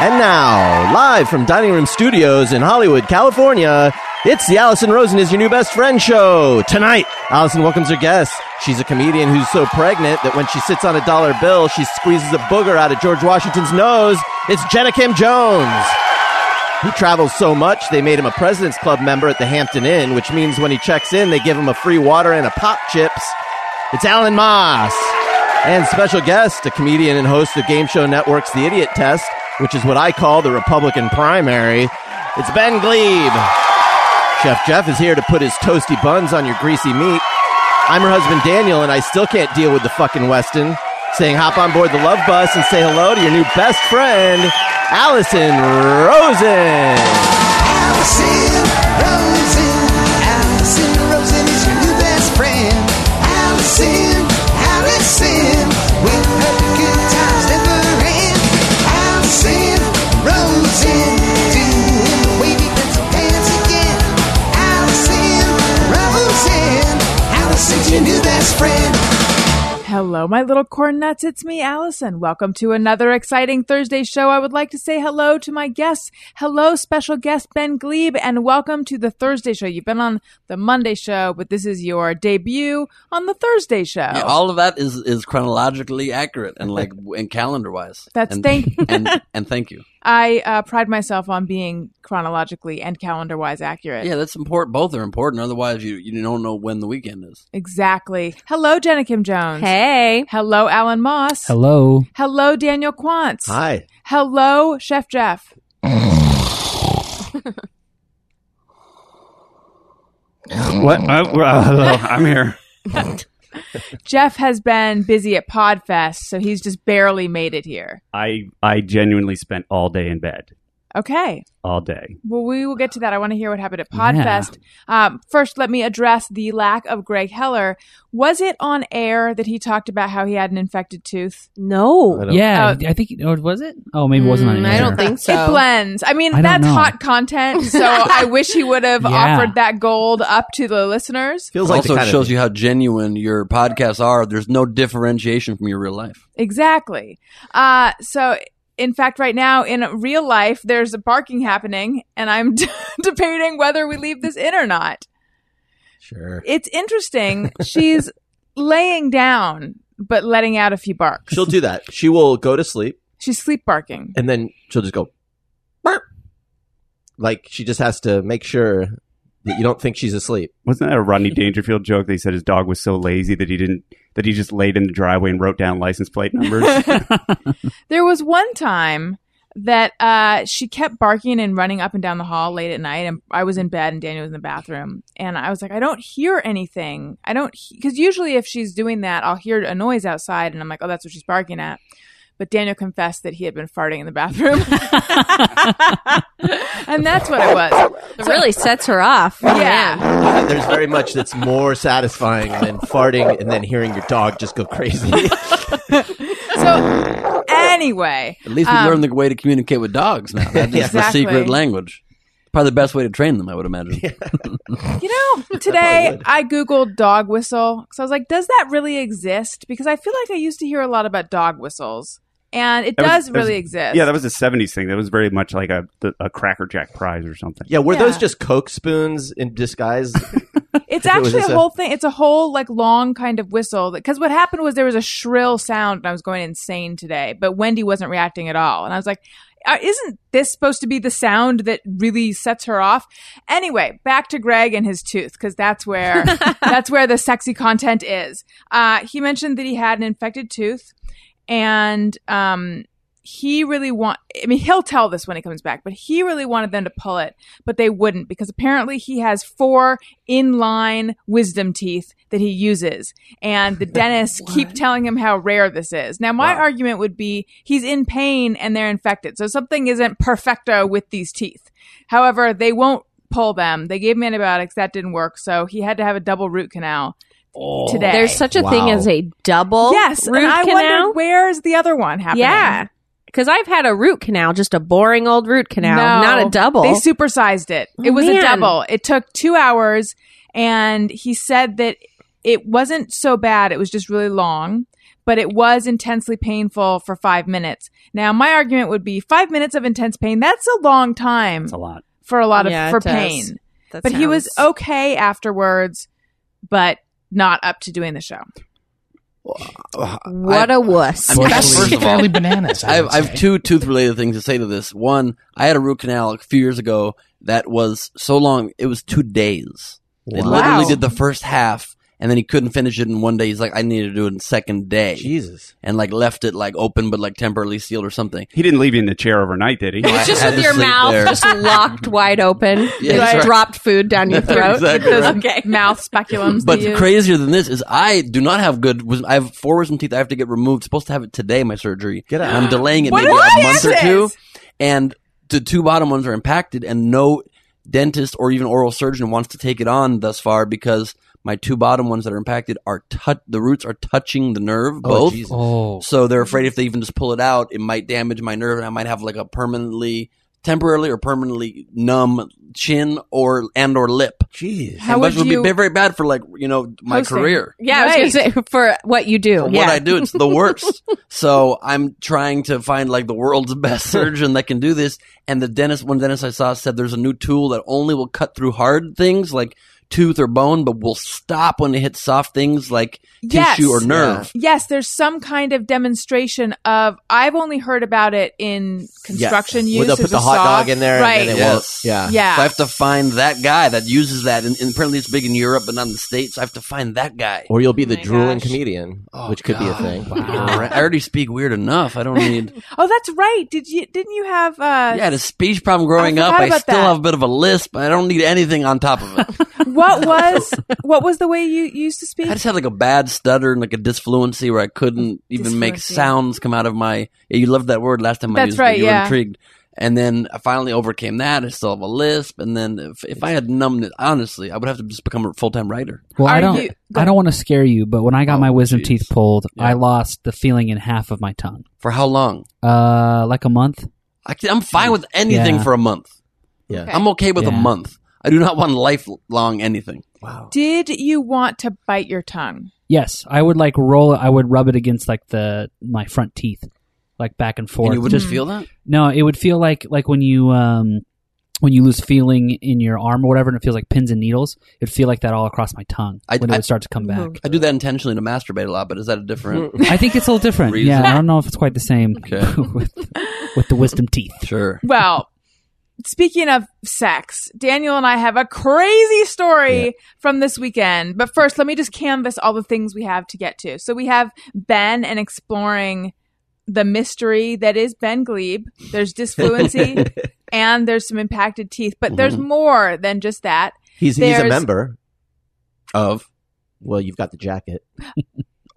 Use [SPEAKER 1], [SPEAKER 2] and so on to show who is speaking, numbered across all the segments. [SPEAKER 1] And now, live from Dining Room Studios in Hollywood, California, it's the Allison Rosen is Your New Best Friend show. Tonight, Allison welcomes her guest. She's a comedian who's so pregnant that when she sits on a dollar bill, she squeezes a booger out of George Washington's nose. It's Jenna Kim Jones. He travels so much, they made him a President's Club member at the Hampton Inn, which means when he checks in, they give him a free water and a pop chips. It's Alan Moss. And special guest, a comedian and host of Game Show Network's The Idiot Test, which is what I call the Republican primary. It's Ben Glebe. Chef Jeff is here to put his toasty buns on your greasy meat. I'm her husband Daniel, and I still can't deal with the fucking Weston. Saying hop on board the love bus and say hello to your new best friend, Allison Rosen.
[SPEAKER 2] Allison Rosen, Allison Rosen is your new best friend. Allison, Allison, with her good times never end. Allison Rosen, doing the wavy pencil dance again. Allison Rosen, Allison's your new best friend.
[SPEAKER 3] Hello, my little corn nuts. It's me, Allison. Welcome to another exciting Thursday show. I would like to say hello to my guests. Hello, special guest Ben Glebe, and welcome to the Thursday show. You've been on the Monday show, but this is your debut on the Thursday show.
[SPEAKER 4] Yeah,
[SPEAKER 1] Oh.
[SPEAKER 4] all of that is is chronologically accurate and like and calendar wise.
[SPEAKER 3] That's
[SPEAKER 4] and,
[SPEAKER 3] thank-
[SPEAKER 4] and and thank you.
[SPEAKER 3] I uh, pride myself on being chronologically and calendar wise accurate.
[SPEAKER 4] Yeah, that's important. Both are important. Otherwise, you you don't know when the weekend is.
[SPEAKER 3] Exactly. Hello, Jenna Kim Jones.
[SPEAKER 5] Hey.
[SPEAKER 3] Hello, Alan Moss.
[SPEAKER 6] Hello.
[SPEAKER 3] Hello, Daniel Quantz.
[SPEAKER 1] Hi.
[SPEAKER 3] Hello, Chef Jeff.
[SPEAKER 6] What? Uh, we're- uh, hello. I'm here.
[SPEAKER 3] Jeff has been busy at Podfest, so he's just barely made it here.
[SPEAKER 6] I I genuinely spent all day in bed.
[SPEAKER 3] Okay.
[SPEAKER 6] All day.
[SPEAKER 3] Well, we will get to that. I want to hear what happened at Podfest. Um, first, let me address the lack of Greg Heller. Was it on air that he talked about how he had an infected tooth?
[SPEAKER 5] No.
[SPEAKER 7] Yeah,
[SPEAKER 4] Uh,
[SPEAKER 7] I think. Or was it? Oh, maybe it wasn't on.
[SPEAKER 5] Mm,
[SPEAKER 7] air.
[SPEAKER 5] I don't think so.
[SPEAKER 3] It blends. I mean,
[SPEAKER 7] I don't
[SPEAKER 3] that's
[SPEAKER 7] know.
[SPEAKER 3] hot content. So I wish he would have
[SPEAKER 7] Yeah.
[SPEAKER 3] offered that gold up to the listeners.
[SPEAKER 1] Feels
[SPEAKER 4] It
[SPEAKER 1] like the
[SPEAKER 4] also
[SPEAKER 1] kind
[SPEAKER 4] shows
[SPEAKER 1] of,
[SPEAKER 4] you how genuine your podcasts are. There's no differentiation from your real life.
[SPEAKER 3] Exactly. Uh, so, in fact, right now in real life, there's a barking happening, and I'm debating whether we leave this in or not.
[SPEAKER 1] Sure.
[SPEAKER 3] It's interesting. She's laying down, but letting out a few barks.
[SPEAKER 1] She'll do that. She will go to sleep
[SPEAKER 3] She's sleep barking.
[SPEAKER 1] and then she'll just go burp. Like she just has to make sure that you don't think she's asleep.
[SPEAKER 6] Wasn't that a Rodney Dangerfield joke? They said his dog was so lazy that he didn't that he just laid in the driveway and wrote down license plate numbers.
[SPEAKER 3] There was one time that uh, she kept barking and running up and down the hall late at night, and I was in bed and Daniel was in the bathroom, and I was like, I don't hear anything. I don't because usually if she's doing that, I'll hear a noise outside, and I'm like, oh, that's what she's barking at. But Daniel confessed that he had been farting in the bathroom, and that's what it was.
[SPEAKER 5] It really sets her off.
[SPEAKER 3] Yeah.
[SPEAKER 1] There's very much that's more satisfying than farting and then hearing your dog just go crazy.
[SPEAKER 3] So anyway,
[SPEAKER 4] At least we
[SPEAKER 3] Um,
[SPEAKER 4] learned the way to communicate with dogs now. That's the
[SPEAKER 3] Exactly.
[SPEAKER 4] secret language. Probably the best way to train them, I would imagine.
[SPEAKER 3] You know, today I Googled dog whistle because I was like, does that really exist? Because I feel like I used to hear a lot about dog whistles, and it
[SPEAKER 6] That was-
[SPEAKER 3] does
[SPEAKER 6] that was-
[SPEAKER 3] really exist.
[SPEAKER 6] yeah, that was a '70s thing. That was very much like a the- a Cracker Jack prize or something.
[SPEAKER 1] yeah, were those
[SPEAKER 3] Yeah.
[SPEAKER 1] just Coke spoons in disguise? it was
[SPEAKER 3] it's actually
[SPEAKER 1] just
[SPEAKER 3] a
[SPEAKER 1] a-
[SPEAKER 3] whole thing. It's a whole like long kind of whistle. Because what happened was there was a shrill sound, and I was going insane today. But Wendy wasn't reacting at all, and I was like. "Uh, Isn't this supposed to be the sound that really sets her off? Anyway, back to Greg and his tooth because that's where that's where the sexy content is. Uh, he mentioned that he had an infected tooth, and um, he really want. I mean, he'll tell this when he comes back, but he really wanted them to pull it, but they wouldn't because apparently he has four inline wisdom teeth that he uses, and the dentists keep telling him how rare this is. Now, my argument would be he's in pain and they're infected, so something isn't perfecto with these teeth. However, they won't pull them. They gave him antibiotics, that didn't work, so he had to have a double root canal today.
[SPEAKER 5] There's such a thing
[SPEAKER 1] Wow.
[SPEAKER 5] as a double
[SPEAKER 3] Yes,
[SPEAKER 5] root
[SPEAKER 3] and I
[SPEAKER 5] canal.
[SPEAKER 3] wondered where is the other one happening?
[SPEAKER 5] yeah. Because I've had a root canal, just a boring old root canal,
[SPEAKER 3] No.
[SPEAKER 5] not a double.
[SPEAKER 3] They supersized it. It
[SPEAKER 5] Oh,
[SPEAKER 3] was a
[SPEAKER 5] man.
[SPEAKER 3] double. It took two hours, and he said that it wasn't so bad. It was just really long. but it was intensely painful for five minutes. Now, my argument would be five minutes of intense pain. That's a long time
[SPEAKER 6] It's a lot.
[SPEAKER 3] for a lot of
[SPEAKER 5] Yeah, it
[SPEAKER 3] for
[SPEAKER 5] does.
[SPEAKER 3] pain.
[SPEAKER 5] That
[SPEAKER 3] but he was
[SPEAKER 5] sounds-
[SPEAKER 3] okay afterwards, but not up to doing the show.
[SPEAKER 5] What
[SPEAKER 3] oh,
[SPEAKER 4] I-
[SPEAKER 5] a wuss.
[SPEAKER 4] I mean, that's-
[SPEAKER 5] That's-
[SPEAKER 4] first of all-
[SPEAKER 8] fairly bananas.
[SPEAKER 4] I
[SPEAKER 8] I,
[SPEAKER 4] have,
[SPEAKER 8] would
[SPEAKER 4] I have
[SPEAKER 8] say.
[SPEAKER 4] two tooth related things to say to this. One, I had a root canal a few years ago that was so long, it was two days. They
[SPEAKER 1] Wow.
[SPEAKER 4] literally did the first half and then he couldn't finish it in one day. He's like, I needed to do it in second day.
[SPEAKER 1] Jesus.
[SPEAKER 4] And like left it like open but like temporarily sealed or something.
[SPEAKER 6] He didn't leave you in the chair overnight, did he?
[SPEAKER 4] I
[SPEAKER 5] It's just
[SPEAKER 4] had
[SPEAKER 5] with
[SPEAKER 4] to
[SPEAKER 5] your
[SPEAKER 4] sleep
[SPEAKER 5] mouth
[SPEAKER 4] there.
[SPEAKER 5] just locked wide open.
[SPEAKER 4] Yeah,
[SPEAKER 5] You
[SPEAKER 4] that's right.
[SPEAKER 5] dropped food down your throat.
[SPEAKER 4] Exactly right.
[SPEAKER 5] Okay.
[SPEAKER 3] Mouth speculums.
[SPEAKER 4] But
[SPEAKER 3] they use.
[SPEAKER 4] crazier than this is I do not have good. wis- I have four wisdom teeth. I have to get removed. Supposed to have it today. My surgery.
[SPEAKER 1] Get out.
[SPEAKER 4] And I'm delaying it
[SPEAKER 3] What-
[SPEAKER 4] maybe
[SPEAKER 3] what
[SPEAKER 4] a month
[SPEAKER 3] is
[SPEAKER 4] or two.
[SPEAKER 3] this?
[SPEAKER 4] And the two bottom ones are impacted, and no dentist or even oral surgeon wants to take it on thus far because my two bottom ones that are impacted are tou- the roots are touching the nerve both.
[SPEAKER 1] Jesus.
[SPEAKER 7] Oh,
[SPEAKER 4] So they're afraid if they even just pull it out, it might damage my nerve, and I might have like a permanently, temporarily or permanently numb chin or and or lip.
[SPEAKER 1] Jeez.
[SPEAKER 3] How
[SPEAKER 4] and
[SPEAKER 3] would
[SPEAKER 4] which would
[SPEAKER 3] you-
[SPEAKER 4] be very bad for like you know my
[SPEAKER 3] Hosting.
[SPEAKER 4] career.
[SPEAKER 5] Yeah, I was gonna say for what you do.
[SPEAKER 4] For
[SPEAKER 5] yeah.
[SPEAKER 4] what I do, it's the worst. so I'm trying to find like the world's best surgeon that can do this. And the dentist, one dentist I saw said there's a new tool that only will cut through hard things like tooth or bone, but will stop when it hits soft things like
[SPEAKER 3] Yes.
[SPEAKER 4] tissue or nerve.
[SPEAKER 3] Yes, there's some kind of demonstration of. I've only heard about it in construction
[SPEAKER 1] Where
[SPEAKER 3] use.
[SPEAKER 1] they'll
[SPEAKER 3] as
[SPEAKER 1] put the
[SPEAKER 3] a
[SPEAKER 1] hot
[SPEAKER 3] saw.
[SPEAKER 1] dog in there
[SPEAKER 3] right?
[SPEAKER 1] and then it
[SPEAKER 4] Yes.
[SPEAKER 1] won't. Yeah.
[SPEAKER 3] yeah,
[SPEAKER 4] So I have to find that guy that uses that, and, and apparently it's big in Europe, but not in the states. So I have to find that guy.
[SPEAKER 1] Or you'll be
[SPEAKER 3] Oh
[SPEAKER 1] the
[SPEAKER 5] my
[SPEAKER 1] drooling
[SPEAKER 5] gosh.
[SPEAKER 1] comedian,
[SPEAKER 4] Oh,
[SPEAKER 1] which could
[SPEAKER 4] God.
[SPEAKER 1] be a thing.
[SPEAKER 4] I already speak weird enough. I don't need.
[SPEAKER 3] Oh, that's right. Did you? Didn't you have? Uh,
[SPEAKER 4] Yeah, I had a speech problem growing up.
[SPEAKER 3] forgot
[SPEAKER 4] I
[SPEAKER 3] about
[SPEAKER 4] still
[SPEAKER 3] that.
[SPEAKER 4] have a bit of a lisp. I don't need anything on top of it.
[SPEAKER 3] What was? what was the way you used to speak?
[SPEAKER 4] I just had like a bad stutter and like a disfluency where I couldn't even make
[SPEAKER 3] Disfluency.
[SPEAKER 4] sounds come out of my. Yeah, you loved that word last time I
[SPEAKER 3] That's
[SPEAKER 4] used
[SPEAKER 3] right,
[SPEAKER 4] it. You were
[SPEAKER 3] yeah.
[SPEAKER 4] intrigued. And then I finally overcame that. I still have a lisp. And then if, if I had numbness, honestly, I would have to just become a full time writer.
[SPEAKER 7] well, I
[SPEAKER 3] Are
[SPEAKER 7] don't.
[SPEAKER 3] you-
[SPEAKER 7] I don't want to scare you, but when I got
[SPEAKER 4] Oh,
[SPEAKER 7] my wisdom
[SPEAKER 4] jeez.
[SPEAKER 7] teeth pulled,
[SPEAKER 4] Yeah.
[SPEAKER 7] I lost the feeling in half of my tongue.
[SPEAKER 4] For how long?
[SPEAKER 7] Uh, like a month.
[SPEAKER 4] I, am fine with anything
[SPEAKER 7] Yeah.
[SPEAKER 4] for a month.
[SPEAKER 1] Yeah.
[SPEAKER 5] Okay.
[SPEAKER 4] I'm okay with a
[SPEAKER 7] Yeah.
[SPEAKER 4] month. I do not want lifelong anything.
[SPEAKER 1] Wow.
[SPEAKER 3] Did you want to bite your tongue?
[SPEAKER 7] Yes, I would like roll it. I would rub it against like the my front teeth, like back and forth.
[SPEAKER 4] and you would
[SPEAKER 7] just-
[SPEAKER 4] just feel that?
[SPEAKER 7] No, it would feel like like when you um when you lose feeling in your arm or whatever, and it feels like pins and needles. It'd feel like that all across my tongue
[SPEAKER 4] I-
[SPEAKER 7] when it
[SPEAKER 4] I-
[SPEAKER 7] would start to come back.
[SPEAKER 4] I do that intentionally to masturbate a lot, but is that a different?
[SPEAKER 7] I think it's a little different.
[SPEAKER 4] Reason.
[SPEAKER 7] Yeah, I don't know if it's quite the same
[SPEAKER 4] Okay.
[SPEAKER 7] with with the wisdom teeth.
[SPEAKER 4] sure.
[SPEAKER 3] Well, speaking of sex, Daniel and I have a crazy story from this weekend. But first, let me just canvas all the things we have to get to. So we have Ben and exploring the mystery that is Ben Glebe. There's disfluency and there's some impacted teeth, but there's
[SPEAKER 4] Mhm.
[SPEAKER 3] more than just that.
[SPEAKER 1] He's he's a
[SPEAKER 3] There's-
[SPEAKER 1] member.
[SPEAKER 4] Of
[SPEAKER 1] Well, you've got the jacket.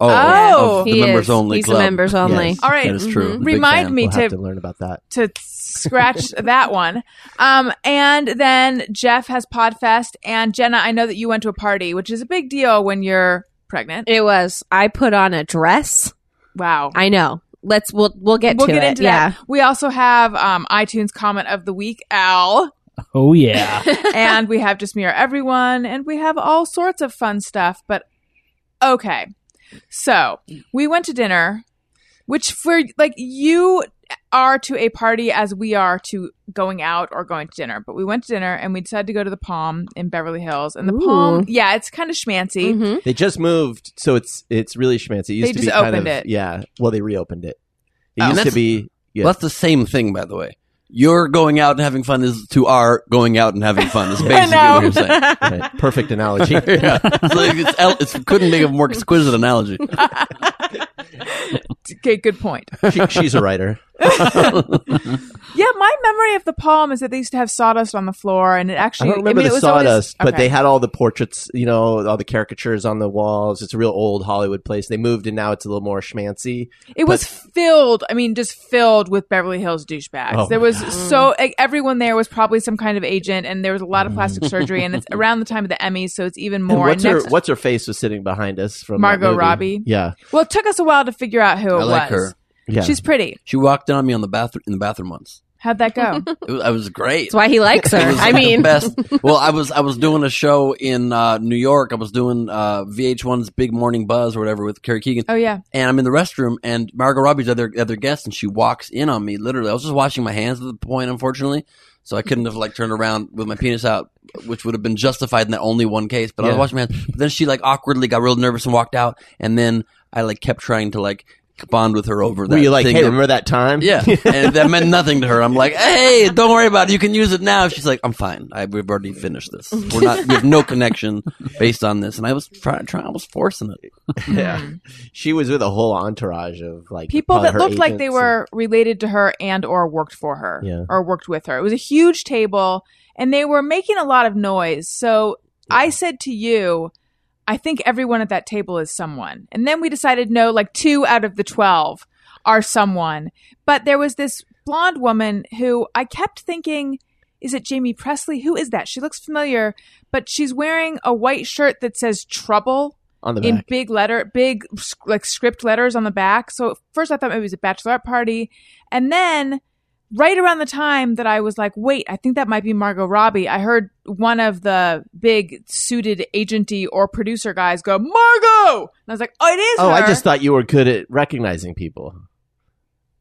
[SPEAKER 4] oh,
[SPEAKER 3] Oh.
[SPEAKER 4] of the
[SPEAKER 5] He
[SPEAKER 4] members
[SPEAKER 5] is.
[SPEAKER 4] only
[SPEAKER 5] He's a
[SPEAKER 4] club.
[SPEAKER 5] members only.
[SPEAKER 1] Yes.
[SPEAKER 3] All right.
[SPEAKER 4] that is true.
[SPEAKER 5] Mhm.
[SPEAKER 4] Big
[SPEAKER 3] mm-hmm. Remind
[SPEAKER 4] fan.
[SPEAKER 3] me
[SPEAKER 1] We'll
[SPEAKER 3] to
[SPEAKER 1] have to learn about that.
[SPEAKER 3] to scratch that one. Um, and then Jeff has Podfest, and Jenna, I know that you went to a party, which is a big deal when you're pregnant.
[SPEAKER 5] It was. I put on a dress.
[SPEAKER 3] Wow.
[SPEAKER 5] I know. Let's. We'll. We'll get.
[SPEAKER 3] we'll
[SPEAKER 5] to
[SPEAKER 3] get
[SPEAKER 5] it.
[SPEAKER 3] into
[SPEAKER 5] yeah.
[SPEAKER 3] that. We also have um, iTunes comment of the week, Al,
[SPEAKER 7] Oh yeah,
[SPEAKER 3] and we have just mirror everyone, and we have all sorts of fun stuff. But okay, so we went to dinner, which for like you are to a party as we are to going out or going to dinner. But we went to dinner, and we decided to go to the Palm in Beverly Hills, and the
[SPEAKER 5] Ooh.
[SPEAKER 3] Palm, yeah, it's kind of schmancy.
[SPEAKER 5] Mhm.
[SPEAKER 1] They just moved, so it's it's really schmancy. It used
[SPEAKER 3] They
[SPEAKER 1] to
[SPEAKER 3] just
[SPEAKER 1] be kind
[SPEAKER 3] opened
[SPEAKER 1] of,
[SPEAKER 3] it.
[SPEAKER 1] Yeah. Well, they reopened it. It
[SPEAKER 4] Oh.
[SPEAKER 1] used to
[SPEAKER 4] That's-
[SPEAKER 1] be. Yeah.
[SPEAKER 4] Well, that's the same thing, by the way. Your going out and having fun is to our going out and having fun. Is basically
[SPEAKER 3] I
[SPEAKER 4] what
[SPEAKER 3] know.
[SPEAKER 4] you're saying.
[SPEAKER 1] Right. Perfect analogy.
[SPEAKER 4] yeah. It's like- it's el- it's- couldn't make a more exquisite analogy.
[SPEAKER 3] okay, good point.
[SPEAKER 1] She- she's a writer.
[SPEAKER 3] Yeah, my memory of the palm is that they used to have sawdust on the floor, and it
[SPEAKER 1] I
[SPEAKER 3] actually.
[SPEAKER 1] don't remember
[SPEAKER 3] mean, it
[SPEAKER 1] the
[SPEAKER 3] was always-
[SPEAKER 1] sawdust, but
[SPEAKER 3] okay.
[SPEAKER 1] they had all the portraits, you know, all the caricatures on the walls. It's a real old Hollywood place. They moved, and now it's a little more schmancy.
[SPEAKER 3] It was filled. I mean, just filled with Beverly Hills douchebags.
[SPEAKER 1] Oh,
[SPEAKER 3] there was so like, everyone there was probably some kind of agent, and there was a lot of plastic surgery, and it's around the time of the Emmys, so it's
[SPEAKER 1] Mm.
[SPEAKER 3] even
[SPEAKER 1] And
[SPEAKER 3] more.
[SPEAKER 1] what's her
[SPEAKER 3] next-
[SPEAKER 1] What's her face was sitting behind us from that
[SPEAKER 3] Margot
[SPEAKER 1] movie.
[SPEAKER 3] Robbie.
[SPEAKER 1] Yeah,
[SPEAKER 3] well, it took us a while to figure out who it
[SPEAKER 4] I like
[SPEAKER 3] was.
[SPEAKER 4] her.
[SPEAKER 1] yeah.
[SPEAKER 3] She's pretty.
[SPEAKER 4] She walked in on me on the bathroom in the bathroom once.
[SPEAKER 3] How'd that go?
[SPEAKER 4] It was, it was great.
[SPEAKER 5] That's why he likes her.
[SPEAKER 4] It was,
[SPEAKER 5] I
[SPEAKER 4] like, the
[SPEAKER 5] mean,
[SPEAKER 4] best. Well, I was I was doing a show in uh, New York. I was doing uh, VH1's Big Morning Buzz or whatever with Kerry Keegan,
[SPEAKER 3] oh yeah.
[SPEAKER 4] and I'm in the restroom, and Margot Robbie's other other guest, and she walks in on me. Literally, I was just washing my hands at the point, unfortunately, so I couldn't have like turned around with my penis out, which would have been justified in that only one case. But I was
[SPEAKER 1] Yeah.
[SPEAKER 4] washing my hands. But then she like awkwardly got real nervous and walked out, and then I like kept trying to like bond with her over that.
[SPEAKER 1] Were you like,
[SPEAKER 4] thing
[SPEAKER 1] hey,
[SPEAKER 4] that-
[SPEAKER 1] remember that time?
[SPEAKER 4] yeah, and that meant nothing to her. I'm like, hey, don't worry about it. You can use it now. She's like, I'm fine. I, we've already finished this. We're not. We have no connection based on this. And I was trying. Try, I was forcing it.
[SPEAKER 1] yeah. She was with a whole entourage of like
[SPEAKER 3] Hmm. People
[SPEAKER 1] probably
[SPEAKER 3] that
[SPEAKER 1] her
[SPEAKER 3] looked like they
[SPEAKER 1] agents and-
[SPEAKER 3] were related to her and or worked for her
[SPEAKER 1] Yeah.
[SPEAKER 3] or worked with her. It was a huge table and they were making a lot of noise. So I said to you, I think everyone at that table is someone. And then we decided no, like 2 out of the 12 are someone. But there was this blonde woman who I kept thinking is it Jamie Presley? Who is that? She looks familiar, but she's wearing a white shirt that says trouble
[SPEAKER 1] on the back.
[SPEAKER 3] in big letter, big s- like script letters on the back. So at first I thought maybe it was a bachelorette party, and then right around the time that I was like, wait, I think that might be Margot Robbie. I heard one of the big suited agenty or producer guys go, "Margot," and I was like, oh, it is.
[SPEAKER 1] oh,
[SPEAKER 3] her.
[SPEAKER 1] I just thought you were good at recognizing people.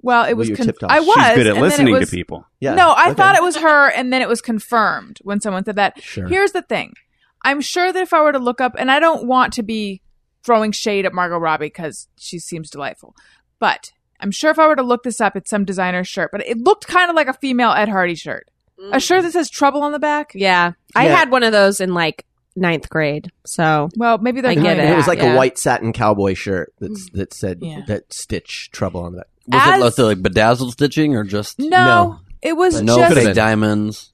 [SPEAKER 3] well, it
[SPEAKER 1] Well,
[SPEAKER 3] was.
[SPEAKER 1] you were
[SPEAKER 3] con-
[SPEAKER 1] tipped off.
[SPEAKER 3] I
[SPEAKER 1] She's
[SPEAKER 3] was
[SPEAKER 6] She's good
[SPEAKER 3] and
[SPEAKER 6] at
[SPEAKER 3] then it
[SPEAKER 6] listening
[SPEAKER 3] was-
[SPEAKER 6] to people.
[SPEAKER 1] Yeah.
[SPEAKER 3] No, I
[SPEAKER 1] okay.
[SPEAKER 3] thought it was her, and then it was confirmed when someone said that.
[SPEAKER 1] Sure.
[SPEAKER 3] Here's the thing. I'm sure that if I were to look up, and I don't want to be throwing shade at Margot Robbie because she seems delightful, but I'm sure if I were to look this up, it's some designer shirt, but it looked kind of like a female Ed Hardy shirt. A
[SPEAKER 1] Mm.
[SPEAKER 3] shirt that says trouble on the back?
[SPEAKER 5] yeah. I
[SPEAKER 1] Yeah.
[SPEAKER 5] had one of those in like ninth grade. So
[SPEAKER 3] Well, maybe they're
[SPEAKER 5] I
[SPEAKER 3] coming
[SPEAKER 5] get
[SPEAKER 1] And it was
[SPEAKER 5] back,
[SPEAKER 1] like a
[SPEAKER 5] yeah.
[SPEAKER 1] white satin cowboy shirt that's, that said
[SPEAKER 3] Mm. Yeah.
[SPEAKER 1] that stitch trouble on the back.
[SPEAKER 4] Was
[SPEAKER 3] As-
[SPEAKER 4] it like, the, like bedazzled stitching or just
[SPEAKER 3] No,
[SPEAKER 1] No.
[SPEAKER 3] it was
[SPEAKER 4] no
[SPEAKER 3] just
[SPEAKER 4] fake diamonds?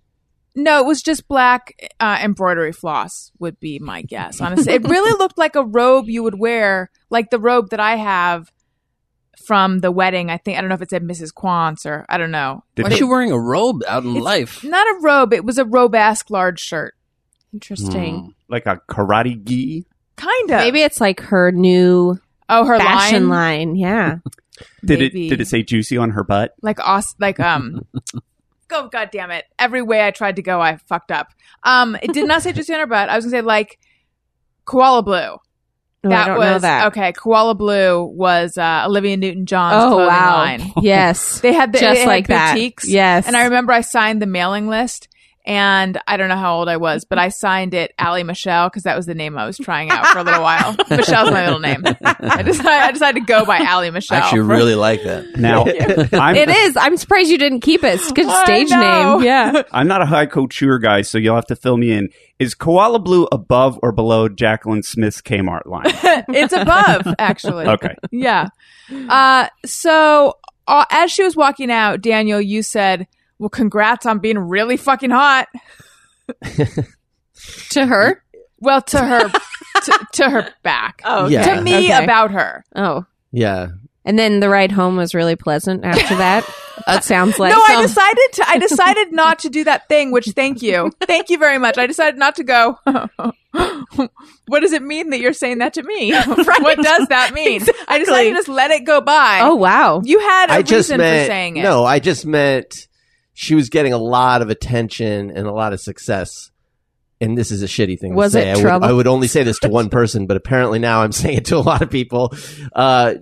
[SPEAKER 3] no, it was just black uh, embroidery floss would be my guess. Honestly, it really looked like a robe you would wear, like the robe that I have from the wedding. I think I don't know if it said Mrs. Quance or I don't know.
[SPEAKER 6] Did
[SPEAKER 4] Why
[SPEAKER 3] Or
[SPEAKER 4] is
[SPEAKER 6] they-
[SPEAKER 4] she wearing a robe out in
[SPEAKER 3] It's
[SPEAKER 4] life?
[SPEAKER 3] Not a robe. It was a robesque large shirt.
[SPEAKER 4] Hmm.
[SPEAKER 5] interesting.
[SPEAKER 6] Like a karate gi.
[SPEAKER 3] Kind of.
[SPEAKER 5] Maybe it's like her new
[SPEAKER 3] Oh, her
[SPEAKER 5] fashion
[SPEAKER 3] line.
[SPEAKER 5] line. Yeah.
[SPEAKER 6] Did
[SPEAKER 3] Maybe.
[SPEAKER 6] it? Did it say juicy on her butt?
[SPEAKER 3] Like os. Like um. Go, god damn it! Every way I tried to go, I fucked up. Um, it did not say just her butt. I was gonna say like koala blue.
[SPEAKER 5] Oh,
[SPEAKER 3] that
[SPEAKER 5] I don't
[SPEAKER 3] was
[SPEAKER 5] know that.
[SPEAKER 3] okay. Koala Blue was uh, Olivia Newton John's
[SPEAKER 5] Oh
[SPEAKER 3] clothing
[SPEAKER 5] wow.
[SPEAKER 3] line.
[SPEAKER 5] Yes.
[SPEAKER 3] They had the,
[SPEAKER 5] Just
[SPEAKER 3] they had
[SPEAKER 5] like that.
[SPEAKER 3] boutiques.
[SPEAKER 5] Yes.
[SPEAKER 3] And I remember I signed the mailing list, and I don't know how old I was, but I signed it Allie Michelle because that was the name I was trying out for a little while. Michelle's my middle name. I decided, I decided to go by Allie
[SPEAKER 4] I
[SPEAKER 3] Michelle.
[SPEAKER 4] actually
[SPEAKER 3] for-
[SPEAKER 4] really like that.
[SPEAKER 6] Now, I'm,
[SPEAKER 5] it is. I'm surprised you didn't keep it. It's a good
[SPEAKER 3] I
[SPEAKER 5] stage
[SPEAKER 3] know.
[SPEAKER 5] name. Yeah.
[SPEAKER 6] I'm not a high couture guy, so you'll have to fill me in. Is Koala Blue above or below Jacqueline Smith's Kmart line?
[SPEAKER 3] it's above actually.
[SPEAKER 6] Okay.
[SPEAKER 3] yeah. Uh, so uh, as she was walking out, Daniel, you said, "Well, congrats on being really fucking hot."
[SPEAKER 5] to her.
[SPEAKER 3] Well, to her, to, to her back.
[SPEAKER 5] Oh,
[SPEAKER 1] okay. Yeah.
[SPEAKER 3] To me
[SPEAKER 5] Okay.
[SPEAKER 3] about her.
[SPEAKER 5] Oh.
[SPEAKER 1] Yeah.
[SPEAKER 5] And then the ride home was really pleasant after that. that sounds like
[SPEAKER 3] no, I
[SPEAKER 5] some-
[SPEAKER 3] decided to. I decided not to do that thing. Which, thank you, thank you very much. I decided not to go. what does it mean that you're saying that to me? What does that mean? I decided
[SPEAKER 5] Exactly.
[SPEAKER 3] to just let it go by.
[SPEAKER 5] Oh wow.
[SPEAKER 3] you had a
[SPEAKER 1] I just
[SPEAKER 3] reason
[SPEAKER 1] meant
[SPEAKER 3] for saying it.
[SPEAKER 1] no. I just meant she was getting a lot of attention and a lot of success. And this is a shitty thing
[SPEAKER 5] Was
[SPEAKER 1] to say.
[SPEAKER 5] it
[SPEAKER 1] I would-
[SPEAKER 5] trouble?
[SPEAKER 1] I would only say this to one person, but apparently now I'm saying it to a lot of people. Uh,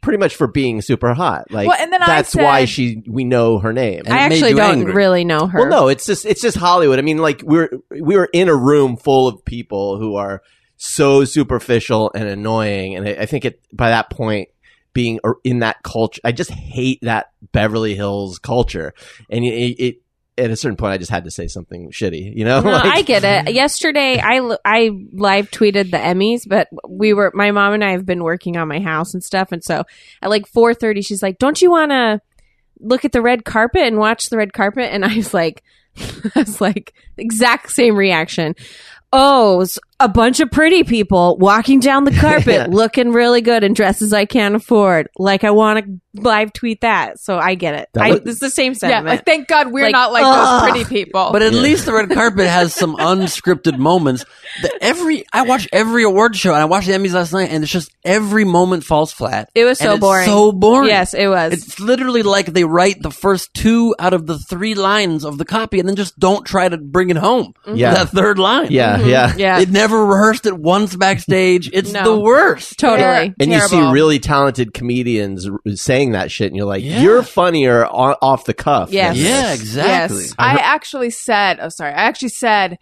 [SPEAKER 1] pretty much for being super hot. Like
[SPEAKER 3] Well, and then I
[SPEAKER 1] that's why
[SPEAKER 3] said-
[SPEAKER 1] she. We know her name.
[SPEAKER 4] And
[SPEAKER 5] I
[SPEAKER 4] it made
[SPEAKER 5] actually
[SPEAKER 4] you
[SPEAKER 5] don't
[SPEAKER 4] angry.
[SPEAKER 5] really know her.
[SPEAKER 1] Well, no, it's just it's just Hollywood. I mean, like we're we were in a room full of people who are so superficial and annoying, and I, I think it by that point being ar- in that culture, I just hate that Beverly Hills culture, and it. it at a certain point, I just had to say something shitty, you know.
[SPEAKER 5] No,
[SPEAKER 1] Like-
[SPEAKER 5] I get it. Yesterday, I l- I live tweeted the Emmys, but we were my mom and I have been working on my house and stuff, and so at like four thirty, she's like, "Don't you want to look at the red carpet and watch the red carpet?" And I was like, I was like, exact same reaction. Oh, s- a bunch of pretty people walking down the carpet looking really good in dresses I can't afford. Like, I want to live tweet that. So I get it.
[SPEAKER 1] That
[SPEAKER 5] I,
[SPEAKER 1] would-
[SPEAKER 5] it's the same
[SPEAKER 3] Yeah,
[SPEAKER 5] sentiment.
[SPEAKER 3] like thank God we're
[SPEAKER 5] Like,
[SPEAKER 3] not like
[SPEAKER 5] ugh.
[SPEAKER 3] those pretty people.
[SPEAKER 4] But at least the red carpet has some unscripted moments. That every I watch every award show and I watched the Emmys last night and it's just every moment falls flat.
[SPEAKER 5] It was
[SPEAKER 4] And
[SPEAKER 5] so
[SPEAKER 4] it's
[SPEAKER 5] boring.
[SPEAKER 4] So boring.
[SPEAKER 5] Yes, it was.
[SPEAKER 4] It's literally like they write the first two out of the three lines of the copy and then just don't try to bring it home.
[SPEAKER 3] Mm-hmm.
[SPEAKER 1] Yeah.
[SPEAKER 4] That third line.
[SPEAKER 1] Yeah, yeah.
[SPEAKER 5] Mm-hmm. yeah,
[SPEAKER 4] It never rehearsed it once backstage. It's
[SPEAKER 5] No.
[SPEAKER 4] the worst.
[SPEAKER 5] totally.
[SPEAKER 1] And you see
[SPEAKER 5] Terrible.
[SPEAKER 1] really talented comedians r- saying that shit, and you're like,
[SPEAKER 4] Yeah.
[SPEAKER 1] you're funnier o- off the cuff.
[SPEAKER 5] Yes.
[SPEAKER 1] than this.
[SPEAKER 4] Yeah, exactly.
[SPEAKER 5] Yes.
[SPEAKER 3] I actually said, oh, sorry. I actually said,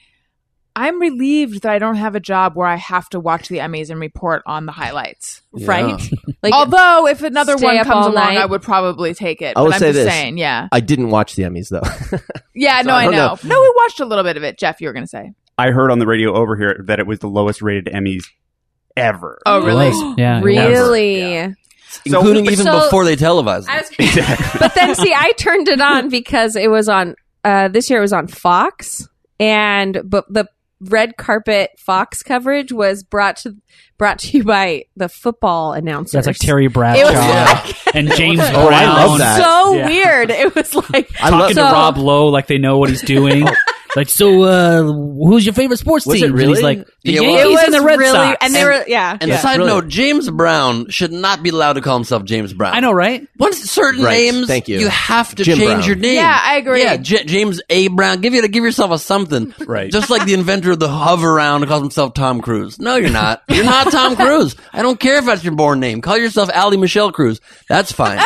[SPEAKER 3] I'm relieved that I don't have a job where I have to watch the Emmys and report on the highlights.
[SPEAKER 5] right. Like,
[SPEAKER 3] Although, if another
[SPEAKER 5] stay
[SPEAKER 3] one
[SPEAKER 5] up
[SPEAKER 3] comes
[SPEAKER 5] all
[SPEAKER 3] along,
[SPEAKER 5] night.
[SPEAKER 3] I would probably take it.
[SPEAKER 1] I will
[SPEAKER 3] but I'm
[SPEAKER 1] say
[SPEAKER 3] just
[SPEAKER 1] this.
[SPEAKER 3] saying, yeah.
[SPEAKER 1] I didn't watch the Emmys though.
[SPEAKER 3] Yeah, no,
[SPEAKER 1] I
[SPEAKER 3] I,
[SPEAKER 1] don't
[SPEAKER 3] know. No, we watched a little bit of it, Jeff, you were going to say.
[SPEAKER 6] I heard on the radio over here that it was the lowest rated Emmys ever.
[SPEAKER 3] Oh, really?
[SPEAKER 7] yeah,
[SPEAKER 5] really.
[SPEAKER 6] So-
[SPEAKER 4] Including even
[SPEAKER 5] So-
[SPEAKER 4] before they televised it.
[SPEAKER 5] I was, but then see, I turned it on because it was on uh, this year. It was on Fox, and but the red carpet Fox coverage was brought to brought to you by the football announcers.
[SPEAKER 7] That's like Terry Bradshaw
[SPEAKER 5] It was
[SPEAKER 7] and James
[SPEAKER 1] Oh,
[SPEAKER 7] Brown.
[SPEAKER 1] I love that.
[SPEAKER 5] so
[SPEAKER 7] Yeah.
[SPEAKER 5] weird. It was like
[SPEAKER 1] I love
[SPEAKER 7] Talking
[SPEAKER 5] So-
[SPEAKER 7] to Rob Lowe like they know what he's doing. like, so uh, who's your favorite sports
[SPEAKER 1] Was it
[SPEAKER 7] team? And
[SPEAKER 1] really?
[SPEAKER 7] he's like, the
[SPEAKER 4] Yeah, well-
[SPEAKER 7] Yankees
[SPEAKER 5] it was
[SPEAKER 7] and the Red
[SPEAKER 5] really,
[SPEAKER 7] Sox.
[SPEAKER 5] and they were yeah.
[SPEAKER 4] And
[SPEAKER 1] Yeah.
[SPEAKER 4] side
[SPEAKER 1] Brilliant.
[SPEAKER 4] note, James Brown should not be allowed to call himself James Brown.
[SPEAKER 7] I know, right?
[SPEAKER 4] Once certain
[SPEAKER 1] Right.
[SPEAKER 4] names,
[SPEAKER 1] Thank you.
[SPEAKER 4] have to
[SPEAKER 1] Jim
[SPEAKER 4] change
[SPEAKER 1] Brown.
[SPEAKER 4] your name.
[SPEAKER 3] Yeah, I agree.
[SPEAKER 4] Yeah, J- James A. Brown. Give you give yourself a something.
[SPEAKER 6] Right.
[SPEAKER 4] Just like the inventor of the hover round who calls himself Tom Cruise. No, you're not. You're not Tom Cruise. I don't care if that's your born name. Call yourself Ally Michelle Cruz. That's fine.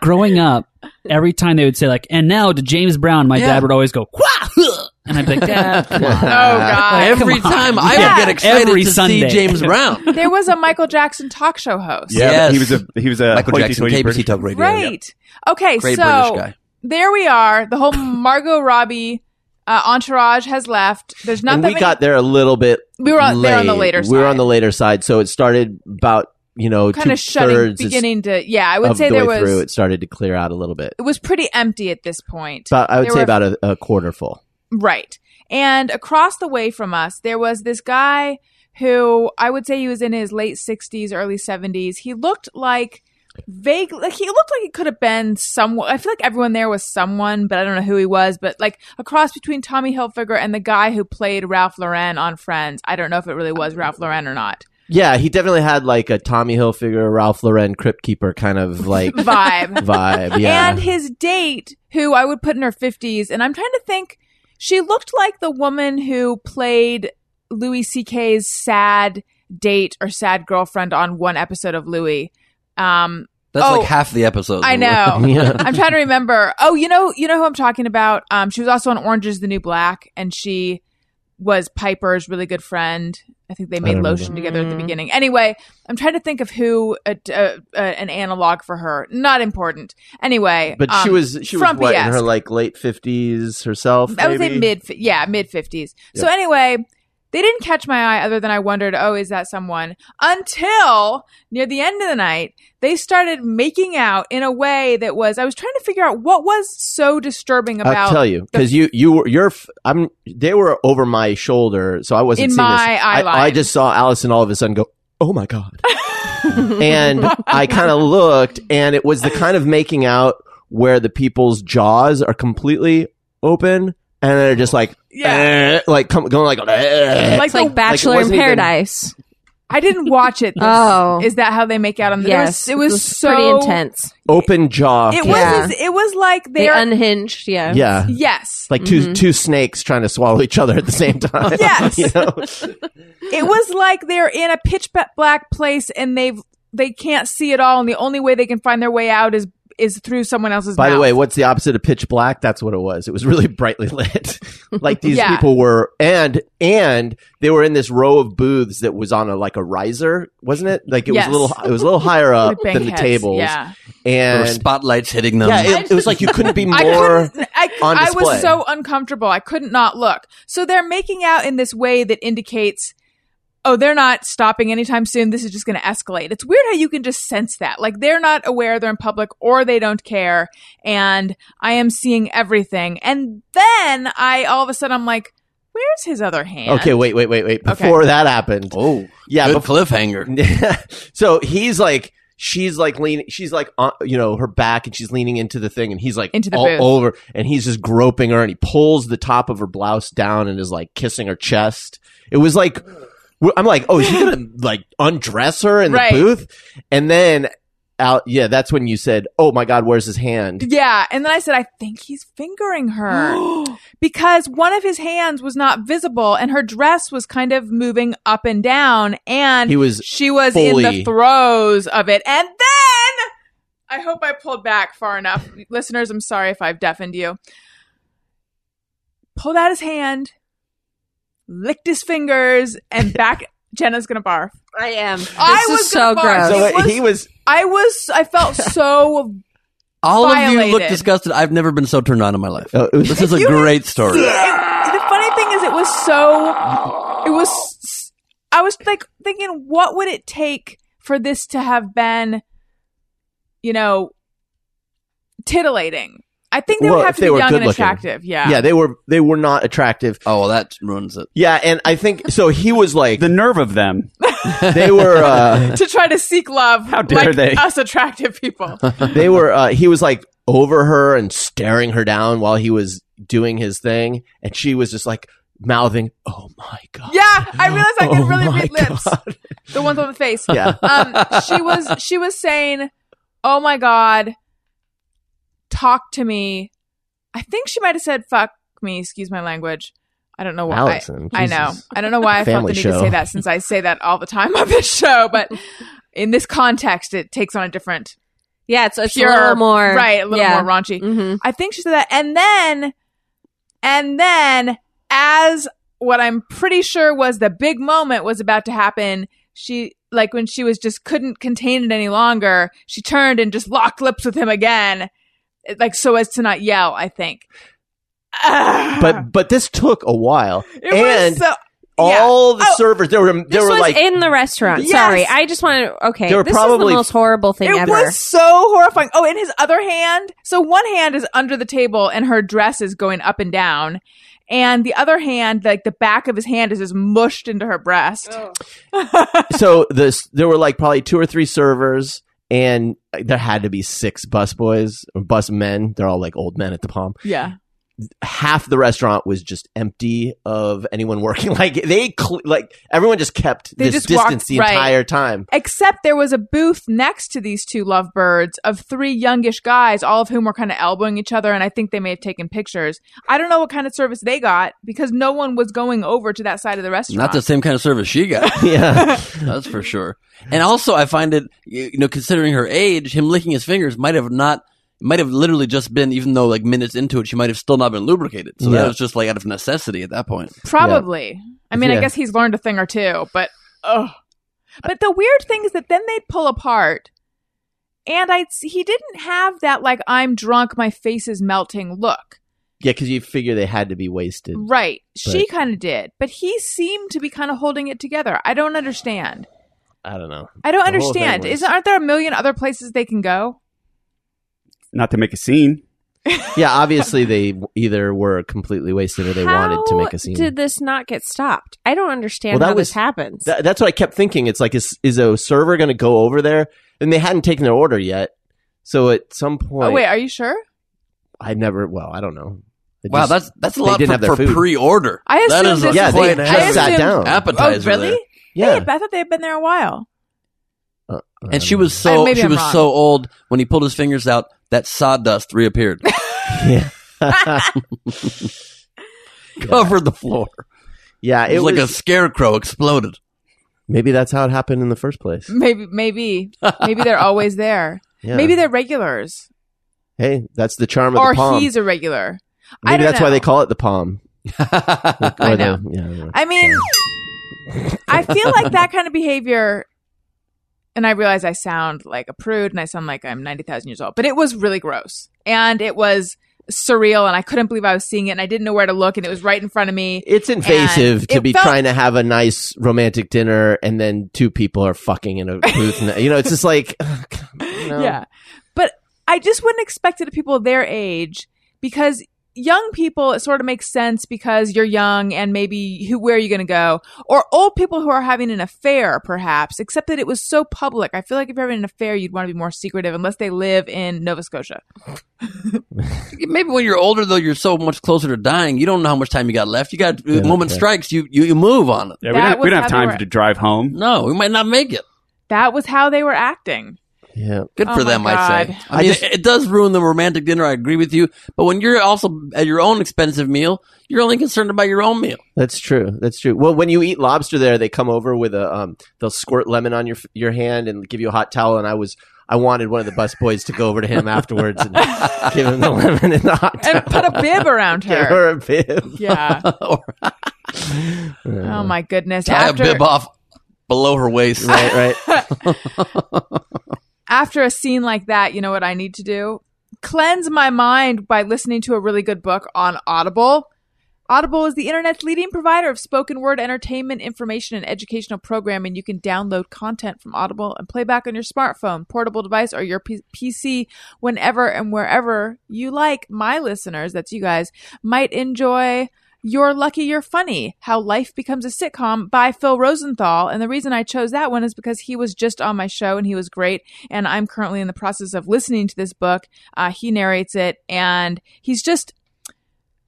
[SPEAKER 7] Growing up, every time they would say like, and now to James Brown, my
[SPEAKER 4] Yeah.
[SPEAKER 7] dad would always go, "Wah!" and I'd be like, Dad, come on.
[SPEAKER 3] Oh, God.
[SPEAKER 4] Every time I
[SPEAKER 7] Yeah.
[SPEAKER 4] would get excited
[SPEAKER 7] Every
[SPEAKER 4] to
[SPEAKER 7] Sunday.
[SPEAKER 4] see James Brown.
[SPEAKER 3] there was a Michael Jackson talk show host.
[SPEAKER 6] Yeah,
[SPEAKER 4] Yes.
[SPEAKER 6] he was a he was a
[SPEAKER 4] Michael Jackson,
[SPEAKER 6] hoity-toity
[SPEAKER 4] KBC
[SPEAKER 6] British-
[SPEAKER 4] Talk Radio.
[SPEAKER 3] Right. Okay,
[SPEAKER 4] Great
[SPEAKER 3] so
[SPEAKER 4] British guy.
[SPEAKER 3] there we are. The whole Margot Robbie uh, entourage has left. There's not
[SPEAKER 1] and
[SPEAKER 3] that
[SPEAKER 1] we
[SPEAKER 3] many.
[SPEAKER 1] got there a little bit.
[SPEAKER 3] we were on, there on the
[SPEAKER 1] late.
[SPEAKER 3] later side.
[SPEAKER 1] We were on the later side, so it started about you know
[SPEAKER 3] kind
[SPEAKER 1] two
[SPEAKER 3] of shutting,
[SPEAKER 1] thirds
[SPEAKER 3] beginning to. Yeah, I would
[SPEAKER 1] of
[SPEAKER 3] say
[SPEAKER 1] the
[SPEAKER 3] there
[SPEAKER 1] way
[SPEAKER 3] was.
[SPEAKER 1] through. It started to clear out a little bit.
[SPEAKER 3] it was pretty empty at this point.
[SPEAKER 1] About I would
[SPEAKER 3] There
[SPEAKER 1] say
[SPEAKER 3] were-
[SPEAKER 1] about a, a quarter full.
[SPEAKER 3] right. And across the way from us, there was this guy who I would say he was in his late 60s, early 70s. He looked like vague like he looked like he could have been someone i feel like everyone there was someone but i don't know who he was but like a cross between tommy hilfiger and the guy who played ralph lauren on friends i don't know if it really was ralph lauren or not
[SPEAKER 1] Yeah, he definitely had like a Tommy Hilfiger, Ralph Lauren, Crypt Keeper kind of like
[SPEAKER 3] vibe
[SPEAKER 1] vibe. Yeah,
[SPEAKER 3] and his date, who I would put in her 50s. And I'm trying to think, she looked like the woman who played Louis C.K.'s sad date or sad girlfriend on one episode of Louis. Um,
[SPEAKER 4] That's
[SPEAKER 3] Oh.
[SPEAKER 4] like half the episode.
[SPEAKER 3] I know.
[SPEAKER 1] yeah.
[SPEAKER 3] I'm trying to remember. Oh, you know, you know who I'm talking about. Um, she was also on Orange Is the New Black, and she was Piper's really good friend. I think they made
[SPEAKER 1] don't
[SPEAKER 3] lotion
[SPEAKER 5] remember.
[SPEAKER 3] together at the
[SPEAKER 5] Mm.
[SPEAKER 3] beginning. Anyway, I'm trying to think of who uh, a, a, a, an analog for her. Not important. Anyway,
[SPEAKER 1] But she
[SPEAKER 3] um,
[SPEAKER 1] was she was what in
[SPEAKER 3] frumpy-esque.
[SPEAKER 1] her like late fifties herself.
[SPEAKER 3] I would say
[SPEAKER 1] maybe?
[SPEAKER 3] mid, fi- yeah, mid fifties. So anyway, they didn't catch my eye, other than I wondered, oh, is that someone? Until near the end of the night, they started making out in a way that was. I was trying to figure out what was so disturbing about.
[SPEAKER 1] I'll tell you because you you were you're f- I'm they were over my shoulder, so I wasn't
[SPEAKER 3] In
[SPEAKER 1] seeing
[SPEAKER 3] my
[SPEAKER 1] this.
[SPEAKER 3] eye
[SPEAKER 1] I,
[SPEAKER 3] line.
[SPEAKER 1] I just saw Allison all of a sudden go, "Oh my god!" and I kind of looked, and it was the kind of making out where the people's jaws are completely open and they're just like,
[SPEAKER 3] yeah.
[SPEAKER 1] "Eh," like come, going like, "Eh."
[SPEAKER 3] Like,
[SPEAKER 5] It's like
[SPEAKER 3] the-
[SPEAKER 5] Bachelor
[SPEAKER 1] wasn't
[SPEAKER 5] in
[SPEAKER 1] even-
[SPEAKER 5] Paradise.
[SPEAKER 3] I didn't watch it. This,
[SPEAKER 5] Oh.
[SPEAKER 3] is that how they make out on the?
[SPEAKER 5] yes,
[SPEAKER 3] it was, it was so
[SPEAKER 5] pretty intense.
[SPEAKER 1] open jaw.
[SPEAKER 3] It
[SPEAKER 1] kiss.
[SPEAKER 5] Yeah.
[SPEAKER 3] was. as- It was like
[SPEAKER 5] They
[SPEAKER 3] they're.
[SPEAKER 5] unhinged. Yeah,
[SPEAKER 1] yeah. It's
[SPEAKER 3] yes.
[SPEAKER 1] Like 2
[SPEAKER 5] Mhm.
[SPEAKER 1] two snakes trying to swallow each other at the same time.
[SPEAKER 3] Mm-hmm. Yes.
[SPEAKER 1] You know?
[SPEAKER 3] it was like they're in a pitch ba- black place and they've they can't see at all and the only way they can find their way out is is through someone else's
[SPEAKER 1] By the
[SPEAKER 3] mouth.
[SPEAKER 1] way, what's the opposite of pitch black? That's what it was. It was really brightly lit. like these
[SPEAKER 3] Yeah.
[SPEAKER 1] people were and and they were in this row of booths that was on a like a riser, wasn't it? Like it
[SPEAKER 3] Yes.
[SPEAKER 1] was a little it was a little higher up
[SPEAKER 3] Bang
[SPEAKER 1] than the
[SPEAKER 3] heads,
[SPEAKER 1] tables.
[SPEAKER 3] Yeah.
[SPEAKER 4] There were
[SPEAKER 1] And
[SPEAKER 4] spotlights hitting them.
[SPEAKER 1] yeah, it, it was like you couldn't be
[SPEAKER 3] I
[SPEAKER 1] more
[SPEAKER 3] couldn't, I,
[SPEAKER 1] on
[SPEAKER 3] I
[SPEAKER 1] display.
[SPEAKER 3] was so uncomfortable. I couldn't not look. So they're making out in this way that indicates oh, they're not stopping anytime soon. This is just going to escalate. It's weird how you can just sense that. Like they're not aware they're in public or they don't care. And I am seeing everything. And then I all of a sudden I'm like, where's his other hand?
[SPEAKER 1] Okay, wait, wait, wait, wait.
[SPEAKER 3] Okay.
[SPEAKER 1] Before that happened,
[SPEAKER 4] Oh,
[SPEAKER 1] yeah,
[SPEAKER 4] good
[SPEAKER 1] bef-
[SPEAKER 4] cliffhanger.
[SPEAKER 1] so he's like she's like leaning she's like on, you know her back and she's leaning into the thing and he's like
[SPEAKER 3] Into the
[SPEAKER 1] all
[SPEAKER 3] booth.
[SPEAKER 1] over and he's just groping her and he pulls the top of her blouse down and is like kissing her chest it was like we're- i'm like oh is he gonna like undress her in
[SPEAKER 3] Right.
[SPEAKER 1] the booth and then out yeah that's when you said oh my god where's his hand
[SPEAKER 3] Yeah. And then I said, I think he's fingering her because one of his hands was not visible and her dress was kind of moving up and down. And
[SPEAKER 1] he was
[SPEAKER 3] she was in
[SPEAKER 1] fully-
[SPEAKER 3] the throes of it. And then I hope I pulled back far enough. Listeners, I'm sorry if I've deafened you. Pulled out his hand, licked his fingers, and back. Jenna's gonna barf.
[SPEAKER 5] I am. This
[SPEAKER 3] I
[SPEAKER 5] is
[SPEAKER 3] was
[SPEAKER 5] so
[SPEAKER 3] gonna barf.
[SPEAKER 5] gross.
[SPEAKER 1] so
[SPEAKER 3] It was-
[SPEAKER 1] he was
[SPEAKER 3] I was, I felt so
[SPEAKER 4] All of you look
[SPEAKER 3] Violated.
[SPEAKER 4] disgusted. I've never been so turned on in my life.
[SPEAKER 1] uh, it was
[SPEAKER 4] This is a
[SPEAKER 3] You
[SPEAKER 4] great story.
[SPEAKER 3] See, it- the funny thing is, it was so. It was. I was like thinking, what would it take for this to have been, you know, titillating? I think they
[SPEAKER 1] Well,
[SPEAKER 3] would have
[SPEAKER 1] if
[SPEAKER 3] to
[SPEAKER 1] they
[SPEAKER 3] be
[SPEAKER 1] were
[SPEAKER 3] young and
[SPEAKER 1] good-looking.
[SPEAKER 3] attractive. Yeah.
[SPEAKER 1] yeah they were they were not attractive
[SPEAKER 4] Oh, well, that ruins it.
[SPEAKER 1] yeah and i think so he was like
[SPEAKER 6] The nerve of them.
[SPEAKER 1] they were uh
[SPEAKER 3] To try to seek love,
[SPEAKER 6] How dare
[SPEAKER 3] like
[SPEAKER 6] they.
[SPEAKER 3] us attractive people.
[SPEAKER 1] they were uh, he was like over her and staring her down while he was doing his thing and she was just like mouthing oh my god
[SPEAKER 3] Yeah, I realized I can
[SPEAKER 1] Oh
[SPEAKER 3] really
[SPEAKER 1] my
[SPEAKER 3] read lips.
[SPEAKER 1] God."
[SPEAKER 3] The ones on the face.
[SPEAKER 1] yeah
[SPEAKER 3] um, she was she was saying, "Oh my god, talk to me." I think she might have said "fuck me." Excuse my language. I don't know why.
[SPEAKER 1] allison
[SPEAKER 3] I, I know. I don't know why I felt
[SPEAKER 1] Family
[SPEAKER 3] the need to
[SPEAKER 1] show.
[SPEAKER 3] say that since I say that all the time on this show, but in this context, it takes on a different
[SPEAKER 5] yeah, it's, it's
[SPEAKER 3] pure,
[SPEAKER 5] a little more
[SPEAKER 3] right, a little
[SPEAKER 5] yeah.
[SPEAKER 3] more raunchy.
[SPEAKER 5] Mm-hmm.
[SPEAKER 3] I think she said that. And then, and then, as what I'm pretty sure was the big moment was about to happen, she, like, when she was just couldn't contain it any longer, she turned and just locked lips with him again, it- like, so as to not yell, I think. Ah.
[SPEAKER 1] but but this took a while
[SPEAKER 3] it
[SPEAKER 1] and
[SPEAKER 3] was so,
[SPEAKER 1] all the
[SPEAKER 3] Oh.
[SPEAKER 1] servers there were
[SPEAKER 5] This
[SPEAKER 1] there were
[SPEAKER 5] was
[SPEAKER 1] like
[SPEAKER 5] in the restaurant.
[SPEAKER 3] Yes.
[SPEAKER 5] Sorry, I just want to. Okay,
[SPEAKER 1] There were
[SPEAKER 5] this is
[SPEAKER 1] probably-
[SPEAKER 5] the most horrible thing
[SPEAKER 3] it
[SPEAKER 5] ever.
[SPEAKER 3] was so horrifying. Oh, in his other hand, so one hand is under the table and her dress is going up and down. And the other hand, like the back of his hand, is just mushed into her breast.
[SPEAKER 1] so this there were like probably two or three servers and there had to be six bus boys or bus men they're all like old men at the palm
[SPEAKER 3] Yeah.
[SPEAKER 1] half the restaurant was just empty of anyone working. Like they, cl- like everyone just kept
[SPEAKER 3] They
[SPEAKER 1] this
[SPEAKER 3] just
[SPEAKER 1] distance
[SPEAKER 3] walked-
[SPEAKER 1] the
[SPEAKER 3] right.
[SPEAKER 1] entire time.
[SPEAKER 3] Except there was a booth next to these two lovebirds of three youngish guys, all of whom were kind of elbowing each other, and I think they may have taken pictures. I don't know what kind of service they got because no one was going over to that side of the restaurant.
[SPEAKER 4] Not the same kind of service she got.
[SPEAKER 1] Yeah,
[SPEAKER 4] That's for sure. And also, I find it, you you know, considering her age, him licking his fingers might have not, might have literally just been, even though like minutes into it, she might have still not been lubricated. So
[SPEAKER 1] Yeah.
[SPEAKER 4] that was just like out of necessity at that point.
[SPEAKER 3] Probably. I mean,
[SPEAKER 1] Yeah.
[SPEAKER 3] I guess he's learned a thing or two, but ugh. But the weird thing is that then they'd pull apart, and I he didn't have that like I'm drunk, my face is melting look.
[SPEAKER 1] yeah, because you figure they had to be wasted.
[SPEAKER 3] Right. She
[SPEAKER 1] Right.
[SPEAKER 3] kind of did, but he seemed to be kind of holding it together. I don't understand.
[SPEAKER 1] I don't know.
[SPEAKER 3] I don't
[SPEAKER 1] The whole thing
[SPEAKER 3] understand.
[SPEAKER 1] was-
[SPEAKER 3] Isn't aren't there a million other places they can go?
[SPEAKER 6] Not to make a scene.
[SPEAKER 1] Yeah, obviously they either were completely wasted or they
[SPEAKER 5] How
[SPEAKER 1] wanted to make a scene.
[SPEAKER 5] Did this not get stopped? I don't understand
[SPEAKER 1] Well, that
[SPEAKER 5] how
[SPEAKER 1] was-
[SPEAKER 5] this happens.
[SPEAKER 1] Tha- that's what I kept thinking. It's like is is a server going to go over there? And they hadn't taken their order yet, so at some point,
[SPEAKER 3] Oh wait, are you sure?
[SPEAKER 1] I never. Well, I don't know. It
[SPEAKER 4] Wow,
[SPEAKER 1] just-
[SPEAKER 4] that's that's a
[SPEAKER 1] they
[SPEAKER 4] lot
[SPEAKER 1] didn't
[SPEAKER 4] for,
[SPEAKER 1] have their
[SPEAKER 4] for
[SPEAKER 1] food.
[SPEAKER 4] pre-order.
[SPEAKER 3] I
[SPEAKER 4] That
[SPEAKER 3] assume
[SPEAKER 4] is
[SPEAKER 3] this
[SPEAKER 1] yeah.
[SPEAKER 3] is-
[SPEAKER 1] They
[SPEAKER 4] quite
[SPEAKER 1] just
[SPEAKER 4] an
[SPEAKER 3] I
[SPEAKER 1] sat
[SPEAKER 3] assumed-
[SPEAKER 1] down.
[SPEAKER 3] Oh
[SPEAKER 4] appetizer.
[SPEAKER 3] really?
[SPEAKER 4] there.
[SPEAKER 1] yeah.
[SPEAKER 3] Hey, I thought they'd been there a while.
[SPEAKER 4] And she was
[SPEAKER 3] Uh,
[SPEAKER 4] so
[SPEAKER 3] maybe
[SPEAKER 4] she
[SPEAKER 3] I'm
[SPEAKER 4] was
[SPEAKER 3] wrong.
[SPEAKER 4] so old when he pulled his fingers out that sawdust reappeared, covered the floor.
[SPEAKER 1] yeah,
[SPEAKER 4] It, was like a scarecrow exploded.
[SPEAKER 1] maybe that's how it happened in the first place.
[SPEAKER 3] Maybe, maybe, maybe they're always there.
[SPEAKER 1] Yeah.
[SPEAKER 3] Maybe they're regulars,
[SPEAKER 1] Hey, that's the charm of
[SPEAKER 3] or
[SPEAKER 1] the palm.
[SPEAKER 3] he's a regular. I
[SPEAKER 1] Maybe
[SPEAKER 3] don't
[SPEAKER 1] that's why
[SPEAKER 3] know.
[SPEAKER 1] they call it the palm.
[SPEAKER 3] I
[SPEAKER 1] Or
[SPEAKER 3] know.
[SPEAKER 1] the- yeah, I don't know.
[SPEAKER 3] I mean, I feel like that kind of behavior, and I realize I sound like a prude and I sound like I'm 90,000 years old, but it was really gross. And it was surreal and I couldn't believe I was seeing it and I didn't know where to look and it was right in front of me.
[SPEAKER 1] It's invasive
[SPEAKER 3] And
[SPEAKER 1] to
[SPEAKER 3] it
[SPEAKER 1] be
[SPEAKER 3] felt-
[SPEAKER 1] trying to have a nice romantic dinner and then two people are fucking in a booth. and- you know, it's just like, ugh, you know.
[SPEAKER 3] Yeah. But I just wouldn't expect it of people their age because young people, it sort of makes sense because you're young and maybe who, where are you going to go? Or old people who are having an affair, perhaps, except that it was so public. I feel like if you're having an affair, you'd want to be more secretive unless they live in Nova Scotia.
[SPEAKER 4] Maybe when you're older, though, you're so much closer to dying. You don't know how much time you got left. You got the moment
[SPEAKER 1] yeah.
[SPEAKER 4] strikes. You, you you move on it.
[SPEAKER 6] Yeah, we
[SPEAKER 3] That
[SPEAKER 6] don't,
[SPEAKER 3] was
[SPEAKER 6] we don't
[SPEAKER 3] how
[SPEAKER 6] have
[SPEAKER 3] they
[SPEAKER 6] time
[SPEAKER 3] were-
[SPEAKER 6] to drive home.
[SPEAKER 4] No, we might not make it.
[SPEAKER 3] That was how they were acting.
[SPEAKER 1] Yeah.
[SPEAKER 4] Good
[SPEAKER 3] Oh
[SPEAKER 4] for
[SPEAKER 3] my
[SPEAKER 4] them, I say.
[SPEAKER 3] God.
[SPEAKER 4] I
[SPEAKER 1] I
[SPEAKER 4] mean,
[SPEAKER 1] just-
[SPEAKER 4] it, it does ruin the romantic dinner. I agree with you. But when you're also at your own expensive meal, you're only concerned about your own meal.
[SPEAKER 1] That's true. That's true. Well, when you eat lobster there, they come over with a um, they'll squirt lemon on your your hand and give you a hot towel. And I was I wanted one of the bus boys to go over to him afterwards and give him the lemon and the hot towel.
[SPEAKER 3] And put a bib around
[SPEAKER 1] Give
[SPEAKER 3] her.
[SPEAKER 1] her a bib.
[SPEAKER 3] Yeah.
[SPEAKER 4] or
[SPEAKER 3] Oh my goodness.
[SPEAKER 4] tie
[SPEAKER 3] After-
[SPEAKER 4] a bib off below her waist.
[SPEAKER 1] Right, right.
[SPEAKER 3] after a scene like that, you know what I need to do? Cleanse my mind by listening to a really good book on Audible. Audible is the internet's leading provider of spoken word entertainment, information, and educational programming. You can download content from Audible and play back on your smartphone, portable device, or your P- PC whenever and wherever you like. My listeners, that's you guys, might enjoy You're Lucky You're Funny How Life Becomes a Sitcom by Phil Rosenthal. And the reason I chose that one is because he was just on my show and he was great. And I'm currently in the process of listening to this book. Uh, he narrates it and he's just.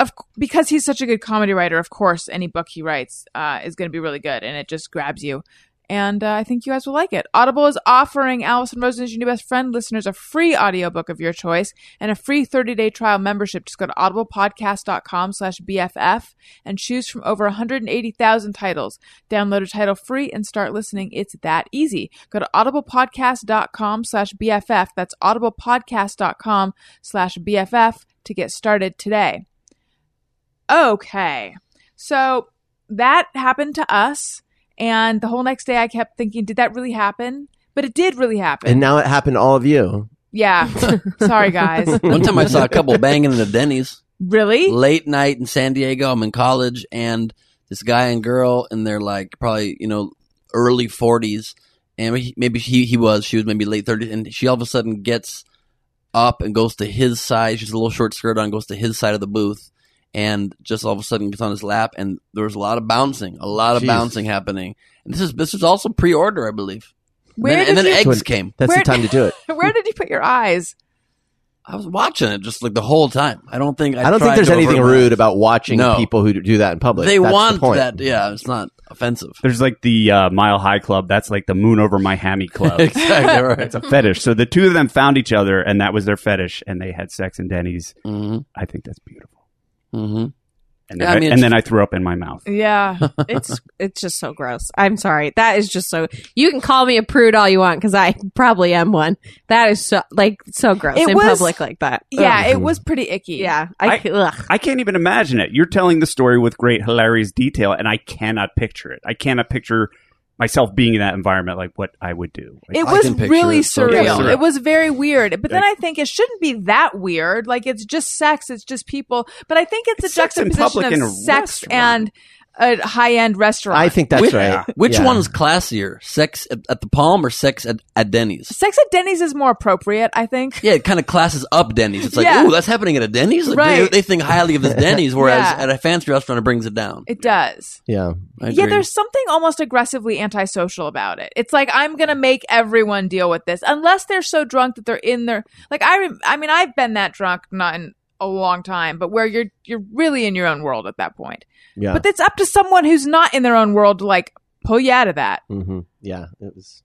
[SPEAKER 3] Of, c- because he's such a good comedy writer, of course, any book he writes uh, is going to be really good, and it just grabs you and uh, I think you guys will like it. Audible is offering Allison Rosen is your new best friend listeners a free audiobook of your choice and a free 30-day trial membership. Just go to audiblepodcast.com slash BFF and choose from over 180,000 titles. Download a title free and start listening. It's that easy. Go to audiblepodcast.com slash BFF. That's audiblepodcast.com slash BFF to get started today. Okay. So that happened to us. And the whole next day, I kept thinking, did that really happen? But it did really happen.
[SPEAKER 1] And now it happened to all of you.
[SPEAKER 3] yeah. Sorry, guys.
[SPEAKER 4] One time I saw a couple banging in a Denny's
[SPEAKER 3] Really?
[SPEAKER 4] late night in San Diego. I'm in college, and this guy and girl, and they're like probably you know early 40s, and he- maybe he he was she was maybe late 30s, and she all of a sudden gets up and goes to his side. She's a little short skirt on, goes to his side of the booth, and just all of a sudden gets on his lap, and there was a lot of bouncing, a lot of
[SPEAKER 1] Jesus.
[SPEAKER 4] bouncing happening. And this is this is also pre order, I believe. And
[SPEAKER 3] Where
[SPEAKER 4] then, and
[SPEAKER 3] did
[SPEAKER 4] then
[SPEAKER 3] you,
[SPEAKER 4] eggs
[SPEAKER 1] Twin-
[SPEAKER 4] came.
[SPEAKER 1] That's
[SPEAKER 3] Where-
[SPEAKER 1] the time to do it.
[SPEAKER 3] where did you put your eyes?
[SPEAKER 4] I was watching it just like the whole time. I don't think I,
[SPEAKER 1] I don't think
[SPEAKER 4] tried
[SPEAKER 1] there's
[SPEAKER 4] to
[SPEAKER 1] anything
[SPEAKER 4] avert my-
[SPEAKER 1] rude about watching
[SPEAKER 4] No.
[SPEAKER 1] people who do that in public.
[SPEAKER 4] They
[SPEAKER 1] That's the
[SPEAKER 4] want
[SPEAKER 1] point.
[SPEAKER 4] that. Yeah, it's not offensive.
[SPEAKER 6] There's like the uh, Mile High Club. That's like the Moon Over Miami Club.
[SPEAKER 4] exactly
[SPEAKER 6] That's a fetish. So the two of them found each other, and that was their fetish, and they had sex in Denny's.
[SPEAKER 4] Mm-hmm.
[SPEAKER 6] I think that's beautiful.
[SPEAKER 4] Mm-hmm.
[SPEAKER 6] And then,
[SPEAKER 4] Yeah, I
[SPEAKER 6] I,
[SPEAKER 4] mean,
[SPEAKER 6] and
[SPEAKER 4] it's-
[SPEAKER 6] then I threw up in my mouth.
[SPEAKER 3] Yeah.
[SPEAKER 5] It's it's just so gross. I'm sorry. That is just so. You can call me a prude all you want because I probably am one. That is so like so gross
[SPEAKER 3] It
[SPEAKER 5] in
[SPEAKER 3] was-
[SPEAKER 5] public like that.
[SPEAKER 3] Yeah.
[SPEAKER 5] Ugh.
[SPEAKER 3] It was pretty icky.
[SPEAKER 5] yeah. I, c- ugh.
[SPEAKER 6] I can't even imagine it. You're telling the story with great, hilarious detail, and I cannot picture it. I cannot picture myself being in that environment, like what I would do. Like,
[SPEAKER 3] It
[SPEAKER 4] I
[SPEAKER 3] was
[SPEAKER 4] can picture
[SPEAKER 3] really
[SPEAKER 4] it. So
[SPEAKER 3] surreal.
[SPEAKER 6] surreal.
[SPEAKER 3] It was very weird. But then I think it shouldn't be that weird. Like it's just sex. It's just people. But I think it's,
[SPEAKER 6] It's
[SPEAKER 3] a
[SPEAKER 6] sex in public
[SPEAKER 3] juxtaposition
[SPEAKER 6] in
[SPEAKER 3] of
[SPEAKER 6] a
[SPEAKER 3] sex
[SPEAKER 6] restaurant.
[SPEAKER 3] and a high end restaurant.
[SPEAKER 1] I think that's
[SPEAKER 4] Which-
[SPEAKER 1] right.
[SPEAKER 4] Which
[SPEAKER 1] Yeah.
[SPEAKER 4] one's classier, sex at, at the Palm or sex at, at Denny's?
[SPEAKER 3] sex at Denny's is more appropriate. I think.
[SPEAKER 4] Yeah, it kind of classes up Denny's. It's like,
[SPEAKER 3] Yeah.
[SPEAKER 4] ooh, that's happening at a Denny's. Like,
[SPEAKER 3] Right.
[SPEAKER 4] They, they think highly of this Denny's, whereas
[SPEAKER 3] Yeah.
[SPEAKER 4] at a fancy restaurant, it brings it down.
[SPEAKER 3] It does.
[SPEAKER 1] Yeah.
[SPEAKER 3] yeah,
[SPEAKER 4] I agree.
[SPEAKER 3] there's something almost aggressively antisocial about it. It's like I'm gonna make everyone deal with this, unless they're so drunk that they're in their like I. Rem- I mean, I've been that drunk not in a long time, but where you're you're really in your own world at that point.
[SPEAKER 1] Yeah.
[SPEAKER 3] But it's up to someone who's not in their own world to like pull you out of that.
[SPEAKER 1] hmm Yeah, it was.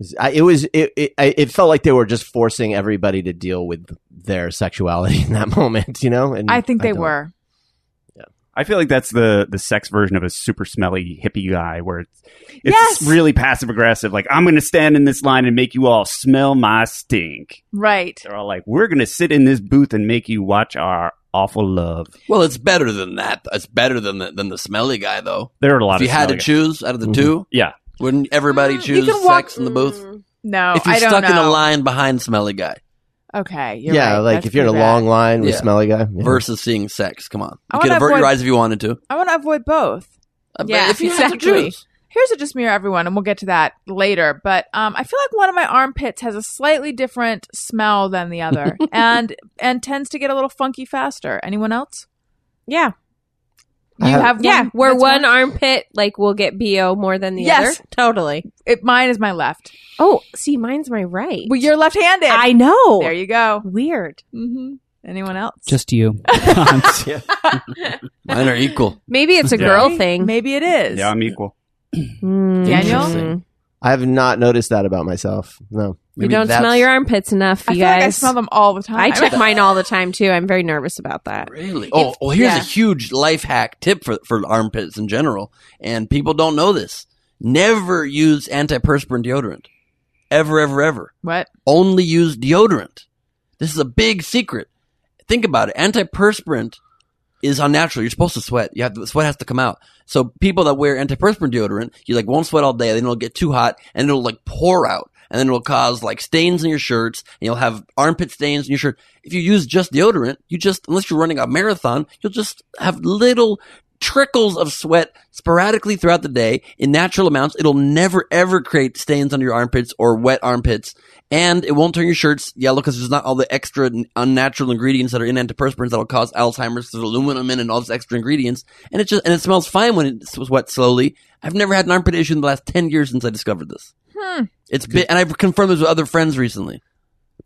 [SPEAKER 1] it was- I, it was it, it I- it felt like they were just forcing everybody to deal with their sexuality in that moment, you know. And
[SPEAKER 3] I think they
[SPEAKER 1] Mm, don't-
[SPEAKER 3] were.
[SPEAKER 6] I feel like that's the the sex version of a super smelly hippie guy, where it's, it's
[SPEAKER 3] Yes!
[SPEAKER 6] really passive aggressive. Like I'm going to stand in this line and make you all smell my stink.
[SPEAKER 3] Right.
[SPEAKER 6] They're all like, we're going to sit in this booth and make you watch our awful love.
[SPEAKER 4] well, it's better than that. It's better than the, than the smelly guy, though.
[SPEAKER 6] There are a
[SPEAKER 4] If
[SPEAKER 6] lot of
[SPEAKER 4] you had to
[SPEAKER 6] smelly guys.
[SPEAKER 4] choose out of the
[SPEAKER 1] Mhm.
[SPEAKER 4] two,
[SPEAKER 6] Yeah.
[SPEAKER 4] wouldn't everybody
[SPEAKER 3] Mm, you
[SPEAKER 4] choose
[SPEAKER 3] can walk-
[SPEAKER 4] sex in the booth?
[SPEAKER 3] No,
[SPEAKER 4] if you're
[SPEAKER 3] I don't
[SPEAKER 4] stuck in
[SPEAKER 3] know.
[SPEAKER 4] a line behind smelly guy,
[SPEAKER 3] Okay. You're
[SPEAKER 1] yeah,
[SPEAKER 3] right.
[SPEAKER 1] like
[SPEAKER 3] That's
[SPEAKER 1] if you're in a
[SPEAKER 3] pretty
[SPEAKER 1] long
[SPEAKER 3] bad.
[SPEAKER 1] line with
[SPEAKER 4] Yeah.
[SPEAKER 1] smelly guy. yeah.
[SPEAKER 4] versus seeing sex. Come on,
[SPEAKER 3] I
[SPEAKER 4] you could
[SPEAKER 3] wanna
[SPEAKER 4] avert your
[SPEAKER 3] avoid-
[SPEAKER 4] eyes if you wanted to.
[SPEAKER 3] I want to avoid both.
[SPEAKER 4] Uh, but
[SPEAKER 5] Yeah,
[SPEAKER 4] if you
[SPEAKER 3] exactly.
[SPEAKER 4] have to choose.
[SPEAKER 3] Here's a just mirror everyone, and we'll get to that later. But um, I feel like one of my armpits has a slightly different smell than the other, and and tends to get a little funky faster. Anyone else?
[SPEAKER 5] Yeah.
[SPEAKER 3] You
[SPEAKER 1] I have-
[SPEAKER 3] have, one
[SPEAKER 5] Yeah. Where
[SPEAKER 3] that's
[SPEAKER 5] one armpit like will get BO more than the
[SPEAKER 3] Yes.
[SPEAKER 5] other. Totally.
[SPEAKER 3] It, mine is my left.
[SPEAKER 5] Oh, see, mine's my right.
[SPEAKER 3] Well, you're left-handed.
[SPEAKER 5] I know.
[SPEAKER 3] There you go.
[SPEAKER 5] Weird.
[SPEAKER 3] hmm Anyone else?
[SPEAKER 7] Just you.
[SPEAKER 4] Mine are equal.
[SPEAKER 5] Maybe it's a
[SPEAKER 6] Yeah.
[SPEAKER 5] girl thing.
[SPEAKER 3] Maybe it is.
[SPEAKER 6] Yeah, I'm equal.
[SPEAKER 5] Mm.
[SPEAKER 3] Daniel?
[SPEAKER 4] Interesting.
[SPEAKER 1] I have not noticed that about myself. No.
[SPEAKER 5] You
[SPEAKER 4] Maybe
[SPEAKER 5] don't
[SPEAKER 4] that's-
[SPEAKER 5] smell your armpits enough,
[SPEAKER 3] I
[SPEAKER 5] you
[SPEAKER 3] feel
[SPEAKER 5] guys.
[SPEAKER 3] like I smell them all the time.
[SPEAKER 5] I check mine all the time too. I'm very nervous about that.
[SPEAKER 4] Really? Oh, well, here's
[SPEAKER 3] yeah.
[SPEAKER 4] a huge life hack tip for, for armpits in general, and people don't know this. Never use antiperspirant deodorant. Ever, ever, ever.
[SPEAKER 3] What?
[SPEAKER 4] Only use deodorant. This is a big secret. Think about it. Antiperspirant is unnatural. You're supposed to sweat. You have to, sweat has to come out. So people that wear antiperspirant deodorant, you like won't sweat all day. Then it'll get too hot and it'll like pour out, and then it'll cause like stains in your shirts. And you'll have armpit stains in your shirt. If you use just deodorant, you just unless you're running a marathon, you'll just have little trickles of sweat sporadically throughout the day in natural amounts. It'll never ever create stains under your armpits or wet armpits, and it won't turn your shirts yellow because there's not all the extra n- unnatural ingredients that are in antiperspirants that'll cause Alzheimer's. There's aluminum in and all these extra ingredients, and it just and it smells fine when it's wet slowly. I've never had an armpit issue in the last ten years since I discovered this.
[SPEAKER 3] Hmm.
[SPEAKER 4] It's been, and I've confirmed this with other friends recently,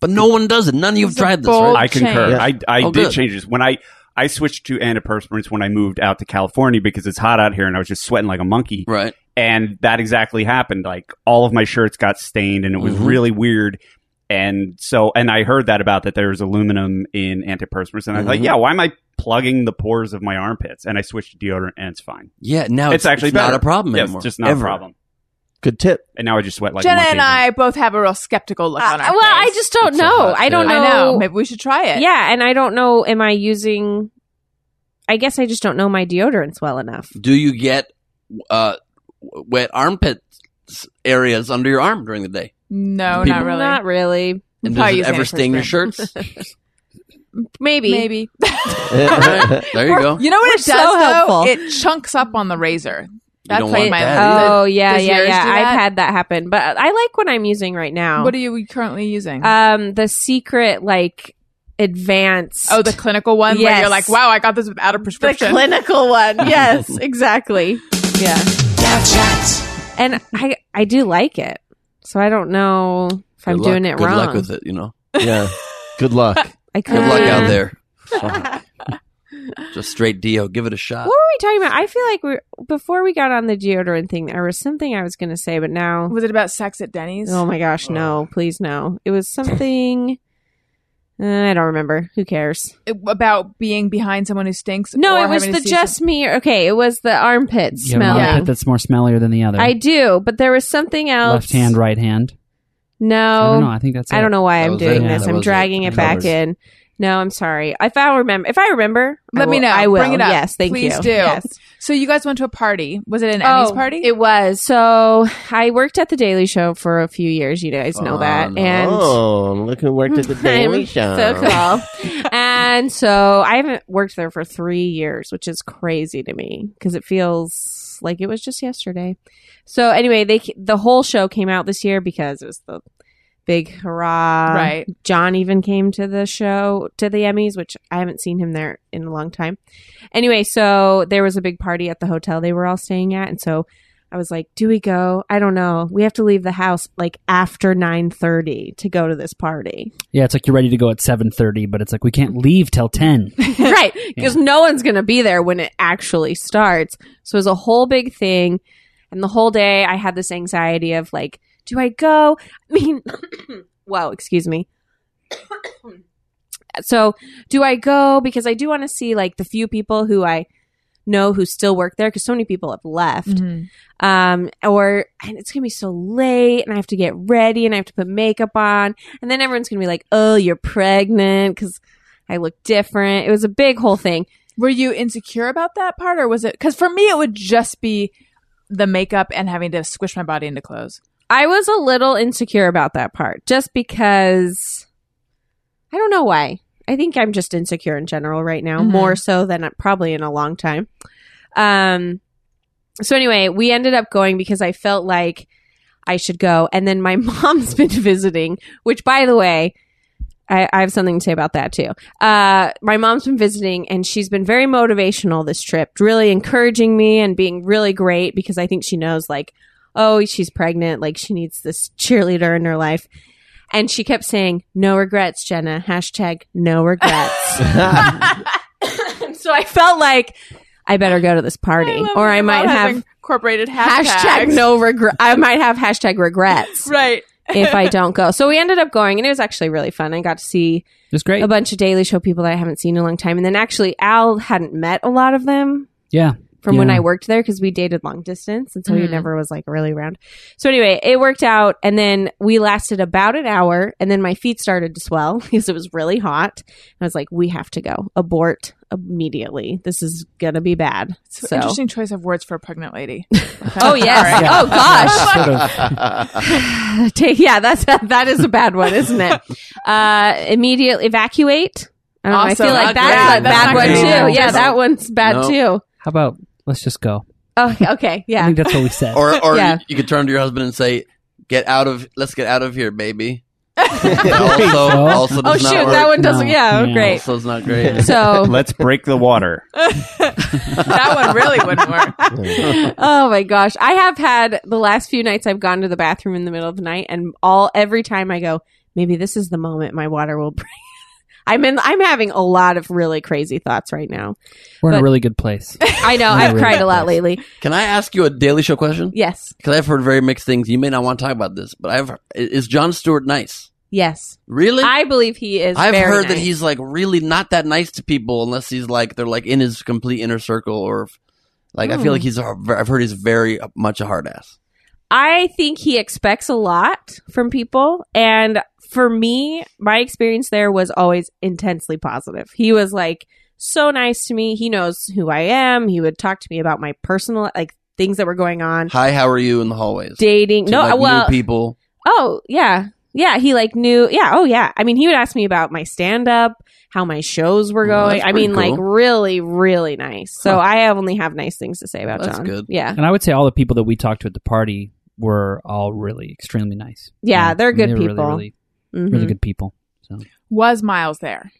[SPEAKER 4] but no one does it. None of you have
[SPEAKER 3] It's a
[SPEAKER 4] tried this,
[SPEAKER 3] bold- Oh,
[SPEAKER 4] right?
[SPEAKER 6] I concur.
[SPEAKER 1] change.
[SPEAKER 6] I, I
[SPEAKER 4] Oh,
[SPEAKER 6] did
[SPEAKER 4] good.
[SPEAKER 6] change this when I I switched to antiperspirants when I moved out to California because it's hot out here and I was just sweating like a monkey.
[SPEAKER 4] Right.
[SPEAKER 6] And that exactly happened. Like all of my shirts got stained and it was
[SPEAKER 3] Mm-hmm.
[SPEAKER 4] Mhm.
[SPEAKER 6] really weird. And so, and I heard that about that there was aluminum in antiperspirants, and I was like,
[SPEAKER 4] Mhm.
[SPEAKER 6] yeah, why am I plugging the pores of my armpits? And I switched to deodorant, and it's fine.
[SPEAKER 4] Yeah, now
[SPEAKER 6] it's,
[SPEAKER 4] it's,
[SPEAKER 6] actually
[SPEAKER 4] it's not
[SPEAKER 6] better.
[SPEAKER 4] a problem
[SPEAKER 6] Yeah,
[SPEAKER 4] anymore.
[SPEAKER 6] It's just not
[SPEAKER 4] Ever.
[SPEAKER 6] a problem.
[SPEAKER 1] Good tip.
[SPEAKER 6] And now I just sweat like a
[SPEAKER 3] Jenna
[SPEAKER 6] monkey
[SPEAKER 3] and I both have a real skeptical look
[SPEAKER 5] Uh,
[SPEAKER 3] on
[SPEAKER 5] well,
[SPEAKER 3] our face.
[SPEAKER 5] I just don't
[SPEAKER 4] It's a
[SPEAKER 5] know.
[SPEAKER 4] hot
[SPEAKER 5] I don't
[SPEAKER 4] tip.
[SPEAKER 5] know.
[SPEAKER 3] I know. Maybe we should try it.
[SPEAKER 5] Yeah, and I don't know. Am I using? I guess I just don't know my deodorants well enough.
[SPEAKER 4] Do you get uh, w- wet armpit s- areas under your arm during the day?
[SPEAKER 3] No,
[SPEAKER 4] People-
[SPEAKER 3] not really.
[SPEAKER 5] Not really.
[SPEAKER 4] And
[SPEAKER 3] Probably
[SPEAKER 4] does it
[SPEAKER 3] use
[SPEAKER 4] ever stain your
[SPEAKER 3] antiperspirant.
[SPEAKER 4] shirts?
[SPEAKER 5] Maybe.
[SPEAKER 3] Maybe.
[SPEAKER 4] Alright, there you go.
[SPEAKER 3] You know what it does
[SPEAKER 5] so
[SPEAKER 3] though?
[SPEAKER 5] helpful.
[SPEAKER 3] It chunks up on the razor. That's
[SPEAKER 4] don't
[SPEAKER 3] like
[SPEAKER 4] want
[SPEAKER 3] my
[SPEAKER 4] that either.
[SPEAKER 5] Oh yeah,
[SPEAKER 3] Does
[SPEAKER 5] yeah,
[SPEAKER 3] yours
[SPEAKER 5] yeah.
[SPEAKER 3] do that?
[SPEAKER 5] I've had that happen, but I like what I'm using right now.
[SPEAKER 3] What are you currently using?
[SPEAKER 5] um, the secret like advanced.
[SPEAKER 3] oh, the clinical one where you're
[SPEAKER 5] yes.
[SPEAKER 3] like, wow, I got this without a
[SPEAKER 5] the
[SPEAKER 3] prescription.
[SPEAKER 5] clinical one. Yes, exactly.
[SPEAKER 3] yeah.
[SPEAKER 5] And I I do like it, so I don't know if I'm
[SPEAKER 4] Good luck-
[SPEAKER 5] doing it
[SPEAKER 4] good
[SPEAKER 5] wrong.
[SPEAKER 4] luck with it, you know.
[SPEAKER 1] Yeah. Good luck.
[SPEAKER 5] I could
[SPEAKER 4] Good luck out
[SPEAKER 5] Uh,
[SPEAKER 4] there. just straight Dio. Give it a shot.
[SPEAKER 5] What were we talking about? I feel like we before we got on the deodorant thing, there was something I was going to say, but now,
[SPEAKER 3] Was it about sex at Denny's?
[SPEAKER 5] oh my gosh, no,
[SPEAKER 4] Uh.
[SPEAKER 5] please no. It was something. uh, I don't remember. Who cares?
[SPEAKER 3] It- about being behind someone who stinks?
[SPEAKER 5] No,
[SPEAKER 3] or
[SPEAKER 5] it was
[SPEAKER 3] having
[SPEAKER 5] the
[SPEAKER 3] to see
[SPEAKER 5] just me. Okay, it was the armpit
[SPEAKER 7] You have an
[SPEAKER 5] smell.
[SPEAKER 7] armpit that's more smellier than the other.
[SPEAKER 5] I do, but there was something else.
[SPEAKER 7] Left hand, right hand. I don't know.
[SPEAKER 5] No,
[SPEAKER 7] I think that's.
[SPEAKER 5] I don't know why
[SPEAKER 4] That
[SPEAKER 5] I'm
[SPEAKER 4] was
[SPEAKER 5] doing
[SPEAKER 7] it.
[SPEAKER 5] this.
[SPEAKER 4] That
[SPEAKER 5] I'm
[SPEAKER 4] was it.
[SPEAKER 5] dragging it back
[SPEAKER 4] Colours.
[SPEAKER 5] in. No, I'm sorry. If I remember, if I remember, I
[SPEAKER 3] Let me
[SPEAKER 5] will-
[SPEAKER 3] know.
[SPEAKER 5] I will.
[SPEAKER 3] Bring it up.
[SPEAKER 5] Yes, thank
[SPEAKER 3] Please
[SPEAKER 5] you.
[SPEAKER 3] do.
[SPEAKER 5] Yes.
[SPEAKER 3] some- So you guys went to a party. Was it an Emmy's party?
[SPEAKER 5] Oh, It was. So I worked at the Daily Show for a few years. You guys know that,
[SPEAKER 4] Fun.
[SPEAKER 5] and
[SPEAKER 1] oh, look who worked at the Daily
[SPEAKER 5] I'm
[SPEAKER 1] Show.
[SPEAKER 5] so cool. and so I haven't worked there for three years, which is crazy to me because it feels like it was just yesterday. So anyway, they the whole show came out this year because it was the big hurrah.
[SPEAKER 3] right.
[SPEAKER 5] John even came to the show to the Emmys, which I haven't seen him there in a long time. Anyway, so there was a big party at the hotel they were all staying at, and so I was like, "Do we go? I don't know. We have to leave the house like after nine thirty to go to this party,
[SPEAKER 7] Yeah, it's like you're ready to go at seven thirty, but it's like we can't leave till ten.
[SPEAKER 5] right? Because no one's gonna be there when it actually starts." So it was a whole big thing, and the whole day I had this anxiety of like, "Do I go?" I mean, well, excuse me. so do I go because I do want to see like the few people who I know who still work there because so many people have left.
[SPEAKER 3] Mhm.
[SPEAKER 5] Um, or and it's gonna be so late and I have to get ready and I have to put makeup on and then everyone's gonna be like, "Oh, you're pregnant" because I look different. It was a big whole thing.
[SPEAKER 3] Were you insecure about that part, or was it? Because for me, it would just be the makeup and having to squish my body into clothes.
[SPEAKER 5] I was a little insecure about that part just because I don't know why. I think I'm just insecure in general right now,
[SPEAKER 3] Mhm.
[SPEAKER 5] more so than probably in a long time. Um, so anyway, we ended up going because I felt like I should go, and then my mom's been visiting. Which, by the way, I, I have something to say about that too. Uh, my mom's been visiting, and she's been very motivational this trip, really encouraging me and being really great because I think she knows like, oh, she's pregnant, like she needs this cheerleader in her life. And she kept saying, no regrets, Jenna. Hashtag no regrets. so I felt like I better go to this party
[SPEAKER 3] love
[SPEAKER 5] or
[SPEAKER 3] that
[SPEAKER 5] I
[SPEAKER 3] your mom
[SPEAKER 5] might
[SPEAKER 3] has
[SPEAKER 5] have
[SPEAKER 3] incorporated hashtags.
[SPEAKER 5] hashtag no regret. I might have hashtag regrets
[SPEAKER 3] Right.
[SPEAKER 5] if I don't go. So we ended up going and it was actually really fun. I got to see
[SPEAKER 7] It's great.
[SPEAKER 5] a bunch of Daily Show people that I haven't seen in a long time. And then actually Al hadn't met a lot of them
[SPEAKER 7] yeah.
[SPEAKER 5] from when
[SPEAKER 7] Yeah.
[SPEAKER 5] I worked there because we dated long distance, and so he
[SPEAKER 3] Mhm.
[SPEAKER 5] never was like really around. So anyway, it worked out, and then we lasted about an hour, and then my feet started to swell because it was really hot. I was like, "We have to go, abort immediately. This is gonna be bad."
[SPEAKER 3] It's an
[SPEAKER 5] So,
[SPEAKER 3] Interesting choice of words for a pregnant lady.
[SPEAKER 5] oh yes,
[SPEAKER 7] Yeah.
[SPEAKER 5] oh gosh,
[SPEAKER 7] Sort of.
[SPEAKER 5] Take- yeah, that's that is a bad one, isn't it? Uh, immediately evacuate. I, don't know, I
[SPEAKER 3] Awesome.
[SPEAKER 5] feel like
[SPEAKER 3] Not
[SPEAKER 5] that's
[SPEAKER 3] great. That's
[SPEAKER 5] a bad
[SPEAKER 3] not
[SPEAKER 5] one
[SPEAKER 7] great.
[SPEAKER 5] too. Yeah,
[SPEAKER 4] No.
[SPEAKER 5] that one's bad
[SPEAKER 4] No.
[SPEAKER 5] too.
[SPEAKER 7] How about let's just go?
[SPEAKER 5] Oh, okay,
[SPEAKER 7] I
[SPEAKER 5] yeah.
[SPEAKER 7] think that's what we said.
[SPEAKER 4] Or, or
[SPEAKER 5] Yeah.
[SPEAKER 4] you, you could turn to your husband and say, "Get out of. Let's get out of here, baby." That also,
[SPEAKER 7] Oh.
[SPEAKER 4] also
[SPEAKER 5] Oh
[SPEAKER 4] does
[SPEAKER 5] shoot,
[SPEAKER 4] not work.
[SPEAKER 5] that one doesn't.
[SPEAKER 7] No.
[SPEAKER 5] Yeah, oh,
[SPEAKER 7] Yeah.
[SPEAKER 5] great.
[SPEAKER 4] Also, is not great.
[SPEAKER 5] So
[SPEAKER 6] Let's break the water.
[SPEAKER 3] that one really wouldn't work.
[SPEAKER 5] oh my gosh i have had the last few nights i've gone to the bathroom in the middle of the night and all every time i go maybe this is the moment my water will break i'm in i'm having a lot of really crazy thoughts right now
[SPEAKER 7] We're in a
[SPEAKER 5] but-
[SPEAKER 7] really good place.
[SPEAKER 5] i know
[SPEAKER 7] Yeah,
[SPEAKER 5] i've
[SPEAKER 7] really
[SPEAKER 5] cried a lot
[SPEAKER 7] nice.
[SPEAKER 5] lately
[SPEAKER 4] Can I ask you a Daily Show question?
[SPEAKER 5] yes
[SPEAKER 4] Because I've heard very mixed things. You may not want to talk about this, but I've i- is John Stewart nice?
[SPEAKER 5] yes
[SPEAKER 4] Really?
[SPEAKER 5] i believe he is
[SPEAKER 4] I've
[SPEAKER 5] very
[SPEAKER 4] heard that
[SPEAKER 5] nice.
[SPEAKER 4] he's like really not that nice to people unless he's like they're like in his complete inner circle or if- like I
[SPEAKER 5] Hmm.
[SPEAKER 4] feel like he's a, I've heard he's very much a hard ass.
[SPEAKER 5] I think he expects a lot from people. And for me, my experience there was always intensely positive. He was like so nice to me. He knows who I am. He would talk to me about my personal, like things that were going on,
[SPEAKER 4] Hi, how are you in the hallways?
[SPEAKER 5] dating.
[SPEAKER 4] To,
[SPEAKER 5] No,
[SPEAKER 4] like, new
[SPEAKER 5] well,
[SPEAKER 4] people.
[SPEAKER 5] oh, yeah. Yeah. He like knew. Yeah. Oh, yeah. I mean, he would ask me about my stand up, how my shows were
[SPEAKER 4] Well,
[SPEAKER 5] going.
[SPEAKER 4] Oh, that's
[SPEAKER 5] I mean,
[SPEAKER 4] pretty
[SPEAKER 5] like
[SPEAKER 4] cool.
[SPEAKER 5] really, really nice. So
[SPEAKER 4] Huh.
[SPEAKER 5] I only have nice things to say about
[SPEAKER 4] That's
[SPEAKER 5] John.
[SPEAKER 4] good.
[SPEAKER 5] Yeah.
[SPEAKER 7] And I would say all the people that we talked to at the party were all really extremely nice.
[SPEAKER 5] Yeah, they're good
[SPEAKER 7] they were
[SPEAKER 5] people.
[SPEAKER 7] Really,
[SPEAKER 5] Mhm.
[SPEAKER 7] really, really good people.
[SPEAKER 3] Was Miles there?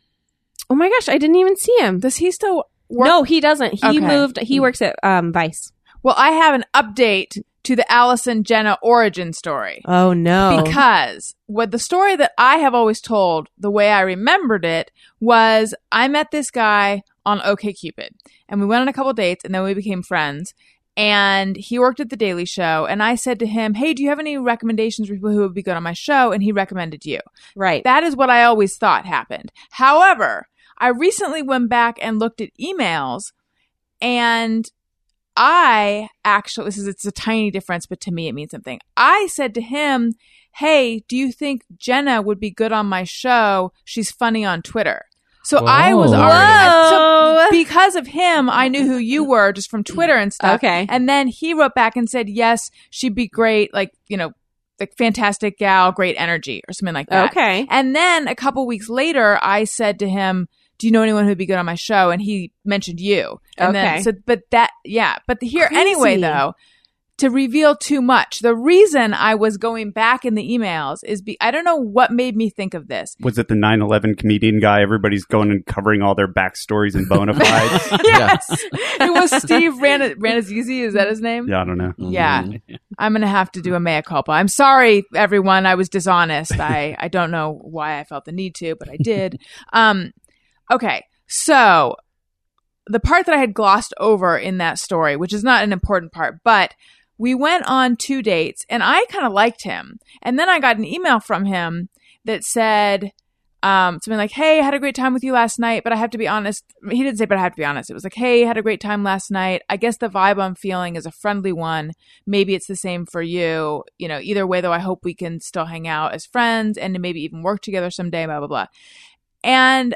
[SPEAKER 5] Oh my gosh. I didn't even see him.
[SPEAKER 3] Does he still work?
[SPEAKER 5] No, he doesn't. He
[SPEAKER 3] Okay.
[SPEAKER 5] moved. He works at um, Vice.
[SPEAKER 3] Well, I have an update to the Allison Jenna origin story.
[SPEAKER 5] Oh no!
[SPEAKER 3] Because what the story that I have always told, the way I remembered it, was I met this guy on OKCupid and we went on a couple dates and then we became friends. And he worked at The Daily Show. And I said to him, Hey, do you have any recommendations for people who would be good on my show? And he recommended you.
[SPEAKER 5] right.
[SPEAKER 3] That is what I always thought happened. However, I recently went back and looked at emails and I actually this is it's a tiny difference but to me it means something. I said to him, "Hey, do you think Jenna would be good on my show? She's funny on Twitter." So I was
[SPEAKER 7] Whoa.
[SPEAKER 3] already so because of him, I knew who you were just from Twitter and stuff.
[SPEAKER 5] Okay.
[SPEAKER 3] And then he wrote back and said, "Yes, she'd be great. Like you know, like fantastic gal, great energy, or something like that."
[SPEAKER 5] okay.
[SPEAKER 3] And then a couple weeks later, I said to him, "Do you know anyone who'd be good on my show?" And he mentioned you. And
[SPEAKER 5] Okay.
[SPEAKER 3] Then, so, but that, yeah. But here, anyway,
[SPEAKER 5] Crazy.
[SPEAKER 3] though, to reveal too much, the reason I was going back in the emails is be I don't know what made me think of this.
[SPEAKER 6] Was it the 9/11 comedian guy? Everybody's going and covering all their backstories and bona fides.
[SPEAKER 3] Yes, it was Steve Ran- Ranazizi. Is that his name?
[SPEAKER 6] yeah, I don't know.
[SPEAKER 3] Yeah.
[SPEAKER 4] Mhm.
[SPEAKER 3] I'm gonna have to do a mea culpa. I'm sorry, everyone. I was dishonest. I I don't know why I felt the need to, but I did. Um, okay, so the part that I had glossed over in that story, which is not an important part, but we went on two dates, and I kind of liked him, and then I got an email from him that said. Um, something like, "Hey, I had a great time with you last night, but I have to be honest." He didn't say, "But I have to be honest." It was like, "Hey, I had a great time last night. I guess the vibe I'm feeling is a friendly one maybe it's the same for you. You know, either way, though, I hope we can still hang out as friends and maybe even work together someday, blah, blah, blah. And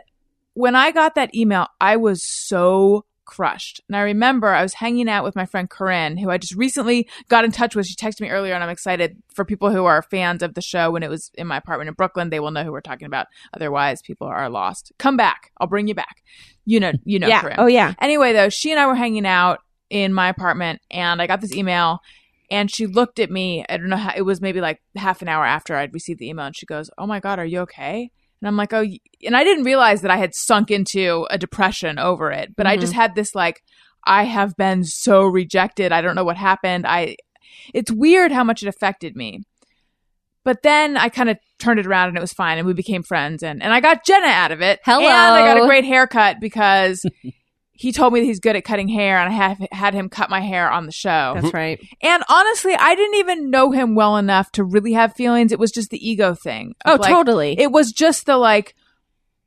[SPEAKER 3] when I got that email, I was so crushed. And I remember I was hanging out with my friend Corinne, who I just recently got in touch with. She texted me earlier, and I'm excited for people who are fans of the show. When it was in my apartment in Brooklyn, they will know who we're talking about. Otherwise, people are lost. Come back. I'll bring you back. You know, you know,
[SPEAKER 5] yeah.
[SPEAKER 3] Corinne.
[SPEAKER 5] Oh yeah.
[SPEAKER 3] Anyway, though, she and I were hanging out in my apartment, and I got this email, and she looked at me. I don't know how it was, maybe like half an hour after I'd received the email, and she goes, "Oh my god, are you okay?" And I'm like, "Oh," y-" and I didn't realize that I had sunk into a depression over it, but I just had this like, "I have been so rejected. I don't know what happened. I." It's weird how much it affected me. But then I kind of turned it around and it was fine and we became friends and, and I got Jenna out of it.
[SPEAKER 5] Hello.
[SPEAKER 3] And I got a great haircut because he told me that he's good at cutting hair and I have had him cut my hair on the show.
[SPEAKER 4] Mm-hmm.
[SPEAKER 5] That's right.
[SPEAKER 3] and honestly, I didn't even know him well enough to really have feelings. It was just the ego thing.
[SPEAKER 5] Oh,
[SPEAKER 3] Like,
[SPEAKER 5] totally.
[SPEAKER 3] It was just the like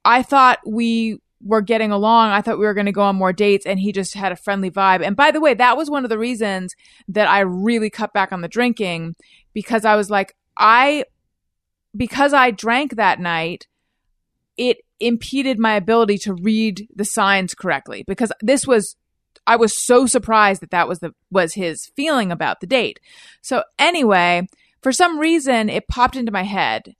[SPEAKER 3] I thought we were getting along. I thought we were going to go on more dates and he just had a friendly vibe. And by the way, that was one of the reasons that I really cut back on the drinking because I was like I because I drank that night, it impeded my ability to read the signs correctly because this was I was so surprised that that was the was his feeling about the date. So anyway, for some reason it popped into my head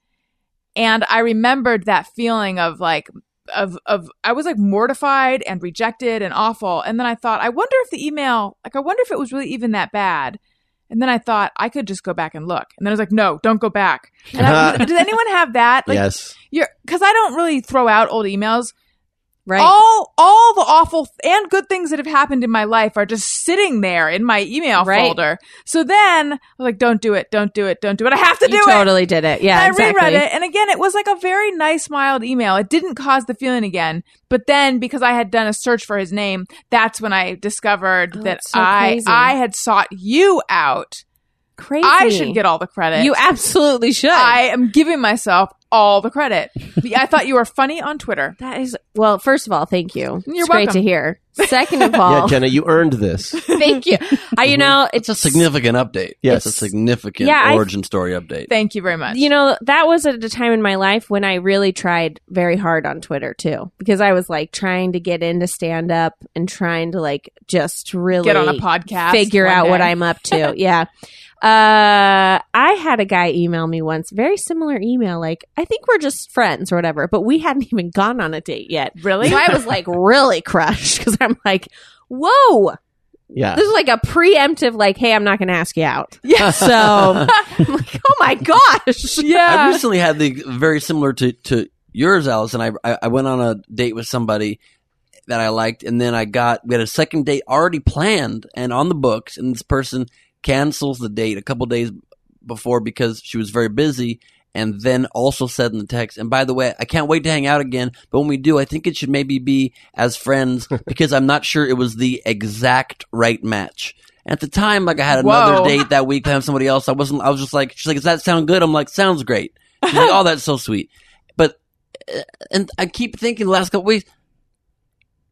[SPEAKER 3] and I remembered that feeling of like of of I was like mortified and rejected and awful and then I thought I wonder if the email like I wonder if it was really even that bad. And then I thought I could just go back and look. And then I was like, no, don't go back. And I, does anyone have that? Like,
[SPEAKER 1] yes.
[SPEAKER 3] you're because I don't really throw out old emails.
[SPEAKER 5] Right.
[SPEAKER 3] All all the awful th- and good things that have happened in my life are just sitting there in my email
[SPEAKER 5] Right.
[SPEAKER 3] folder. So then I was like, don't do it, don't do it, don't do it. I have to
[SPEAKER 5] you
[SPEAKER 3] do it.
[SPEAKER 5] totally did it. Yeah.
[SPEAKER 3] And I
[SPEAKER 5] exactly.
[SPEAKER 3] reread it, and again, it was like a very nice, mild email. It didn't cause the feeling again. But then, because I had done a search for his name, that's when I discovered
[SPEAKER 5] Oh,
[SPEAKER 3] that
[SPEAKER 5] it's so
[SPEAKER 3] I
[SPEAKER 5] crazy.
[SPEAKER 3] I had sought you out.
[SPEAKER 5] Crazy.
[SPEAKER 3] I should get all the credit.
[SPEAKER 5] You absolutely should.
[SPEAKER 3] I am giving myself all the credit. I thought you were funny on Twitter.
[SPEAKER 5] that is well. First of all, thank you.
[SPEAKER 3] You're
[SPEAKER 5] it's
[SPEAKER 3] welcome.
[SPEAKER 5] great to hear. Second of all,
[SPEAKER 1] Yeah, Jenna, you earned this.
[SPEAKER 5] thank you. I, you know, it's
[SPEAKER 4] It's Mm-hmm. a significant update.
[SPEAKER 1] Yes.
[SPEAKER 4] It's a significant
[SPEAKER 5] Yeah, I-
[SPEAKER 4] origin story update.
[SPEAKER 3] Thank you very much.
[SPEAKER 5] You know, that was at a time in my life when I really tried very hard on Twitter too, because I was like trying to get into stand up and trying to like just really
[SPEAKER 3] get on a podcast.
[SPEAKER 5] figure
[SPEAKER 3] one
[SPEAKER 5] out what
[SPEAKER 3] day.
[SPEAKER 5] I'm up to. yeah. Uh, I had a guy email me once, very similar email, like, I think we're just friends or whatever, but we hadn't even gone on a date yet.
[SPEAKER 3] really.
[SPEAKER 5] So I was like really crushed because I'm like, whoa,
[SPEAKER 1] Yeah.
[SPEAKER 5] this is like a preemptive, like, hey, I'm not going to ask you out. Yeah. So I'm like, oh my gosh.
[SPEAKER 3] yeah.
[SPEAKER 4] I recently had the very similar to, to yours, Allison. I, I I went on a date with somebody that I liked, and then I got we had a second date already planned and on the books, and this person cancels the date a couple days before because she was very busy. And then also said in the text, and by the way, I can't wait to hang out again. But when we do, I think it should maybe be as friends because I'm not sure it was the exact right match. At the time, like I had another
[SPEAKER 3] Whoa.
[SPEAKER 4] date that week to have somebody else. I wasn't. I was just like, she's like, does that sound good? I'm like, sounds great. She's like, oh, that's so sweet. But uh, and I keep thinking the last couple weeks,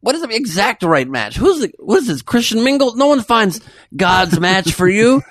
[SPEAKER 4] what is the exact right match? Who's the, what is this Christian Mingle? No one finds God's match for you.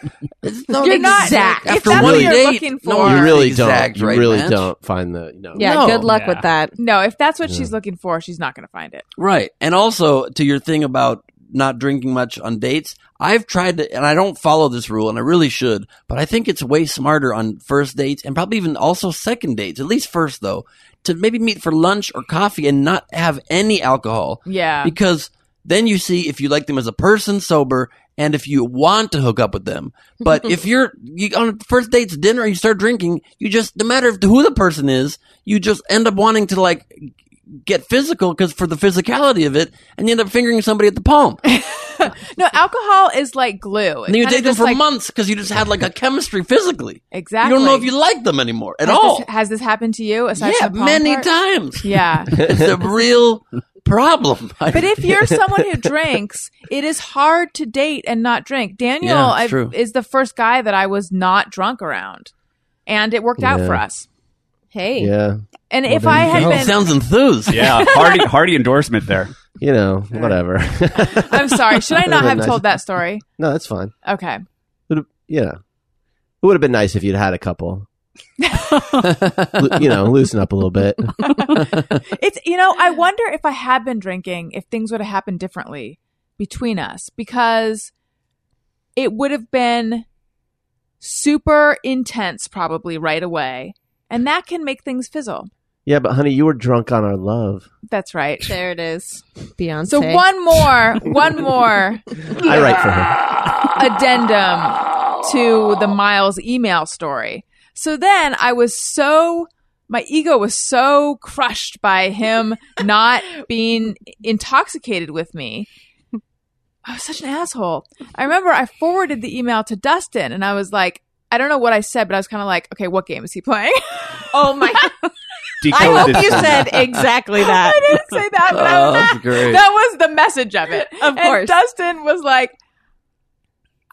[SPEAKER 4] It's no
[SPEAKER 3] You're not-
[SPEAKER 5] Zach,
[SPEAKER 3] if
[SPEAKER 4] after
[SPEAKER 3] that's
[SPEAKER 4] one
[SPEAKER 3] what you're
[SPEAKER 4] date,
[SPEAKER 3] looking
[SPEAKER 4] no
[SPEAKER 3] for.
[SPEAKER 4] one-
[SPEAKER 1] you really
[SPEAKER 4] Exact
[SPEAKER 1] don't. You
[SPEAKER 4] right
[SPEAKER 1] really
[SPEAKER 4] match.
[SPEAKER 1] don't find the. No.
[SPEAKER 5] Yeah,
[SPEAKER 4] No.
[SPEAKER 5] good luck
[SPEAKER 7] Yeah.
[SPEAKER 5] with that.
[SPEAKER 3] no, if that's what
[SPEAKER 1] Yeah.
[SPEAKER 3] she's looking for, she's not going to find it.
[SPEAKER 4] Right. And also to your thing about not drinking much on dates, I've tried to, and I don't follow this rule, and I really should, but I think it's way smarter on first dates and probably even also second dates, at least first though, to maybe meet for lunch or coffee and not have any alcohol
[SPEAKER 3] Yeah.
[SPEAKER 4] because then you see if you like them as a person sober and if you want to hook up with them. But if you're you, on first dates dinner, you start drinking, you just no matter if, who the person is, you just end up wanting to like get physical because for the physicality of it, and you end up fingering somebody at the palm.
[SPEAKER 3] no, alcohol is like glue. It
[SPEAKER 4] And then you
[SPEAKER 3] kinda
[SPEAKER 4] date them
[SPEAKER 3] just,
[SPEAKER 4] for
[SPEAKER 3] like-
[SPEAKER 4] months because you just had like a chemistry physically.
[SPEAKER 3] Exactly.
[SPEAKER 4] You don't know if you like them anymore at
[SPEAKER 3] has
[SPEAKER 4] all.
[SPEAKER 3] This, has this happened to you? Aside
[SPEAKER 4] yeah,
[SPEAKER 3] from the palm
[SPEAKER 4] many
[SPEAKER 3] part?
[SPEAKER 4] times.
[SPEAKER 3] Yeah.
[SPEAKER 4] It's a real problem.
[SPEAKER 3] But if you're someone who drinks, it is hard to date and not drink. Daniel
[SPEAKER 4] Yeah, it's
[SPEAKER 3] I,
[SPEAKER 4] true.
[SPEAKER 3] is the first guy that I was not drunk around, and it worked out
[SPEAKER 1] Yeah.
[SPEAKER 3] for us.
[SPEAKER 5] Hey,
[SPEAKER 1] Yeah.
[SPEAKER 3] And if
[SPEAKER 7] there
[SPEAKER 3] I
[SPEAKER 7] you
[SPEAKER 3] had
[SPEAKER 7] go.
[SPEAKER 4] it
[SPEAKER 3] been,
[SPEAKER 4] sounds enthused.
[SPEAKER 6] Yeah, hearty, hearty endorsement there.
[SPEAKER 1] You know, whatever.
[SPEAKER 3] I'm sorry, should I
[SPEAKER 1] That
[SPEAKER 3] not
[SPEAKER 1] was
[SPEAKER 3] have
[SPEAKER 1] nice.
[SPEAKER 3] told that story?
[SPEAKER 1] no, that's fine.
[SPEAKER 3] Okay.
[SPEAKER 1] Yeah. It would have been nice if you'd had a couple. Lo- you know, loosen up a little bit.
[SPEAKER 3] It's you know, I wonder if I had been drinking, if things would have happened differently. between us because it would have been super intense probably right away. And that can make things fizzle.
[SPEAKER 1] Yeah, but honey, you were drunk on our love.
[SPEAKER 3] That's right.
[SPEAKER 5] There it is. Beyonce.
[SPEAKER 3] So one more, one more
[SPEAKER 1] I write for her.
[SPEAKER 3] addendum to the Miles email story. So then I was so my ego was so crushed by him not being intoxicated with me. I was such an asshole. I remember I forwarded the email to Dustin and I was like, I don't know what I said, but I was kind of like, okay, what game is he playing?
[SPEAKER 5] Oh my!
[SPEAKER 6] Decode
[SPEAKER 8] I hope
[SPEAKER 6] this
[SPEAKER 8] you
[SPEAKER 6] thing.
[SPEAKER 8] said exactly that.
[SPEAKER 3] I didn't say that, but I
[SPEAKER 4] Oh,
[SPEAKER 3] was
[SPEAKER 4] that's great.
[SPEAKER 3] that was the message of it.
[SPEAKER 5] Of
[SPEAKER 3] And
[SPEAKER 5] course.
[SPEAKER 3] Dustin was like,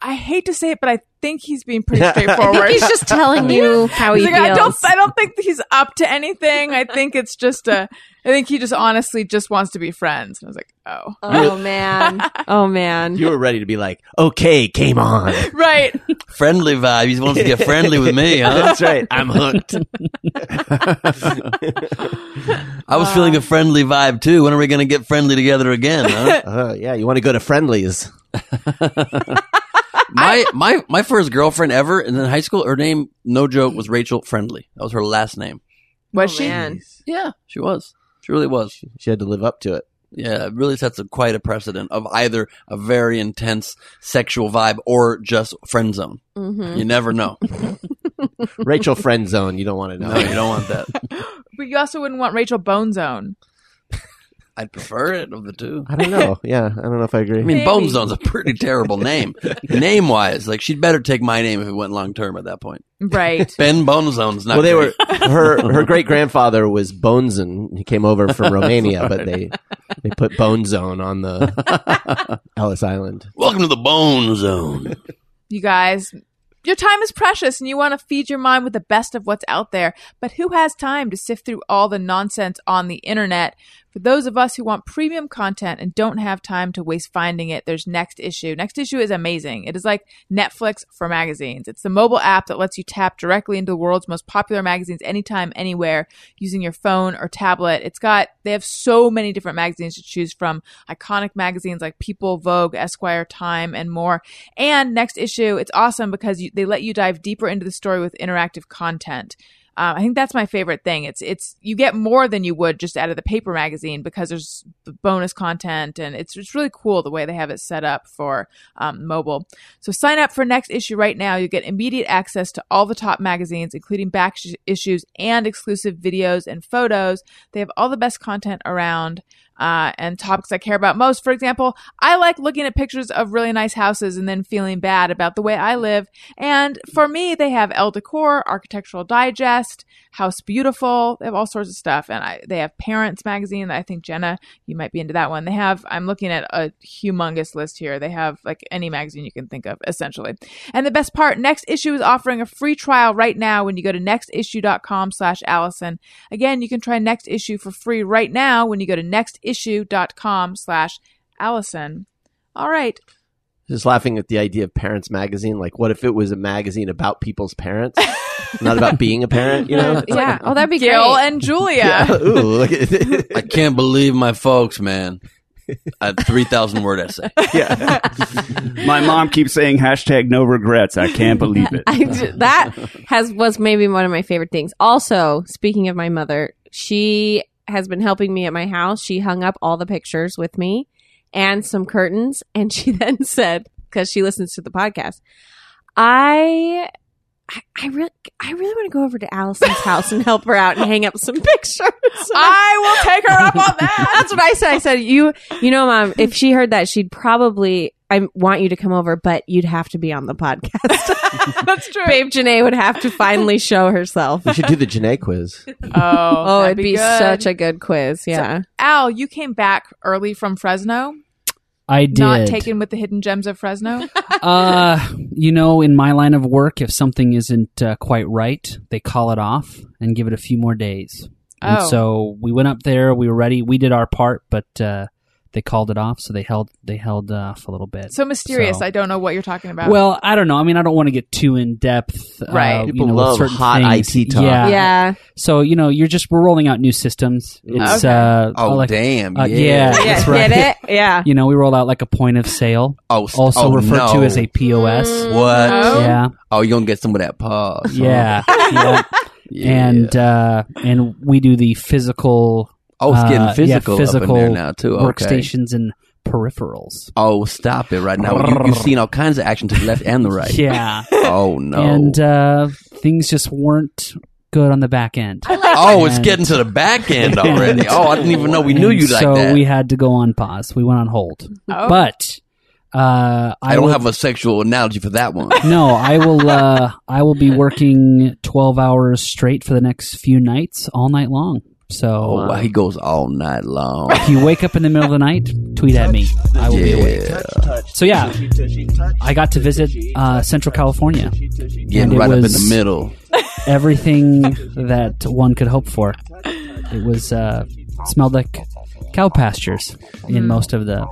[SPEAKER 3] I hate to say it, but I think he's being pretty
[SPEAKER 1] I think
[SPEAKER 5] I
[SPEAKER 3] straightforward.
[SPEAKER 5] think he's just telling you how Oh, he
[SPEAKER 3] He's like, I don't,
[SPEAKER 5] feels.
[SPEAKER 3] I don't think he's up to anything. I think it's just a, I think he just honestly just wants to be friends. And I was like, oh,
[SPEAKER 5] Oh man! Oh man!
[SPEAKER 1] You were ready to be like, okay, came on.
[SPEAKER 3] right.
[SPEAKER 4] friendly vibe. He wants to get friendly with me, huh?
[SPEAKER 1] That's right. I'm hooked.
[SPEAKER 4] I was feeling a friendly vibe too. When are we going to get friendly together again? Huh?
[SPEAKER 1] Uh, yeah, you want to go to friendlies?
[SPEAKER 4] my my my first girlfriend ever in high school. Her name, no joke, was Rachel Friendly. That was her last name.
[SPEAKER 3] Was she?
[SPEAKER 5] Oh, man.
[SPEAKER 4] Yeah, she was. She really was.
[SPEAKER 1] She had to live up to it.
[SPEAKER 4] Yeah, it really sets a quite a precedent of either a very intense sexual vibe or just friend zone.
[SPEAKER 5] Mm-hmm.
[SPEAKER 4] You never know.
[SPEAKER 1] Rachel friend zone. You don't want to know.
[SPEAKER 4] No, you don't want that.
[SPEAKER 3] But you also wouldn't want Rachel Bone Zone.
[SPEAKER 4] I'd prefer it of the two.
[SPEAKER 1] I don't know. Yeah, I don't know if I agree.
[SPEAKER 4] I mean,
[SPEAKER 3] Maybe.
[SPEAKER 4] Bone Zone's a pretty terrible name, name wise. Like she'd better take my name if it went long term at that point.
[SPEAKER 3] Right.
[SPEAKER 4] Ben Bone Zone's not.
[SPEAKER 1] well, they
[SPEAKER 4] great.
[SPEAKER 1] were her her great grandfather was Bonesen. He came over from Romania, but they they put Bone Zone on the Ellis Island.
[SPEAKER 4] Welcome to the Bone Zone.
[SPEAKER 3] you guys. Your time is precious and you want to feed your mind with the best of what's out there. But who has time to sift through all the nonsense on the internet? For those of us who want premium content and don't have time to waste finding it, there's Next Issue. Next Issue is amazing. It is like Netflix for magazines. It's the mobile app that lets you tap directly into the world's most popular magazines anytime, anywhere, using your phone or tablet. It's got, they have so many different magazines to choose from iconic magazines like People, Vogue, Esquire, Time, and more. And next issue, it's awesome because you, they let you dive deeper into the story with interactive content. Um, I think that's my favorite thing. It's it's you get more than you would just out of the paper magazine because there's b- bonus content and it's it's really cool the way they have it set up for um, mobile. So sign up for next issue right now. You get immediate access to all the top magazines, including back sh- issues and exclusive videos and photos. They have all the best content around uh, and topics I care about most. For example, I like looking at pictures of really nice houses and then feeling bad about the way I live. And for me, they have El Decor, Architectural Digest, House Beautiful. They have all sorts of stuff. And I, they have Parents Magazine. I think, Jenna, you might be into that one. They have, I'm looking at a humongous list here. They have like any magazine you can think of, essentially. And the best part, Next Issue is offering a free trial right now when you go to nextissue.com slash Allison. Again, you can try Next Issue for free right now when you go to nextissue.com slash Allison. All right.
[SPEAKER 1] Just laughing at the idea of Parents Magazine. Like, what if it was a magazine about people's parents, not about being a parent? You know? It's like,
[SPEAKER 5] yeah. oh, that'd be
[SPEAKER 3] Gil
[SPEAKER 5] great.
[SPEAKER 3] and Julia.
[SPEAKER 1] Ooh, look at
[SPEAKER 4] I can't believe my folks, man. A three thousand word essay.
[SPEAKER 1] yeah.
[SPEAKER 6] My mom keeps saying hashtag no regrets. I can't believe it.
[SPEAKER 5] I d- that has was maybe one of my favorite things. Also, speaking of my mother, she has been helping me at my house. She hung up all the pictures with me and some curtains, and she then said, because she listens to the podcast, I. I- I really, I really want to go over to Allison's house and help her out and hang up some pictures. And
[SPEAKER 3] I
[SPEAKER 5] I-
[SPEAKER 3] will take her up on that.
[SPEAKER 5] that's what I said. I said, you, you know, mom, if she heard that, she'd probably, I want you to come over, but you'd have to be on the podcast. That's true. Babe Janae would have to finally show herself.
[SPEAKER 1] We should do the Janae quiz.
[SPEAKER 3] Oh,
[SPEAKER 5] Oh,
[SPEAKER 3] that'd
[SPEAKER 5] it'd be,
[SPEAKER 3] good.
[SPEAKER 5] such a good quiz. Yeah.
[SPEAKER 3] Al, you came back early from Fresno,
[SPEAKER 7] I did.
[SPEAKER 3] not taken with the hidden gems of Fresno.
[SPEAKER 7] uh, you know, in my line of work, if something isn't uh, quite right, they call it off and give it a few more days. And
[SPEAKER 3] Oh.
[SPEAKER 7] so we went up there. We were ready. We did our part, but uh, they called it off, so they held they held off a little bit.
[SPEAKER 3] So mysterious.
[SPEAKER 7] So-
[SPEAKER 3] I don't know what you're talking about.
[SPEAKER 7] well, I don't know. I mean, I don't want to get too in depth. uh,
[SPEAKER 3] Right.
[SPEAKER 7] you
[SPEAKER 1] People
[SPEAKER 7] know, with
[SPEAKER 1] love
[SPEAKER 7] certain
[SPEAKER 1] hot
[SPEAKER 7] things.
[SPEAKER 1] IT talk.
[SPEAKER 7] Yeah.
[SPEAKER 5] yeah.
[SPEAKER 7] So you know, you're just we're rolling out new systems. It's
[SPEAKER 3] Okay.
[SPEAKER 7] uh,
[SPEAKER 4] Oh
[SPEAKER 7] elec-
[SPEAKER 4] damn!
[SPEAKER 7] uh,
[SPEAKER 4] yeah.
[SPEAKER 7] yeah. That's right.
[SPEAKER 5] Get it? Yeah.
[SPEAKER 7] You know, we rolled out like a point of sale,
[SPEAKER 4] Oh, s-
[SPEAKER 7] also
[SPEAKER 4] oh,
[SPEAKER 7] referred
[SPEAKER 4] no.
[SPEAKER 7] to as a POS.
[SPEAKER 4] What?
[SPEAKER 3] Oh.
[SPEAKER 7] Yeah,
[SPEAKER 4] Oh, you gonna get some of that pause? huh?
[SPEAKER 7] yeah, yeah.
[SPEAKER 4] Yeah.
[SPEAKER 7] and uh, and we do the physical
[SPEAKER 4] oh, it's
[SPEAKER 7] uh,
[SPEAKER 4] getting
[SPEAKER 7] yeah,
[SPEAKER 4] physical, up in there
[SPEAKER 7] physical
[SPEAKER 4] now too. Okay.
[SPEAKER 7] workstations and peripherals.
[SPEAKER 4] Oh, stop it right now! You, you've seen all kinds of action to the left and the right.
[SPEAKER 7] Yeah,
[SPEAKER 4] Oh no!
[SPEAKER 7] and uh, things just weren't good on the back end.
[SPEAKER 4] oh, it's
[SPEAKER 7] and-
[SPEAKER 4] getting to the back end already. Oh, I didn't even know we knew
[SPEAKER 7] And
[SPEAKER 4] you like
[SPEAKER 7] so
[SPEAKER 4] that.
[SPEAKER 7] we had to go on pause. We went on hold,
[SPEAKER 3] Oh.
[SPEAKER 7] but uh,
[SPEAKER 4] I
[SPEAKER 7] I,
[SPEAKER 4] don't
[SPEAKER 7] will,
[SPEAKER 4] have a sexual analogy for that one.
[SPEAKER 7] no. I will. Uh, I will be working twelve hours straight for the next few nights, all night long. So
[SPEAKER 4] Oh,
[SPEAKER 7] uh,
[SPEAKER 4] wow, he goes all night long.
[SPEAKER 7] if you wake up in the middle of the night, tweet at me. I will be awake.
[SPEAKER 4] yeah,
[SPEAKER 7] So yeah, I got to visit uh, Central California. And
[SPEAKER 4] getting
[SPEAKER 7] it
[SPEAKER 4] right up in the
[SPEAKER 7] was
[SPEAKER 4] middle.
[SPEAKER 7] Everything that one could hope for. It was uh, smelled like cow pastures in most of the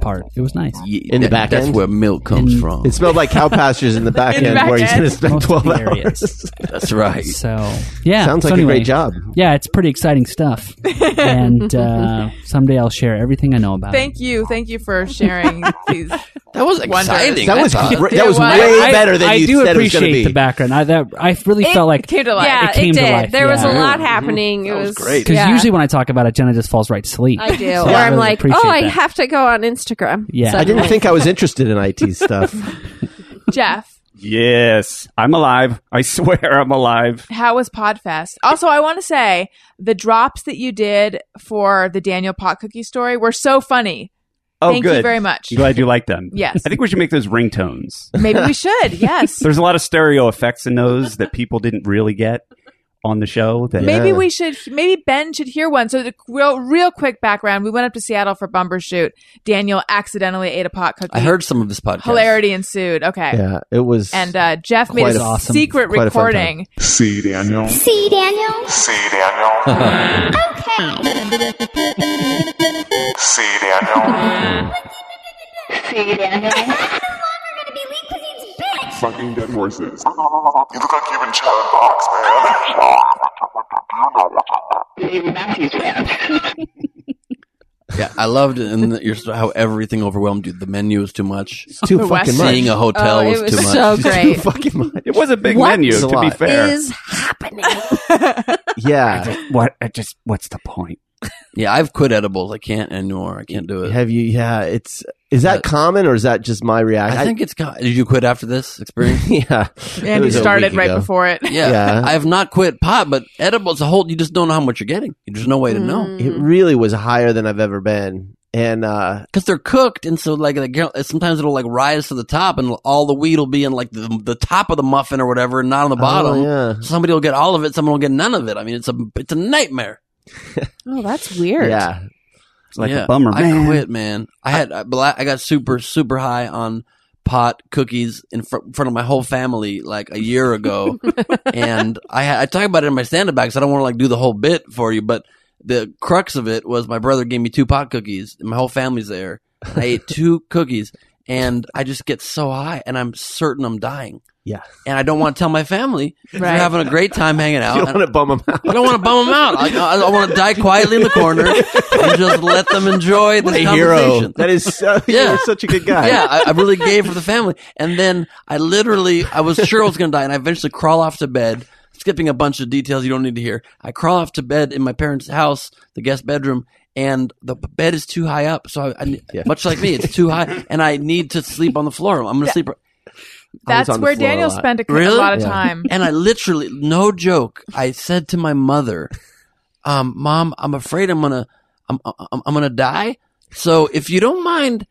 [SPEAKER 7] part. It was nice.
[SPEAKER 4] Yeah,
[SPEAKER 1] In the
[SPEAKER 4] that-
[SPEAKER 1] back
[SPEAKER 4] That's
[SPEAKER 1] end?
[SPEAKER 4] where milk comes from.
[SPEAKER 1] It smelled like cow pastures in the back
[SPEAKER 3] In the
[SPEAKER 1] end
[SPEAKER 3] back
[SPEAKER 1] where he's
[SPEAKER 3] end.
[SPEAKER 1] going to spend
[SPEAKER 7] Most of
[SPEAKER 1] 12
[SPEAKER 7] the
[SPEAKER 1] hours.
[SPEAKER 7] areas.
[SPEAKER 4] That's right.
[SPEAKER 7] So yeah,
[SPEAKER 1] Sounds
[SPEAKER 7] so
[SPEAKER 1] like a
[SPEAKER 7] anyway,
[SPEAKER 1] great job.
[SPEAKER 7] Yeah, it's pretty exciting stuff. and uh, someday I'll share everything I know about. it.
[SPEAKER 3] Thank you. Thank you for sharing these.
[SPEAKER 4] That was
[SPEAKER 3] Wonders.
[SPEAKER 4] exciting.
[SPEAKER 1] That
[SPEAKER 4] I
[SPEAKER 1] was
[SPEAKER 4] thought.
[SPEAKER 1] gr-
[SPEAKER 3] Yeah,
[SPEAKER 1] that was
[SPEAKER 3] why-
[SPEAKER 1] way
[SPEAKER 7] I-
[SPEAKER 1] better than
[SPEAKER 7] I
[SPEAKER 1] you
[SPEAKER 7] do
[SPEAKER 1] said it was
[SPEAKER 7] appreciate
[SPEAKER 1] going to be.
[SPEAKER 7] the background. I that I really
[SPEAKER 5] It
[SPEAKER 7] felt like
[SPEAKER 3] came to life. Mm-hmm.
[SPEAKER 5] Yeah,
[SPEAKER 7] It came
[SPEAKER 5] it
[SPEAKER 7] to
[SPEAKER 5] did.
[SPEAKER 7] life,
[SPEAKER 5] There was a
[SPEAKER 7] yeah.
[SPEAKER 5] lot happening. It
[SPEAKER 4] That was
[SPEAKER 5] was,
[SPEAKER 4] great.
[SPEAKER 7] Because
[SPEAKER 5] yeah.
[SPEAKER 7] usually when I talk about it, Jenna just falls right to sleep.
[SPEAKER 5] I do.
[SPEAKER 7] So
[SPEAKER 5] or I'm
[SPEAKER 7] really
[SPEAKER 5] like,
[SPEAKER 7] appreciate
[SPEAKER 5] oh, I
[SPEAKER 7] that.
[SPEAKER 5] have to go on Instagram.
[SPEAKER 7] Yeah.
[SPEAKER 5] So-
[SPEAKER 7] I
[SPEAKER 1] I didn't think I was interested in IT stuff.
[SPEAKER 3] Jeff,
[SPEAKER 6] Yes, I'm alive. I swear I'm alive.
[SPEAKER 3] how was Podfest? Also, I want to say the drops that you did for the Daniel Pot Cookie story were so funny.
[SPEAKER 6] Oh,
[SPEAKER 3] Thank
[SPEAKER 6] good.
[SPEAKER 3] you very much.
[SPEAKER 6] Glad you like them.
[SPEAKER 3] Yes.
[SPEAKER 6] I think we should make those ringtones.
[SPEAKER 3] Maybe we should. Yes.
[SPEAKER 6] There's a lot of stereo effects in those that people didn't really get on the show. That
[SPEAKER 3] Maybe
[SPEAKER 1] Yeah.
[SPEAKER 3] we should. Maybe Ben should hear one. So, the real, real quick background: we went up to Seattle for Bumber Shoot. Daniel accidentally ate a pot cookie.
[SPEAKER 4] I heard some of this podcast.
[SPEAKER 3] hilarity ensued. Okay,
[SPEAKER 1] yeah, it was.
[SPEAKER 3] and uh, Jeff made
[SPEAKER 1] Quite
[SPEAKER 3] a
[SPEAKER 1] a-
[SPEAKER 7] awesome.
[SPEAKER 3] secret
[SPEAKER 1] quite a fun
[SPEAKER 3] recording.
[SPEAKER 8] See Daniel.
[SPEAKER 9] See, Daniel.
[SPEAKER 8] See Daniel.
[SPEAKER 9] Okay.
[SPEAKER 8] See Daniel.
[SPEAKER 9] See, Daniel. gonna be late 'cause he's bitch.
[SPEAKER 8] Fucking dead horses. You look like you've been chowing box, man.
[SPEAKER 4] Yeah, I loved it, and your, how everything overwhelmed you. The menu was too much.
[SPEAKER 1] it's too
[SPEAKER 3] West
[SPEAKER 1] fucking much.
[SPEAKER 4] Seeing a hotel
[SPEAKER 5] Oh, it
[SPEAKER 4] was,
[SPEAKER 5] was
[SPEAKER 4] too much.
[SPEAKER 5] so
[SPEAKER 1] It's
[SPEAKER 5] great.
[SPEAKER 1] Too fucking much.
[SPEAKER 6] it was a big
[SPEAKER 5] What
[SPEAKER 6] menu.
[SPEAKER 1] is
[SPEAKER 6] To be
[SPEAKER 1] alive?
[SPEAKER 6] fair,
[SPEAKER 5] Is happening.
[SPEAKER 1] Yeah.
[SPEAKER 6] what? I just what's the point?
[SPEAKER 4] yeah, I've quit edibles. I can't anymore. I can't do it.
[SPEAKER 1] Have you? Yeah. It's is that
[SPEAKER 4] Uh,
[SPEAKER 1] common or is that just my reaction?
[SPEAKER 4] I think it's. co- Did you quit after this experience?
[SPEAKER 1] yeah. It
[SPEAKER 3] And he
[SPEAKER 1] was a
[SPEAKER 3] started
[SPEAKER 1] week
[SPEAKER 3] right
[SPEAKER 1] ago.
[SPEAKER 3] before it.
[SPEAKER 4] Yeah,
[SPEAKER 1] Yeah.
[SPEAKER 4] I have not quit pot, but edibles a whole. You just don't know how much you're getting. There's no way to know
[SPEAKER 1] It
[SPEAKER 5] Mm.
[SPEAKER 1] really was higher than I've ever been, and uh,
[SPEAKER 4] because they're cooked, and so like the girl- sometimes it'll like rise to the top, and all the weed will be in like the, the top of the muffin or whatever, and not on the
[SPEAKER 1] oh,
[SPEAKER 4] bottom.
[SPEAKER 1] yeah.
[SPEAKER 4] Somebody will get all of it. Someone will get none of it. I mean, it's a it's a nightmare.
[SPEAKER 5] Oh, that's weird.
[SPEAKER 1] Yeah.
[SPEAKER 6] It's like
[SPEAKER 4] Yeah,
[SPEAKER 6] a bummer.
[SPEAKER 4] I
[SPEAKER 6] man.
[SPEAKER 4] quit, man. I had I, bla- I got super super high on pot cookies in fr- front of my whole family like a year ago, and I had, I talk about it in my stand up because I don't want to like do the whole bit for you, but the crux of it was my brother gave me two pot cookies, and my whole family's there. I ate two cookies, and I just get so high, and I'm certain I'm dying.
[SPEAKER 1] Yeah.
[SPEAKER 4] and I don't want to tell my family. We're
[SPEAKER 3] Right.
[SPEAKER 4] having a great time hanging out.
[SPEAKER 1] You
[SPEAKER 4] and-
[SPEAKER 1] don't want to bum them out.
[SPEAKER 4] I don't want to bum them out. I, I, I want to die quietly in the corner and just let them enjoy this
[SPEAKER 1] What a
[SPEAKER 4] conversation.
[SPEAKER 1] hero! That is so.
[SPEAKER 4] Yeah.
[SPEAKER 1] You're such a good guy.
[SPEAKER 4] Yeah, I, I really gave for the family. And then I literally, I was sure I was going to die, and I eventually crawl off to bed, skipping a bunch of details you don't need to hear. I crawl off to bed in my parents' house, the guest bedroom, and the b- bed is too high up. So, I, I,
[SPEAKER 1] Yeah.
[SPEAKER 4] much like me, it's too high, and I need to sleep on the floor. I'm going to sleep.
[SPEAKER 3] That's
[SPEAKER 1] on the
[SPEAKER 3] where
[SPEAKER 1] floor a
[SPEAKER 3] Daniel
[SPEAKER 1] lot.
[SPEAKER 3] spent a, a
[SPEAKER 4] Really?
[SPEAKER 3] lot of
[SPEAKER 1] Yeah.
[SPEAKER 3] time.
[SPEAKER 4] And I literally, no joke, I said to my mother, um, "Mom, I'm afraid I'm gonna, I'm, I'm, I'm gonna die. So if you don't mind,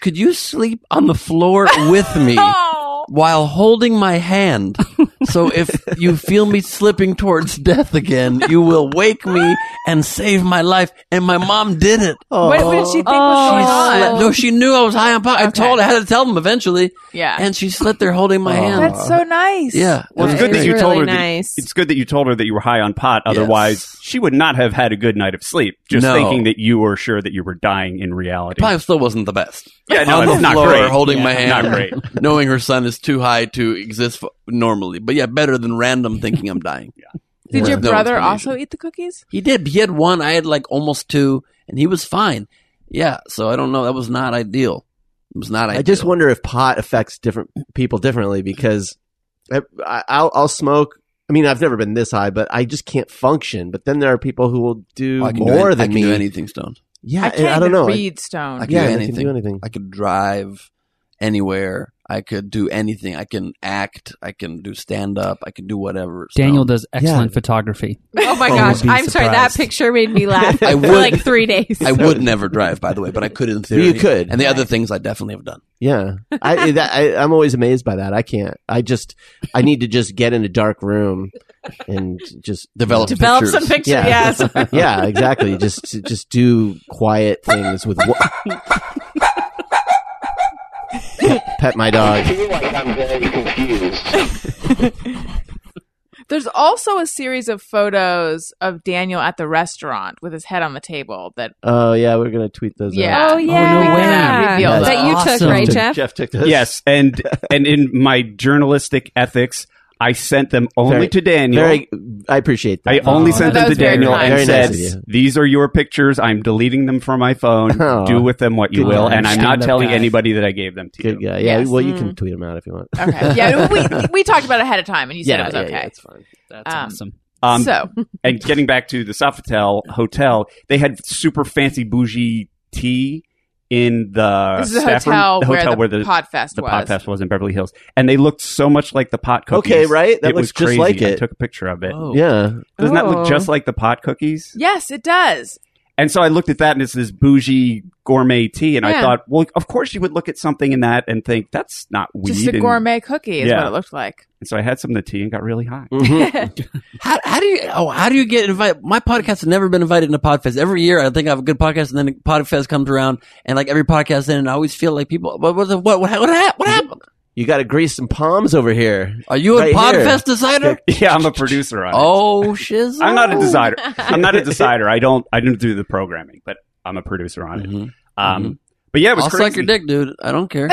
[SPEAKER 4] could you sleep on the floor with me
[SPEAKER 3] Oh,
[SPEAKER 4] while holding my hand?" So if you feel me slipping towards death again, you will wake me and save my life. And my mom did it. Oh,
[SPEAKER 3] What, what did she Oh. think was going on?
[SPEAKER 4] no, she knew I was high on pot. I told. I had to tell them eventually.
[SPEAKER 3] Yeah.
[SPEAKER 4] and she slipped there holding my hand.
[SPEAKER 3] Oh. That's so nice.
[SPEAKER 4] yeah.
[SPEAKER 6] Well, it's
[SPEAKER 5] That
[SPEAKER 6] good
[SPEAKER 5] is
[SPEAKER 6] that you told
[SPEAKER 5] really
[SPEAKER 6] her.
[SPEAKER 5] nice.
[SPEAKER 6] That, it's good that you told her that you were high on pot. Otherwise,
[SPEAKER 4] Yes.
[SPEAKER 6] she would not have had a good night of sleep. Just
[SPEAKER 4] No.
[SPEAKER 6] thinking that you were sure that you were dying in reality.
[SPEAKER 4] probably still wasn't the best.
[SPEAKER 6] Yeah, no,
[SPEAKER 4] On the
[SPEAKER 6] it's not
[SPEAKER 4] floor,
[SPEAKER 6] great.
[SPEAKER 4] Holding my
[SPEAKER 6] Yeah,
[SPEAKER 4] hand,
[SPEAKER 6] not great.
[SPEAKER 4] knowing her son is too high to exist f- normally, but yeah, better than random thinking I'm dying.
[SPEAKER 3] Did
[SPEAKER 4] Yeah.
[SPEAKER 3] your
[SPEAKER 4] No
[SPEAKER 3] brother
[SPEAKER 4] explanation.
[SPEAKER 3] also eat the cookies?
[SPEAKER 4] He did. He had one. I had like almost two, and he was fine. Yeah, so I don't know. That was not ideal. It was not ideal.
[SPEAKER 1] I just wonder if pot affects different people differently because I, I- I'll, I'll smoke. I mean, I've never been this high, but I just can't function. But then there are people who will do
[SPEAKER 4] I can do
[SPEAKER 1] more
[SPEAKER 4] any- I
[SPEAKER 1] than
[SPEAKER 4] can
[SPEAKER 1] me.
[SPEAKER 4] do anything, Stone.
[SPEAKER 1] Yeah,
[SPEAKER 3] I
[SPEAKER 1] I,
[SPEAKER 3] can't
[SPEAKER 1] I don't
[SPEAKER 3] even
[SPEAKER 1] know. I-
[SPEAKER 3] read Stone.
[SPEAKER 4] I can
[SPEAKER 1] yeah,
[SPEAKER 4] do
[SPEAKER 1] I can
[SPEAKER 4] anything.
[SPEAKER 1] do anything.
[SPEAKER 4] I could drive anywhere. I could do anything. I can act. I can do stand up. I can do whatever. So-
[SPEAKER 7] Daniel does excellent
[SPEAKER 1] Yeah.
[SPEAKER 7] photography.
[SPEAKER 5] Oh my
[SPEAKER 7] Oh,
[SPEAKER 5] gosh!
[SPEAKER 7] be
[SPEAKER 5] I'm sorry. That
[SPEAKER 7] surprised.
[SPEAKER 5] picture made me laugh
[SPEAKER 4] I
[SPEAKER 5] for
[SPEAKER 4] would-
[SPEAKER 5] like three days.
[SPEAKER 4] I would never drive, by the way, but I could in theory.
[SPEAKER 1] You could.
[SPEAKER 4] And the other things I definitely have done.
[SPEAKER 1] Yeah, I, that, I I'm always amazed by that. I can't. I just I need to just get in a dark room and just
[SPEAKER 4] Develop
[SPEAKER 5] Develop
[SPEAKER 4] pictures.
[SPEAKER 5] some pictures.
[SPEAKER 1] Yeah.
[SPEAKER 5] Yes.
[SPEAKER 1] yeah, exactly. Just just do quiet things with wo- pet my dog.
[SPEAKER 8] feel like I'm very confused.
[SPEAKER 3] There's also a series of photos of Daniel at the restaurant with his head on the table. That
[SPEAKER 1] Oh yeah, we're gonna tweet those.
[SPEAKER 3] yeah,
[SPEAKER 5] Oh yeah.
[SPEAKER 7] way.
[SPEAKER 3] Reveal
[SPEAKER 5] that
[SPEAKER 7] those.
[SPEAKER 5] you
[SPEAKER 7] Awesome.
[SPEAKER 5] took, right,
[SPEAKER 7] Took-
[SPEAKER 1] out.
[SPEAKER 5] Jeff?
[SPEAKER 1] Jeff took those.
[SPEAKER 6] Yes, and and in my journalistic ethics, I sent them only
[SPEAKER 1] Very-
[SPEAKER 6] to Daniel.
[SPEAKER 1] Very. Oh. I appreciate that.
[SPEAKER 6] I only sent
[SPEAKER 3] That
[SPEAKER 6] them to
[SPEAKER 3] was very
[SPEAKER 6] Daniel
[SPEAKER 3] kind.
[SPEAKER 6] and
[SPEAKER 1] Very nice
[SPEAKER 6] said,
[SPEAKER 1] of you.
[SPEAKER 6] "These are your pictures. I'm deleting them from my phone.
[SPEAKER 1] Oh.
[SPEAKER 6] Do with them what you
[SPEAKER 7] Good
[SPEAKER 6] will."
[SPEAKER 7] guy.
[SPEAKER 6] And I'm not
[SPEAKER 7] Stand-up
[SPEAKER 6] telling
[SPEAKER 7] guy.
[SPEAKER 6] anybody that I gave them to
[SPEAKER 1] Good
[SPEAKER 6] you.
[SPEAKER 1] guy. Yeah.
[SPEAKER 3] Yes.
[SPEAKER 1] Well, you can
[SPEAKER 3] Mm.
[SPEAKER 1] tweet them out if you want.
[SPEAKER 3] okay. Yeah, we we talked about it ahead of time, and you said
[SPEAKER 1] yeah,
[SPEAKER 3] it was
[SPEAKER 1] yeah,
[SPEAKER 3] okay.
[SPEAKER 1] yeah, it's fine.
[SPEAKER 7] That's
[SPEAKER 3] Um,
[SPEAKER 7] awesome.
[SPEAKER 6] Um,
[SPEAKER 3] so
[SPEAKER 6] and getting back to the Sofitel hotel, they had super fancy bougie tea in the
[SPEAKER 3] this is a
[SPEAKER 6] staff
[SPEAKER 3] hotel,
[SPEAKER 6] room, uh, the hotel where the
[SPEAKER 3] Podfest
[SPEAKER 6] the
[SPEAKER 3] was.
[SPEAKER 6] pot fest was in Beverly Hills, and they looked so much like the pot cookies.
[SPEAKER 1] Okay, right? That
[SPEAKER 6] it was
[SPEAKER 1] looks just
[SPEAKER 6] crazy.
[SPEAKER 1] like
[SPEAKER 6] I
[SPEAKER 1] it.
[SPEAKER 6] took a picture of it.
[SPEAKER 4] Oh.
[SPEAKER 1] Yeah.
[SPEAKER 6] Doesn't that
[SPEAKER 5] Oh.
[SPEAKER 6] look just like the pot cookies?
[SPEAKER 3] Yes, it does.
[SPEAKER 6] And so I looked at that, and it's this bougie gourmet tea, and
[SPEAKER 3] Yeah.
[SPEAKER 6] I thought, well, of course you would look at something in that and think that's not weed.
[SPEAKER 3] Just a
[SPEAKER 6] and,
[SPEAKER 3] gourmet cookie is
[SPEAKER 6] Yeah.
[SPEAKER 3] what it looked like.
[SPEAKER 6] and so I had some of the tea and got really high.
[SPEAKER 4] How, how do you? Oh, how do you get invited? My podcast has never been invited into Podfest. Every year, I think I have a good podcast, and then Podfest comes around, and like every podcast, in, and I always feel like people. What what what what, what, hap- what happened?
[SPEAKER 1] You got to grease some palms over here.
[SPEAKER 4] Are you a
[SPEAKER 1] Right here.
[SPEAKER 4] Podfest decider?
[SPEAKER 6] yeah, I'm a producer on it.
[SPEAKER 4] Oh shiz!
[SPEAKER 6] I'm not a decider. I'm not a decider. I don't. I don't do the programming, but I'm a producer on it.
[SPEAKER 4] Mhm.
[SPEAKER 6] Um,
[SPEAKER 4] Mhm.
[SPEAKER 6] But yeah, it was
[SPEAKER 4] I'll
[SPEAKER 6] crazy.
[SPEAKER 4] suck your dick, dude. I don't care.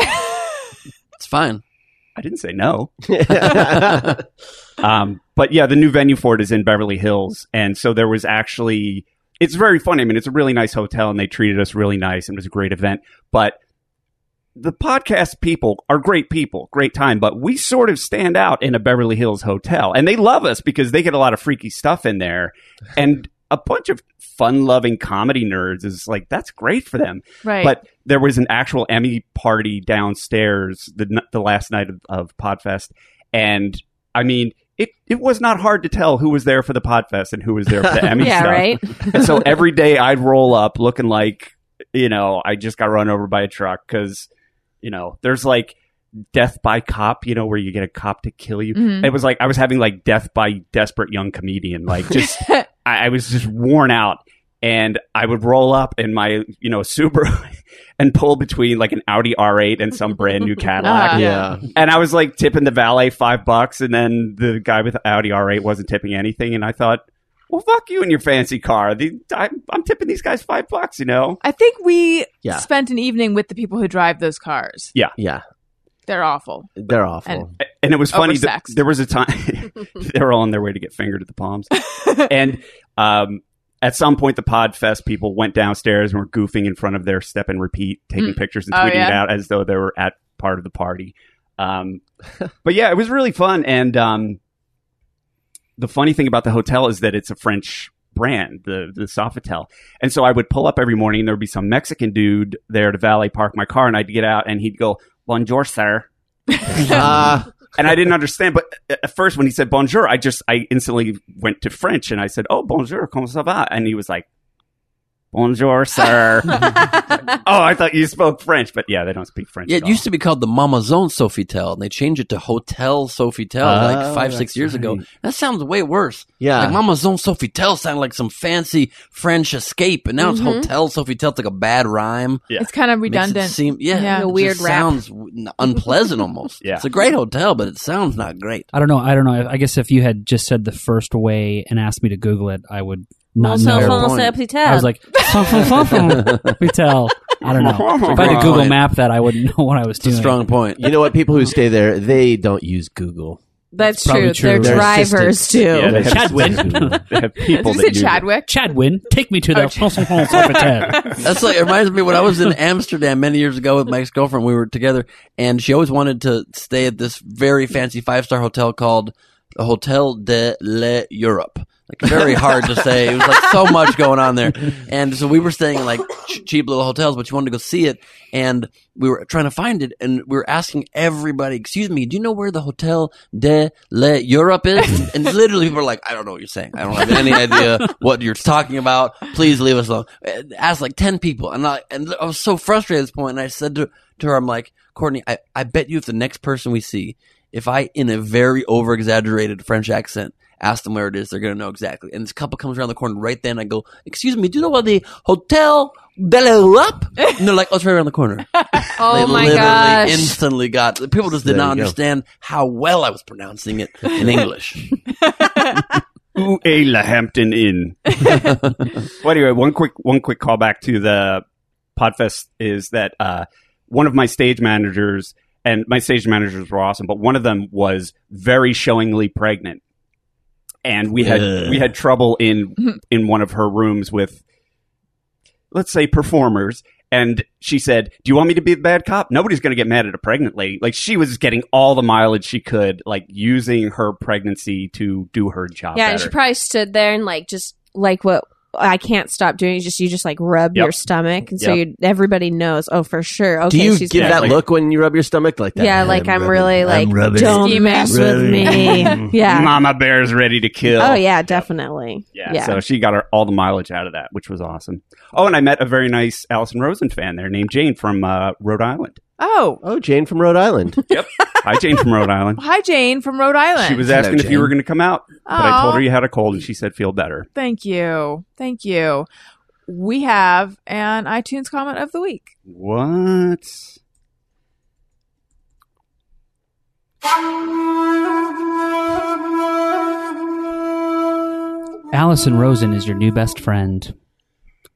[SPEAKER 4] it's fine.
[SPEAKER 6] I didn't say no.
[SPEAKER 1] yeah.
[SPEAKER 6] Um, but yeah, the new venue for it is in Beverly Hills, and so there was actually it's very funny. I mean, it's a really nice hotel, and they treated us really nice, and it was a great event. But the podcast people are great people, great time, but we sort of stand out in a Beverly Hills hotel, and they love us because they get a lot of freaky stuff in there, and a bunch of fun-loving comedy nerds is like that's great for them.
[SPEAKER 3] Right.
[SPEAKER 6] But there was an actual Emmy party downstairs the n- the last night of, of Podfest, and I mean, it it was not hard to tell who was there for the Podfest and who was there for the Emmy
[SPEAKER 5] Yeah,
[SPEAKER 6] stuff.
[SPEAKER 5] right.
[SPEAKER 6] And so every day I'd roll up looking like you know I just got run over by a truck because you know there's like death by cop, you know, where you get a cop to kill you.
[SPEAKER 3] Mhm.
[SPEAKER 6] It was like I was having like death by desperate young comedian, like just I, I was just worn out. And I would roll up in my, you know, Subaru and pull between like an Audi R8 and some brand new Cadillac.
[SPEAKER 3] Ah.
[SPEAKER 6] And I was like tipping the valet five bucks. And then the guy with the Audi R8 wasn't tipping anything. And I thought, well, fuck you and your fancy car. The, I, I'm tipping these guys five bucks, you know?
[SPEAKER 3] I think we
[SPEAKER 1] Yeah.
[SPEAKER 3] spent an evening with the people who drive those cars.
[SPEAKER 1] Yeah.
[SPEAKER 3] They're awful.
[SPEAKER 1] They're awful.
[SPEAKER 3] And-
[SPEAKER 6] and it was funny. th-
[SPEAKER 3] Oversexed.
[SPEAKER 6] there was a time they were all on their way to get fingered at the palms, and um, at some point, the Podfest people went downstairs and were goofing in front of their step and repeat, taking
[SPEAKER 3] Mm.
[SPEAKER 6] pictures and
[SPEAKER 3] Oh,
[SPEAKER 6] tweeting
[SPEAKER 3] yeah?
[SPEAKER 6] it out as though they were at part of the party. Um, but yeah, it was really fun. And um, the funny thing about the hotel is that it's a French brand, the the Sofitel. And so I would pull up every morning, and there would be some Mexican dude there to valet park my car, and I'd get out, and he'd go, "Bonjour, sir."
[SPEAKER 1] Ah,
[SPEAKER 6] and I didn't understand. But uh, at first, when he said bonjour, I just I instantly went to French and I said, "Oh, bonjour, comment ça va?" And he was like, Bonjour, sir. oh, I thought you spoke French, but yeah, they don't speak French.
[SPEAKER 4] Yeah,
[SPEAKER 6] at
[SPEAKER 4] it used to be called the Mama Zone Sofitel, and they changed it to Hotel Sofitel
[SPEAKER 1] Oh,
[SPEAKER 4] like five, six
[SPEAKER 1] that's
[SPEAKER 4] years ago.
[SPEAKER 1] right.
[SPEAKER 4] That sounds way worse.
[SPEAKER 1] Yeah.
[SPEAKER 4] Like Mama Zone Sofitel sounded like some fancy French escape, and now
[SPEAKER 5] Mhm.
[SPEAKER 4] it's Hotel Sofitel. It's like a bad rhyme.
[SPEAKER 6] Yeah.
[SPEAKER 3] It's kind of
[SPEAKER 4] Makes it
[SPEAKER 3] redundant.
[SPEAKER 4] seem, yeah,
[SPEAKER 3] Yeah.
[SPEAKER 4] it
[SPEAKER 5] A
[SPEAKER 4] just
[SPEAKER 5] weird rap.
[SPEAKER 4] sounds w- n- unpleasant almost.
[SPEAKER 6] Yeah.
[SPEAKER 4] It's a great hotel, but it sounds not great.
[SPEAKER 7] I don't know. I don't know. I guess if you had just said the first way and asked me to Google it, I would not
[SPEAKER 5] Also,
[SPEAKER 4] Fair
[SPEAKER 7] know.
[SPEAKER 4] phone-
[SPEAKER 5] also,
[SPEAKER 4] point.
[SPEAKER 5] please
[SPEAKER 7] I
[SPEAKER 5] tell.
[SPEAKER 7] was like, "Fum, fum, fum, fum, we tell. I don't know. If I had to Google
[SPEAKER 4] Point.
[SPEAKER 7] Map that, I wouldn't know what I was
[SPEAKER 4] It's a
[SPEAKER 7] doing.
[SPEAKER 4] strong point.
[SPEAKER 1] You know what? People who stay there, they don't use Google.
[SPEAKER 5] That's
[SPEAKER 7] It's probably
[SPEAKER 5] true.
[SPEAKER 7] true.
[SPEAKER 5] They're
[SPEAKER 1] They're
[SPEAKER 5] drivers
[SPEAKER 1] assisted.
[SPEAKER 5] too.
[SPEAKER 6] all. Yeah, they have,
[SPEAKER 7] Chadwin.
[SPEAKER 6] they have people
[SPEAKER 3] Did
[SPEAKER 6] that
[SPEAKER 3] you say
[SPEAKER 6] do
[SPEAKER 3] Chadwick?
[SPEAKER 7] Chadwin, take me to the fum, fum, fum, fum, fum.
[SPEAKER 4] That's like it reminds me when I was in Amsterdam many years ago with my ex girlfriend. We were together, and she always wanted to stay at this very fancy five star hotel called the Hotel de Le Europe. Like very hard to say. It was like so much going on there, and so we were staying in like ch- cheap little hotels, but she wanted to go see it, and we were trying to find it, and we were asking everybody, "Excuse me, do you know where the Hotel de Le Europe is?" And literally, people are like, "I don't know what you're saying. I don't have any idea what you're talking about. Please leave us alone." And Asked like ten people, and I and I was so frustrated at this point, and I said to, to her, "I'm like, Courtney, I, I bet you if the next person we see, if I in a very over exaggerated French accent." Ask them where it is. They're gonna know exactly. And this couple comes around the corner right then. I go, "Excuse me, do you know what the hotel de l'Europe?" And they're like, "Oh, it's right around the corner."
[SPEAKER 5] oh
[SPEAKER 4] they
[SPEAKER 5] my
[SPEAKER 4] literally
[SPEAKER 5] gosh!
[SPEAKER 4] instantly got people just
[SPEAKER 1] There
[SPEAKER 4] did
[SPEAKER 1] you
[SPEAKER 4] not
[SPEAKER 1] go.
[SPEAKER 4] understand how well I was pronouncing it in English.
[SPEAKER 6] Ooh, a La Hampton Inn. well, anyway, one quick one quick callback to the Podfest is that uh, one of my stage managers and my stage managers were awesome, but one of them was very showingly pregnant, and we had
[SPEAKER 4] Ugh.
[SPEAKER 6] we had trouble in in one of her rooms with, let's say, performers. And she said, "Do you want me to be the bad cop? Nobody's going to get mad at a pregnant lady." Like she was getting all the mileage she could, like using her pregnancy to do her job.
[SPEAKER 5] yeah, and she
[SPEAKER 6] better.
[SPEAKER 5] probably stood there and like just like what I can't stop doing. Is just you just like rub
[SPEAKER 6] Yep.
[SPEAKER 5] your stomach, and so
[SPEAKER 6] Yep.
[SPEAKER 5] you everybody knows. Oh, for sure.
[SPEAKER 1] Do
[SPEAKER 5] Okay,
[SPEAKER 1] you
[SPEAKER 5] she's
[SPEAKER 1] give
[SPEAKER 5] pregnant.
[SPEAKER 1] that
[SPEAKER 6] like-
[SPEAKER 1] look when you rub your stomach like that?
[SPEAKER 5] yeah, like I'm,
[SPEAKER 1] rubbing-
[SPEAKER 5] really
[SPEAKER 1] I'm
[SPEAKER 5] like
[SPEAKER 1] rubbing it.
[SPEAKER 5] don't mess with me. yeah.
[SPEAKER 6] Mama Bear's ready to kill.
[SPEAKER 5] Oh yeah, definitely.
[SPEAKER 6] Yeah, So she got her, all the mileage out of that, which was awesome. Oh, and I met a very nice Allison Rosen fan there named Jane from uh, Rhode Island.
[SPEAKER 3] Oh,
[SPEAKER 1] Oh, Jane from Rhode Island.
[SPEAKER 6] Hi, Jane from Rhode Island.
[SPEAKER 3] hi Jane from Rhode Island.
[SPEAKER 6] She was
[SPEAKER 4] Hello,
[SPEAKER 6] asking if you
[SPEAKER 4] Jane.
[SPEAKER 6] were going to come out, but I told
[SPEAKER 3] Aw.
[SPEAKER 6] her you had a cold, and she said feel better.
[SPEAKER 3] Thank you. Thank you. We have an iTunes comment of the week.
[SPEAKER 6] What?
[SPEAKER 7] Allison Rosen is your new best friend.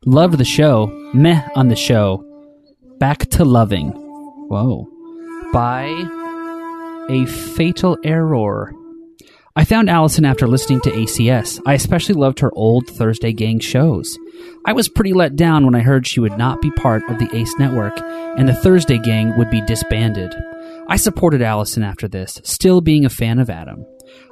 [SPEAKER 7] Loved the show. Meh on the show. Back to loving. Whoa. By a fatal error. I found Allison after listening to ACS. I especially loved her old Thursday gang shows. I was pretty let down when I heard she would not be part of the ACE network and the Thursday gang would be disbanded. I supported Allison after this, still being a fan of Adam.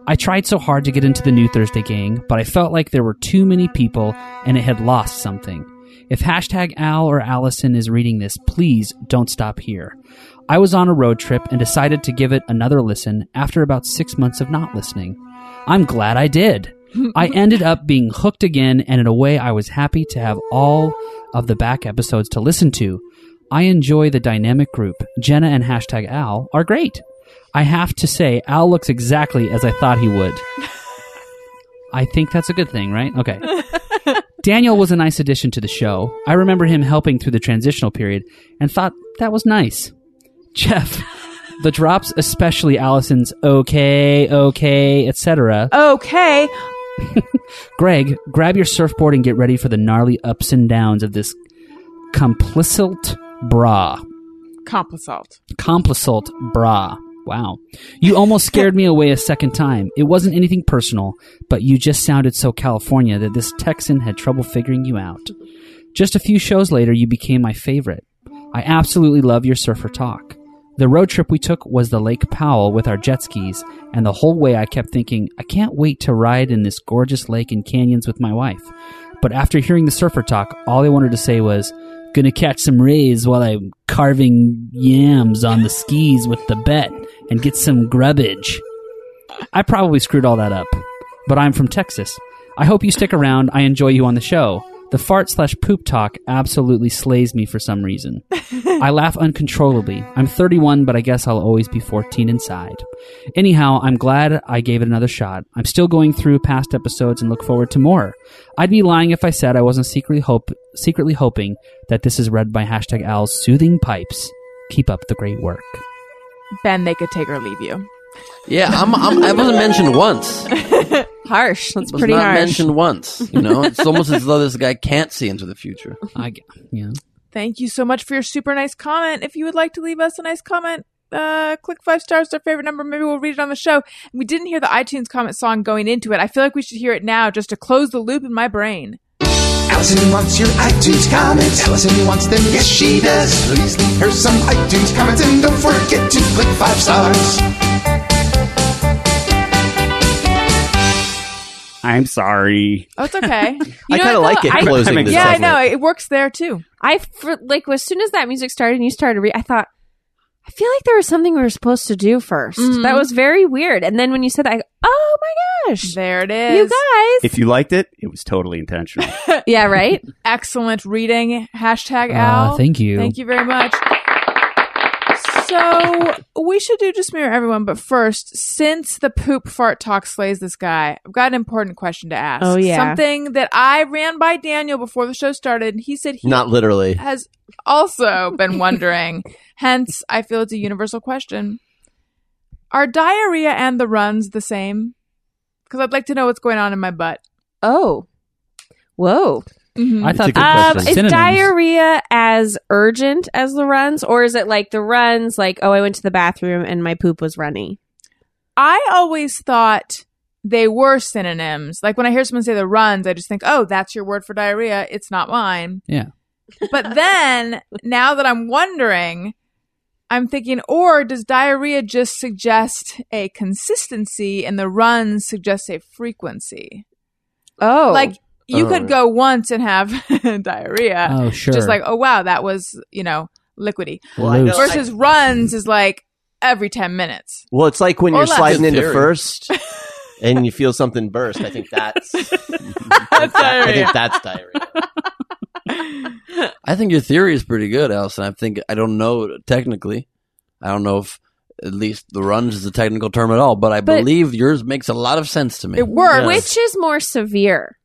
[SPEAKER 7] I tried so hard to get into the new Thursday gang, but I felt like there were too many people and it had lost something. If hashtag Al or Allison is reading this, please don't stop here. I was on a road trip and decided to give it another listen after about six months of not listening. I'm glad I did. I ended up being hooked again, and in a way, I was happy to have all of the back episodes to listen to. I enjoy the dynamic group. Jenna and hashtag Al are great. I have to say, Al looks exactly as I thought he would. I think that's a good thing, right? Okay. Daniel was a nice addition to the show. I remember him helping through the transitional period and thought that was nice. Jeff, the drops, especially Allison's okay, okay, etc.
[SPEAKER 3] Okay.
[SPEAKER 7] Greg, grab your surfboard and get ready for the gnarly ups and downs of this complicit bra.
[SPEAKER 3] Complisalt.
[SPEAKER 7] Complisalt bra. Wow. You almost scared me away a second time. It wasn't anything personal, but you just sounded so California that this Texan had trouble figuring you out. Just a few shows later, you became my favorite. I absolutely love your surfer talk. The road trip we took was the Lake Powell with our jet skis, and the whole way I kept thinking, I can't wait to ride in this gorgeous lake and canyons with my wife. But after hearing the surfer talk, all I wanted to say was, Gonna catch some rays while I'm carving yams on the skis with the bet and get some grubbage. I probably screwed all that up, but I'm from Texas. I hope you stick around. I enjoy you on the show. The fart slash poop talk absolutely slays me for some reason. I laugh uncontrollably. I'm 31, but I guess I'll always be 14 inside. Anyhow, I'm glad I gave it another shot. I'm still going through past episodes and look forward to more. I'd be lying if I said I wasn't secretly hope secretly hoping that this is read by hashtag Al's soothing pipes. Keep up the great work.
[SPEAKER 3] Ben, they could take or leave you.
[SPEAKER 4] Yeah, I'm, I'm, I wasn't mentioned once.
[SPEAKER 5] Harsh. That's
[SPEAKER 4] was
[SPEAKER 5] pretty
[SPEAKER 4] not
[SPEAKER 5] harsh.
[SPEAKER 4] mentioned once. You know, it's almost as though this guy can't see into the future.
[SPEAKER 7] I g yeah.
[SPEAKER 3] Thank you so much for your super nice comment. If you would like to leave us a nice comment, uh, click five stars, our favorite number. Maybe we'll read it on the show. We didn't hear the iTunes comment song going into it. I feel like we should hear it now just to close the loop in my brain.
[SPEAKER 2] Allison wants your iTunes comments. Allison wants them, yes she does. Please leave her some iTunes comments and don't forget to click five stars.
[SPEAKER 6] I'm sorry.
[SPEAKER 3] Oh, it's okay.
[SPEAKER 1] I kind of like it
[SPEAKER 3] I,
[SPEAKER 1] closing this.
[SPEAKER 3] yeah, I know.
[SPEAKER 1] segment.
[SPEAKER 3] It works there too.
[SPEAKER 5] I fr- like as soon as that music started and you started re- I thought I feel like there was something we were supposed to do 1st
[SPEAKER 3] Mhm.
[SPEAKER 5] That was very weird. And then when you said that, I go, oh my gosh,
[SPEAKER 3] There it is.
[SPEAKER 5] you guys,
[SPEAKER 6] If you liked it, it was totally intentional.
[SPEAKER 5] yeah, right.
[SPEAKER 3] excellent reading. Hashtag
[SPEAKER 7] Ah,
[SPEAKER 3] Al.
[SPEAKER 7] thank you.
[SPEAKER 3] Thank you very much. So we should do just mirror everyone, but first, since the poop fart talk slays this guy, I've got an important question to ask.
[SPEAKER 5] Oh, yeah.
[SPEAKER 3] something that I ran by Daniel before the show started. and He said he
[SPEAKER 1] Not literally.
[SPEAKER 3] has also been wondering. Hence, I feel it's a universal question. Are diarrhea and the runs the same? Because I'd like to know what's going on in my butt.
[SPEAKER 5] Oh, whoa.
[SPEAKER 7] I thought
[SPEAKER 1] It's a good
[SPEAKER 7] that-
[SPEAKER 5] Um,
[SPEAKER 1] question.
[SPEAKER 5] is
[SPEAKER 7] Synonyms.
[SPEAKER 5] diarrhea as urgent as the runs, or is it like the runs? Like, oh, I went to the bathroom and my poop was runny.
[SPEAKER 3] I always thought they were synonyms. Like when I hear someone say the runs, I just think, oh, that's your word for diarrhea. It's not mine.
[SPEAKER 7] Yeah.
[SPEAKER 3] But then now that I'm wondering, I'm thinking, or does diarrhea just suggest a consistency and the runs suggest a frequency?
[SPEAKER 5] Oh,
[SPEAKER 3] Like you could
[SPEAKER 1] Oh.
[SPEAKER 3] go once and have diarrhea.
[SPEAKER 7] oh sure.
[SPEAKER 3] Just like, oh, wow, that was, you know, liquidy.
[SPEAKER 1] Well, I
[SPEAKER 7] Loose.
[SPEAKER 1] know-
[SPEAKER 3] Versus runs is like every 10 minutes.
[SPEAKER 1] Well, it's like when
[SPEAKER 3] Or
[SPEAKER 1] you're
[SPEAKER 3] less.
[SPEAKER 1] sliding into
[SPEAKER 4] Theory.
[SPEAKER 1] first and you feel something burst. I think that's. I think I
[SPEAKER 3] Diarrhea.
[SPEAKER 1] think that's diarrhea.
[SPEAKER 4] I think your theory is pretty good, Allison. I think I don't know technically. I don't know if at least the runs is a technical term at all, but I
[SPEAKER 5] But-
[SPEAKER 4] believe yours makes a lot of sense to me.
[SPEAKER 3] It works.
[SPEAKER 1] Yeah.
[SPEAKER 5] which is more severe?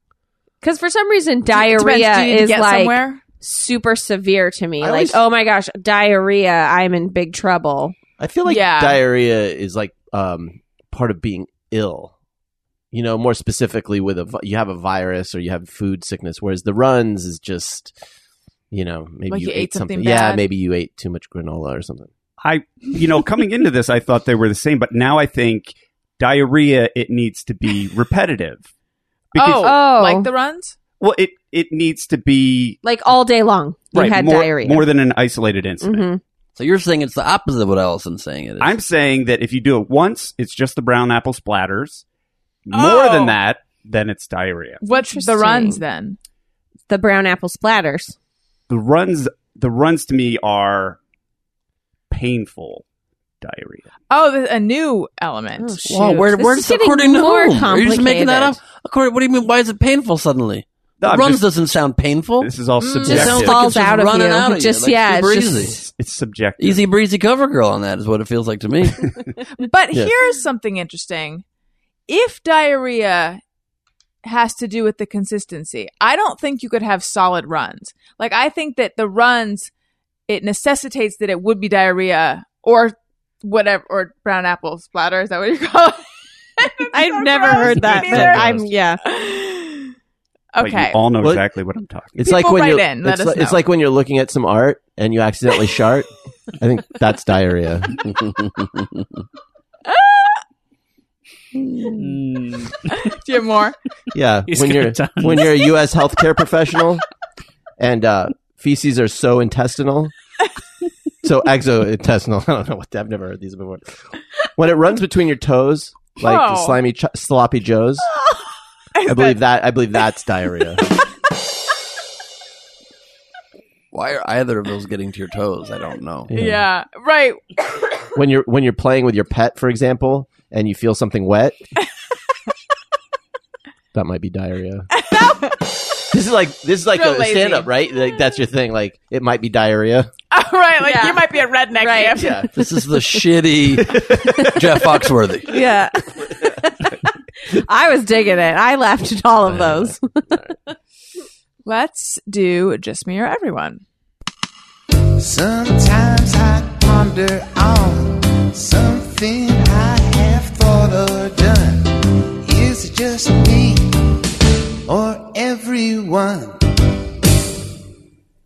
[SPEAKER 5] Because for some reason,
[SPEAKER 3] Depends, do you
[SPEAKER 5] diarrhea
[SPEAKER 3] need to
[SPEAKER 5] is
[SPEAKER 3] get
[SPEAKER 5] like
[SPEAKER 3] somewhere?
[SPEAKER 5] super severe to me.
[SPEAKER 1] I
[SPEAKER 5] like,
[SPEAKER 1] always-
[SPEAKER 5] oh my gosh, diarrhea, I'm in big trouble.
[SPEAKER 1] I feel like
[SPEAKER 3] Yeah.
[SPEAKER 1] diarrhea is like um, part of being ill. You know, more specifically with a vi- you have a virus or you have food sickness, whereas the runs is just, you know, maybe
[SPEAKER 3] Like
[SPEAKER 1] you,
[SPEAKER 3] you ate something
[SPEAKER 1] Yeah,
[SPEAKER 3] bad.
[SPEAKER 1] maybe you ate too much granola or something.
[SPEAKER 6] I, you know, coming into this, I thought they were the same, but now I think diarrhea, it needs to be repetitive. Because,
[SPEAKER 3] oh,
[SPEAKER 5] Oh.
[SPEAKER 3] like the runs?
[SPEAKER 6] well, it, it needs to be
[SPEAKER 5] Like all day long, you
[SPEAKER 6] right,
[SPEAKER 5] had
[SPEAKER 6] more,
[SPEAKER 5] diarrhea.
[SPEAKER 6] more than an isolated incident.
[SPEAKER 5] Mhm.
[SPEAKER 4] so you're saying it's the opposite of what Allison's saying it is.
[SPEAKER 6] I'm saying that if you do it once, it's just the brown apple splatters. More
[SPEAKER 3] Oh.
[SPEAKER 6] than that, then it's diarrhea.
[SPEAKER 3] What's the
[SPEAKER 5] Interesting.
[SPEAKER 3] runs then?
[SPEAKER 5] The brown apple splatters.
[SPEAKER 6] The runs, the runs to me are painful diarrhea.
[SPEAKER 3] Oh, th- a new element.
[SPEAKER 4] Wow, where,
[SPEAKER 5] This
[SPEAKER 4] where's
[SPEAKER 5] is getting
[SPEAKER 4] according to
[SPEAKER 5] more
[SPEAKER 4] whom? Are you just making that up?
[SPEAKER 5] complicated.
[SPEAKER 4] According, what do you mean? Why is it painful suddenly?
[SPEAKER 6] No, I'm
[SPEAKER 4] runs
[SPEAKER 6] just-
[SPEAKER 4] doesn't sound painful.
[SPEAKER 6] This is all
[SPEAKER 3] Mm. Just
[SPEAKER 6] subjective.
[SPEAKER 4] sounds
[SPEAKER 5] Just
[SPEAKER 4] like
[SPEAKER 5] falls
[SPEAKER 4] it's just
[SPEAKER 5] out of you.
[SPEAKER 4] running out of you,
[SPEAKER 5] Just
[SPEAKER 4] like
[SPEAKER 5] yeah,
[SPEAKER 4] super
[SPEAKER 5] it's
[SPEAKER 4] easy.
[SPEAKER 5] just
[SPEAKER 6] It's- it's subjective.
[SPEAKER 4] Easy breezy cover girl on that is what it feels like to me.
[SPEAKER 3] But
[SPEAKER 1] Yes.
[SPEAKER 3] here's something interesting. If diarrhea has to do with the consistency, I don't think you could have solid runs. Like I think that the runs it necessitates that it would be diarrhea or whatever or brown apple splatter. Is that what you call it?
[SPEAKER 5] I've
[SPEAKER 3] So
[SPEAKER 5] never
[SPEAKER 3] gross.
[SPEAKER 5] heard that,
[SPEAKER 3] Me
[SPEAKER 5] but
[SPEAKER 3] neither.
[SPEAKER 5] I'm yeah.
[SPEAKER 6] But
[SPEAKER 3] okay.
[SPEAKER 6] you all know
[SPEAKER 1] Well,
[SPEAKER 6] exactly what I'm talking.
[SPEAKER 1] It's
[SPEAKER 3] People
[SPEAKER 1] like when
[SPEAKER 3] write
[SPEAKER 1] you're
[SPEAKER 3] in, let
[SPEAKER 1] it's,
[SPEAKER 3] us
[SPEAKER 1] like, it's
[SPEAKER 3] know.
[SPEAKER 1] like when you're looking at some art and you accidentally shart. I think that's diarrhea.
[SPEAKER 7] Mm.
[SPEAKER 3] Do you have more?
[SPEAKER 1] Yeah,
[SPEAKER 7] He's
[SPEAKER 1] when
[SPEAKER 7] got
[SPEAKER 1] you're
[SPEAKER 7] tons.
[SPEAKER 1] when you're a U.S. healthcare professional, and uh, feces are so intestinal, so exointestinal. I don't know what I've never heard these before. When it runs between your toes, like the
[SPEAKER 3] Oh.
[SPEAKER 1] slimy ch- sloppy joes, I believe that I believe that's diarrhea.
[SPEAKER 4] Why are either of those getting to your toes? I don't know.
[SPEAKER 1] Yeah.
[SPEAKER 3] yeah. Right.
[SPEAKER 1] When you're when you're playing with your pet, for example, and you feel something wet, that might be diarrhea. This is like this is like
[SPEAKER 3] Real
[SPEAKER 1] a
[SPEAKER 3] lazy.
[SPEAKER 1] stand up, right? Like that's your thing. Like it might be diarrhea.
[SPEAKER 3] All right, like
[SPEAKER 5] Yeah.
[SPEAKER 3] you might be a redneck.
[SPEAKER 5] Right.
[SPEAKER 3] Jeff.
[SPEAKER 1] Yeah.
[SPEAKER 4] This is the shitty Jeff Foxworthy.
[SPEAKER 5] Yeah. I was digging it. I laughed at all of those.
[SPEAKER 3] Let's do just me or everyone.
[SPEAKER 2] Sometimes I ponder on something I have thought or done. Is it just me or everyone?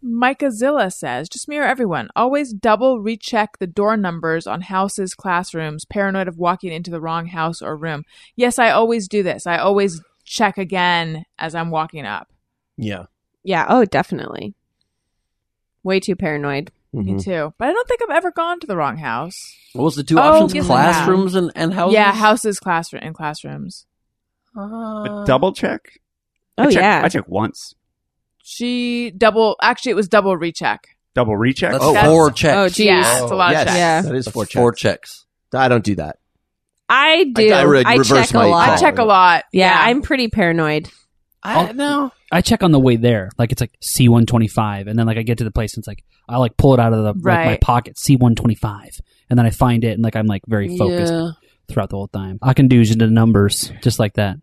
[SPEAKER 3] Micah Zilla says, just me or everyone, always double recheck the door numbers on houses, classrooms, paranoid of walking into the wrong house or room. Yes, I always do this. I always check again as I'm walking up.
[SPEAKER 1] Yeah.
[SPEAKER 5] Yeah. Oh, definitely. Way too paranoid.
[SPEAKER 1] Mhm.
[SPEAKER 3] Me too. But I don't think I've ever gone to the wrong house.
[SPEAKER 4] What was the two
[SPEAKER 3] Oh,
[SPEAKER 4] options?
[SPEAKER 3] yes,
[SPEAKER 4] Classrooms and, and houses?
[SPEAKER 3] Yeah, houses, classroom, and classrooms.
[SPEAKER 6] But double check.
[SPEAKER 5] Uh, Oh,
[SPEAKER 6] I check,
[SPEAKER 5] yeah.
[SPEAKER 6] I check once.
[SPEAKER 3] She double, actually, it was double recheck.
[SPEAKER 6] Double recheck.
[SPEAKER 4] That's
[SPEAKER 1] Oh,
[SPEAKER 3] that's-
[SPEAKER 4] four checks.
[SPEAKER 5] Oh, geez.
[SPEAKER 3] Yeah, it's a lot
[SPEAKER 1] yes,
[SPEAKER 3] of checks.
[SPEAKER 5] Yeah.
[SPEAKER 1] That is four
[SPEAKER 4] That's
[SPEAKER 1] checks. I don't do that.
[SPEAKER 5] I do.
[SPEAKER 1] I
[SPEAKER 5] I,
[SPEAKER 1] re- reverse
[SPEAKER 5] check a
[SPEAKER 1] my
[SPEAKER 5] lot.
[SPEAKER 1] call.
[SPEAKER 3] I check a lot.
[SPEAKER 5] Yeah, I'm pretty paranoid.
[SPEAKER 4] I know.
[SPEAKER 7] I check on the way there. Like it's like C one twenty five, and then like I get to the place and it's like I like pull it out of the like my
[SPEAKER 3] Right.
[SPEAKER 7] pocket C one twenty five, and then I find it and like I'm like very focused
[SPEAKER 4] Yeah.
[SPEAKER 7] throughout the whole time. I can do just the numbers just like that.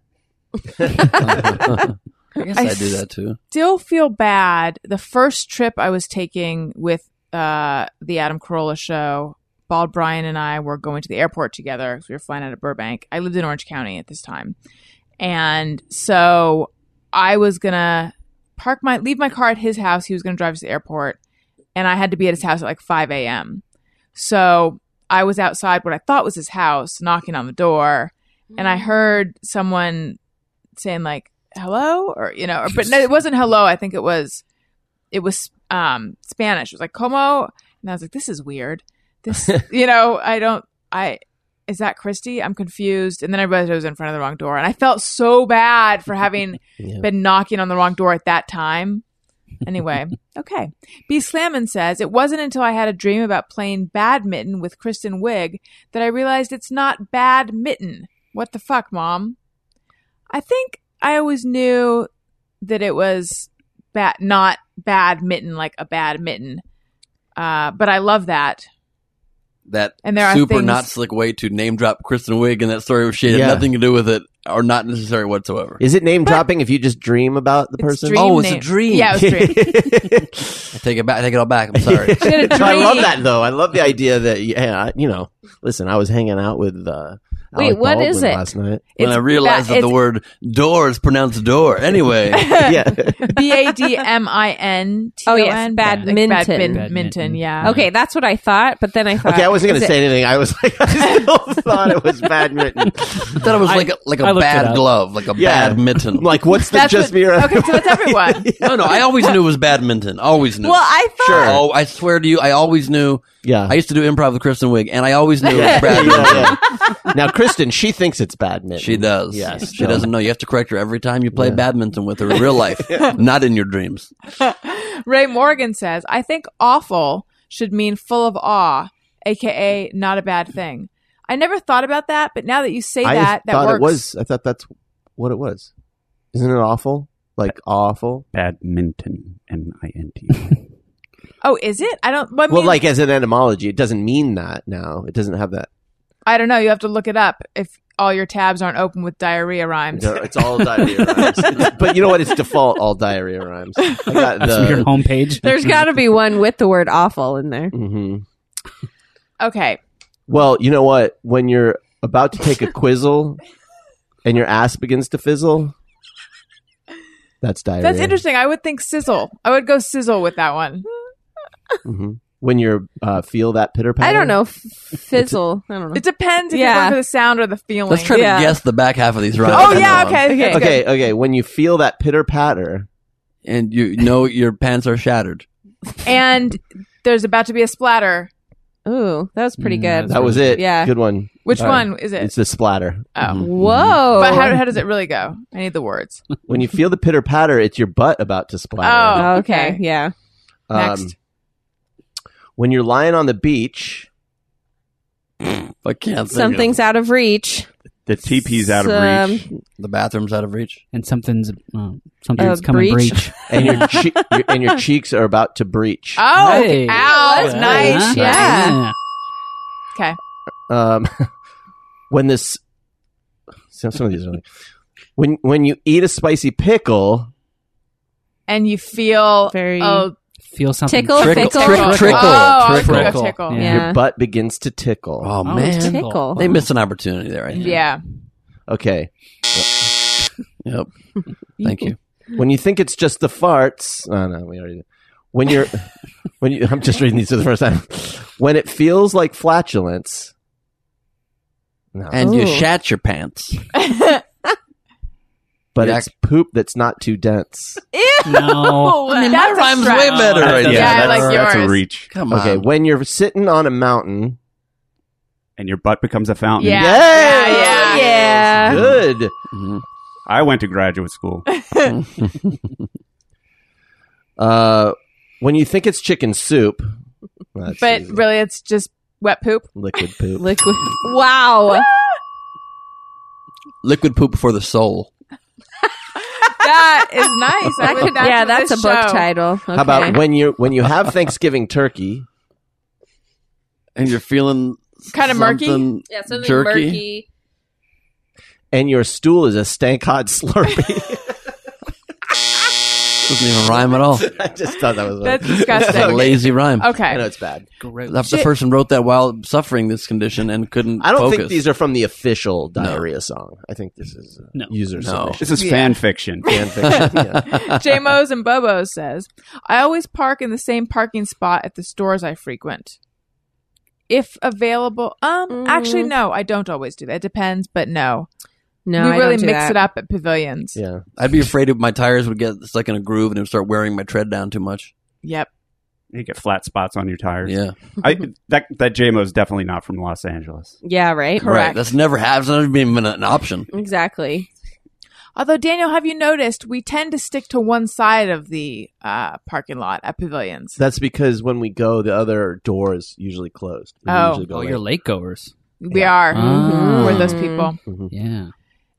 [SPEAKER 4] I guess
[SPEAKER 3] I
[SPEAKER 4] I, do that too.
[SPEAKER 3] still feel bad. The first trip I was taking with uh, the Adam Carolla show, Bald Brian and I were going to the airport together because we were flying out of Burbank. I lived in Orange County at this time, and so I was gonna park my leave my car at his house. He was gonna drive us to the airport, and I had to be at his house at like five a.m. So I was outside what I thought was his house, knocking on the door, and I heard someone saying like hello or you know or, but no it wasn't hello i think it was it was um spanish it was like como and i was like this is weird this you know i don't i is that christy i'm confused and then i realized i was in front of the wrong door and i felt so bad for having
[SPEAKER 1] Yeah.
[SPEAKER 3] been knocking on the wrong door at that time anyway okay b slammin says it wasn't until i had a dream about playing badminton with kristen wig that i realized it's not badminton what the fuck mom I think I always knew that it was bad, not bad mitten, like a bad mitten. Uh, but I love that.
[SPEAKER 4] That
[SPEAKER 3] And there are
[SPEAKER 4] super
[SPEAKER 3] things-
[SPEAKER 4] not slick way to name drop Kristen Wiig in that story of shit had
[SPEAKER 1] Yeah.
[SPEAKER 4] nothing to do with it or not necessary whatsoever.
[SPEAKER 1] Is it name dropping if you just dream about the
[SPEAKER 3] It's
[SPEAKER 1] person?
[SPEAKER 3] dream
[SPEAKER 4] Oh, it's a
[SPEAKER 3] name.
[SPEAKER 4] dream.
[SPEAKER 3] Yeah, it was a dream.
[SPEAKER 4] I take it back. I take it all back. I'm sorry.
[SPEAKER 3] She had a
[SPEAKER 1] No, I
[SPEAKER 3] dream.
[SPEAKER 1] love that though. I love the idea that yeah, I- you know. Listen, I was hanging out with. Uh,
[SPEAKER 5] Wait,
[SPEAKER 1] Alec
[SPEAKER 5] what
[SPEAKER 1] Baldwin
[SPEAKER 5] is it?
[SPEAKER 1] Last night.
[SPEAKER 4] when I realized that the word door is pronounced door. Anyway,
[SPEAKER 1] yeah.
[SPEAKER 3] B A D M I N T O
[SPEAKER 5] Oh,
[SPEAKER 3] N.
[SPEAKER 5] yes, badminton.
[SPEAKER 7] Badminton.
[SPEAKER 3] Badminton, yeah.
[SPEAKER 5] Okay, that's what I thought, but then I thought.
[SPEAKER 1] Okay, I wasn't going
[SPEAKER 5] is
[SPEAKER 1] to
[SPEAKER 5] it-
[SPEAKER 1] say anything. I was like, I still thought it was badminton.
[SPEAKER 4] I thought it was
[SPEAKER 7] I-
[SPEAKER 4] like a, like
[SPEAKER 7] I
[SPEAKER 4] a
[SPEAKER 7] looked it
[SPEAKER 4] bad
[SPEAKER 7] up.
[SPEAKER 4] glove, like a
[SPEAKER 1] Yeah.
[SPEAKER 4] bad mitten.
[SPEAKER 1] I'm like, what's the
[SPEAKER 3] That's
[SPEAKER 1] just
[SPEAKER 3] what-
[SPEAKER 1] me? or
[SPEAKER 3] Okay, so that's everyone.
[SPEAKER 4] no, no, I always knew it was badminton. Always knew.
[SPEAKER 5] Well, I thought.
[SPEAKER 1] Sure.
[SPEAKER 4] Oh, I swear to you, I always knew.
[SPEAKER 1] yeah.
[SPEAKER 4] I used to do improv with Kristen Wiig, and I always knew it was
[SPEAKER 1] Yeah,
[SPEAKER 4] badminton.
[SPEAKER 1] yeah, yeah. Now, Kristen, she thinks it's badminton.
[SPEAKER 4] She does.
[SPEAKER 1] Yes.
[SPEAKER 4] She doesn't know. You have to correct her every time you play badminton with her in real life, not in your dreams.
[SPEAKER 3] Ray Morgan says, I think awful should mean full of awe, aka not a bad thing. I never thought about that, but now that you say
[SPEAKER 1] I
[SPEAKER 3] that, that
[SPEAKER 1] thought
[SPEAKER 3] works.
[SPEAKER 1] it was. I thought that's what it was. Isn't it awful? Like awful.
[SPEAKER 6] Badminton. M I N T.
[SPEAKER 3] Oh, is it? I don't. I mean,
[SPEAKER 1] well, like as an etymology, it doesn't mean that now. It doesn't have that.
[SPEAKER 3] I don't know. You have to look it up if all your tabs aren't open with diarrhea rhymes.
[SPEAKER 1] It's all diarrhea rhymes. but you know what? It's default all diarrhea rhymes. I got
[SPEAKER 7] That's
[SPEAKER 1] the-
[SPEAKER 7] your homepage.
[SPEAKER 5] There's got to be one with the word awful in there.
[SPEAKER 1] Mhm.
[SPEAKER 3] Okay.
[SPEAKER 1] Well, you know what? When you're about to take a quizzle and your ass begins to fizzle, that's diarrhea.
[SPEAKER 3] That's interesting. I would think sizzle. I would go sizzle with that one.
[SPEAKER 1] Mhm. When you uh, feel that pitter patter.
[SPEAKER 5] I don't know. F- fizzle. I don't know.
[SPEAKER 3] It depends if
[SPEAKER 5] Yeah.
[SPEAKER 3] you're going for the sound or the feeling.
[SPEAKER 4] Let's try
[SPEAKER 5] Yeah.
[SPEAKER 4] to guess the back half of these rhymes.
[SPEAKER 3] oh,
[SPEAKER 4] I
[SPEAKER 3] yeah.
[SPEAKER 4] know 'em.
[SPEAKER 3] Okay. Okay.
[SPEAKER 1] Okay, okay. When you feel that pitter patter,
[SPEAKER 4] And you know your pants are shattered.
[SPEAKER 3] And there's about to be a splatter.
[SPEAKER 5] Ooh, that was pretty
[SPEAKER 7] Yeah,
[SPEAKER 5] good.
[SPEAKER 1] that was it.
[SPEAKER 5] Yeah.
[SPEAKER 1] Good one.
[SPEAKER 3] Which
[SPEAKER 1] All right.
[SPEAKER 3] one is it?
[SPEAKER 1] It's mm-hmm. Oh. the splatter.
[SPEAKER 3] oh.
[SPEAKER 5] Whoa.
[SPEAKER 3] But how, how does it really go? I need the words.
[SPEAKER 1] When you feel the pitter patter, it's your butt about to splatter. Um,
[SPEAKER 3] Oh,
[SPEAKER 5] okay.
[SPEAKER 3] okay.
[SPEAKER 5] Yeah.
[SPEAKER 3] Next.
[SPEAKER 1] when you're lying on the beach,
[SPEAKER 4] I can't think of-
[SPEAKER 5] Something's out of reach.
[SPEAKER 6] The teepee's out of
[SPEAKER 5] Some-
[SPEAKER 6] reach.
[SPEAKER 4] The bathroom's out of reach.
[SPEAKER 7] and something's uh, something's
[SPEAKER 5] A
[SPEAKER 7] coming
[SPEAKER 5] breach.
[SPEAKER 7] breach.
[SPEAKER 1] and your, che- your and your cheeks are about to breach.
[SPEAKER 3] Oh,
[SPEAKER 7] Hey.
[SPEAKER 3] ow, that's
[SPEAKER 7] Yeah.
[SPEAKER 3] nice. Yeah.
[SPEAKER 7] Yeah.
[SPEAKER 3] Okay.
[SPEAKER 1] um, when this some, some of these are like, when when you eat a spicy pickle
[SPEAKER 3] And you feel
[SPEAKER 5] Very-
[SPEAKER 3] oh,
[SPEAKER 7] Feel something.
[SPEAKER 5] Tickle,
[SPEAKER 7] Trick-
[SPEAKER 5] Pickle?
[SPEAKER 4] trick,
[SPEAKER 3] oh,
[SPEAKER 4] trickle,
[SPEAKER 3] I was
[SPEAKER 4] trickle.
[SPEAKER 3] thinking of tickle.
[SPEAKER 7] Yeah.
[SPEAKER 3] Yeah.
[SPEAKER 1] your butt begins to tickle
[SPEAKER 4] Oh,
[SPEAKER 7] Oh,
[SPEAKER 4] man,
[SPEAKER 7] tickle.
[SPEAKER 5] Tickle.
[SPEAKER 4] they missed an opportunity there. Right?
[SPEAKER 1] okay
[SPEAKER 4] Yep. Thank you.
[SPEAKER 1] when you think it's just the farts oh no we already when you're when you i'm just reading these for the first time when it feels like flatulence no,
[SPEAKER 4] And you
[SPEAKER 5] Ooh.
[SPEAKER 4] shat your pants.
[SPEAKER 1] but
[SPEAKER 4] Yeah.
[SPEAKER 1] it's poop that's not too dense
[SPEAKER 5] Oh,
[SPEAKER 7] No.
[SPEAKER 3] Oh, I mean,
[SPEAKER 4] That rhymes way better.
[SPEAKER 7] That
[SPEAKER 4] right there.
[SPEAKER 6] yeah,
[SPEAKER 7] does-
[SPEAKER 3] Yeah, I
[SPEAKER 6] that's,
[SPEAKER 3] like
[SPEAKER 6] that's a
[SPEAKER 3] yours.
[SPEAKER 6] reach.
[SPEAKER 4] Come on.
[SPEAKER 1] okay when you're sitting on a mountain
[SPEAKER 6] And your butt becomes a fountain.
[SPEAKER 3] Yeah.
[SPEAKER 1] Yay!
[SPEAKER 3] Yeah, yeah. Uh.
[SPEAKER 5] Yeah.
[SPEAKER 1] good
[SPEAKER 4] Mhm.
[SPEAKER 6] I went to graduate school.
[SPEAKER 1] uh when you think it's chicken soup that's
[SPEAKER 3] But
[SPEAKER 1] easy.
[SPEAKER 3] really, it's just wet poop.
[SPEAKER 1] liquid poop
[SPEAKER 5] Liquid. Wow.
[SPEAKER 4] Liquid poop for the soul.
[SPEAKER 3] That is nice. I would, that's
[SPEAKER 5] yeah,
[SPEAKER 3] what
[SPEAKER 5] that's a
[SPEAKER 3] this
[SPEAKER 5] book
[SPEAKER 3] show-
[SPEAKER 5] title. Okay.
[SPEAKER 1] How about when you when you have Thanksgiving turkey?
[SPEAKER 4] And you're feeling
[SPEAKER 3] Kinda murky?
[SPEAKER 4] something
[SPEAKER 5] yeah, something
[SPEAKER 4] jerky.
[SPEAKER 5] murky.
[SPEAKER 1] and your stool is a stank hot Slurpee.
[SPEAKER 4] Doesn't even rhyme at all.
[SPEAKER 1] I just thought that was
[SPEAKER 3] That's
[SPEAKER 4] It's a
[SPEAKER 3] disgusting.
[SPEAKER 4] lazy rhyme.
[SPEAKER 1] I know
[SPEAKER 3] Okay.
[SPEAKER 1] it's bad.
[SPEAKER 4] The- The person wrote that while suffering this condition and couldn't.
[SPEAKER 1] I don't
[SPEAKER 4] focus.
[SPEAKER 1] think these are from the official diarrhea song. I think this is a
[SPEAKER 7] No.
[SPEAKER 1] user submission.
[SPEAKER 6] This is fan fiction.
[SPEAKER 1] Fan fiction. Yeah.
[SPEAKER 3] J Mo's and Bobo's says, I always park in the same parking spot at the stores I frequent. If available, um,
[SPEAKER 5] Mm.
[SPEAKER 3] actually, no, I don't always do that. It depends, but no.
[SPEAKER 5] No,
[SPEAKER 3] we
[SPEAKER 5] I
[SPEAKER 3] really
[SPEAKER 5] don't do
[SPEAKER 3] mix
[SPEAKER 5] that.
[SPEAKER 3] it up at pavilions.
[SPEAKER 1] yeah.
[SPEAKER 4] I'd be afraid if my tires would get stuck in a groove and it would start wearing my tread down too much.
[SPEAKER 3] Yep.
[SPEAKER 6] You get flat spots on your tires.
[SPEAKER 4] Yeah,
[SPEAKER 6] I, that that JMO is definitely not from Los Angeles.
[SPEAKER 5] Yeah, right.
[SPEAKER 4] right. That's never happened. It's never even an option.
[SPEAKER 5] Exactly.
[SPEAKER 3] Although, Daniel, have you noticed we tend to stick to one side of the uh, parking lot at pavilions?
[SPEAKER 1] That's because when we go, the other door is usually closed. We
[SPEAKER 3] Oh.
[SPEAKER 1] usually go
[SPEAKER 7] Oh,
[SPEAKER 1] like-
[SPEAKER 7] you're lategoers.
[SPEAKER 3] We are.
[SPEAKER 5] Mm-hmm.
[SPEAKER 7] Ah.
[SPEAKER 3] We're those people.
[SPEAKER 7] Yeah.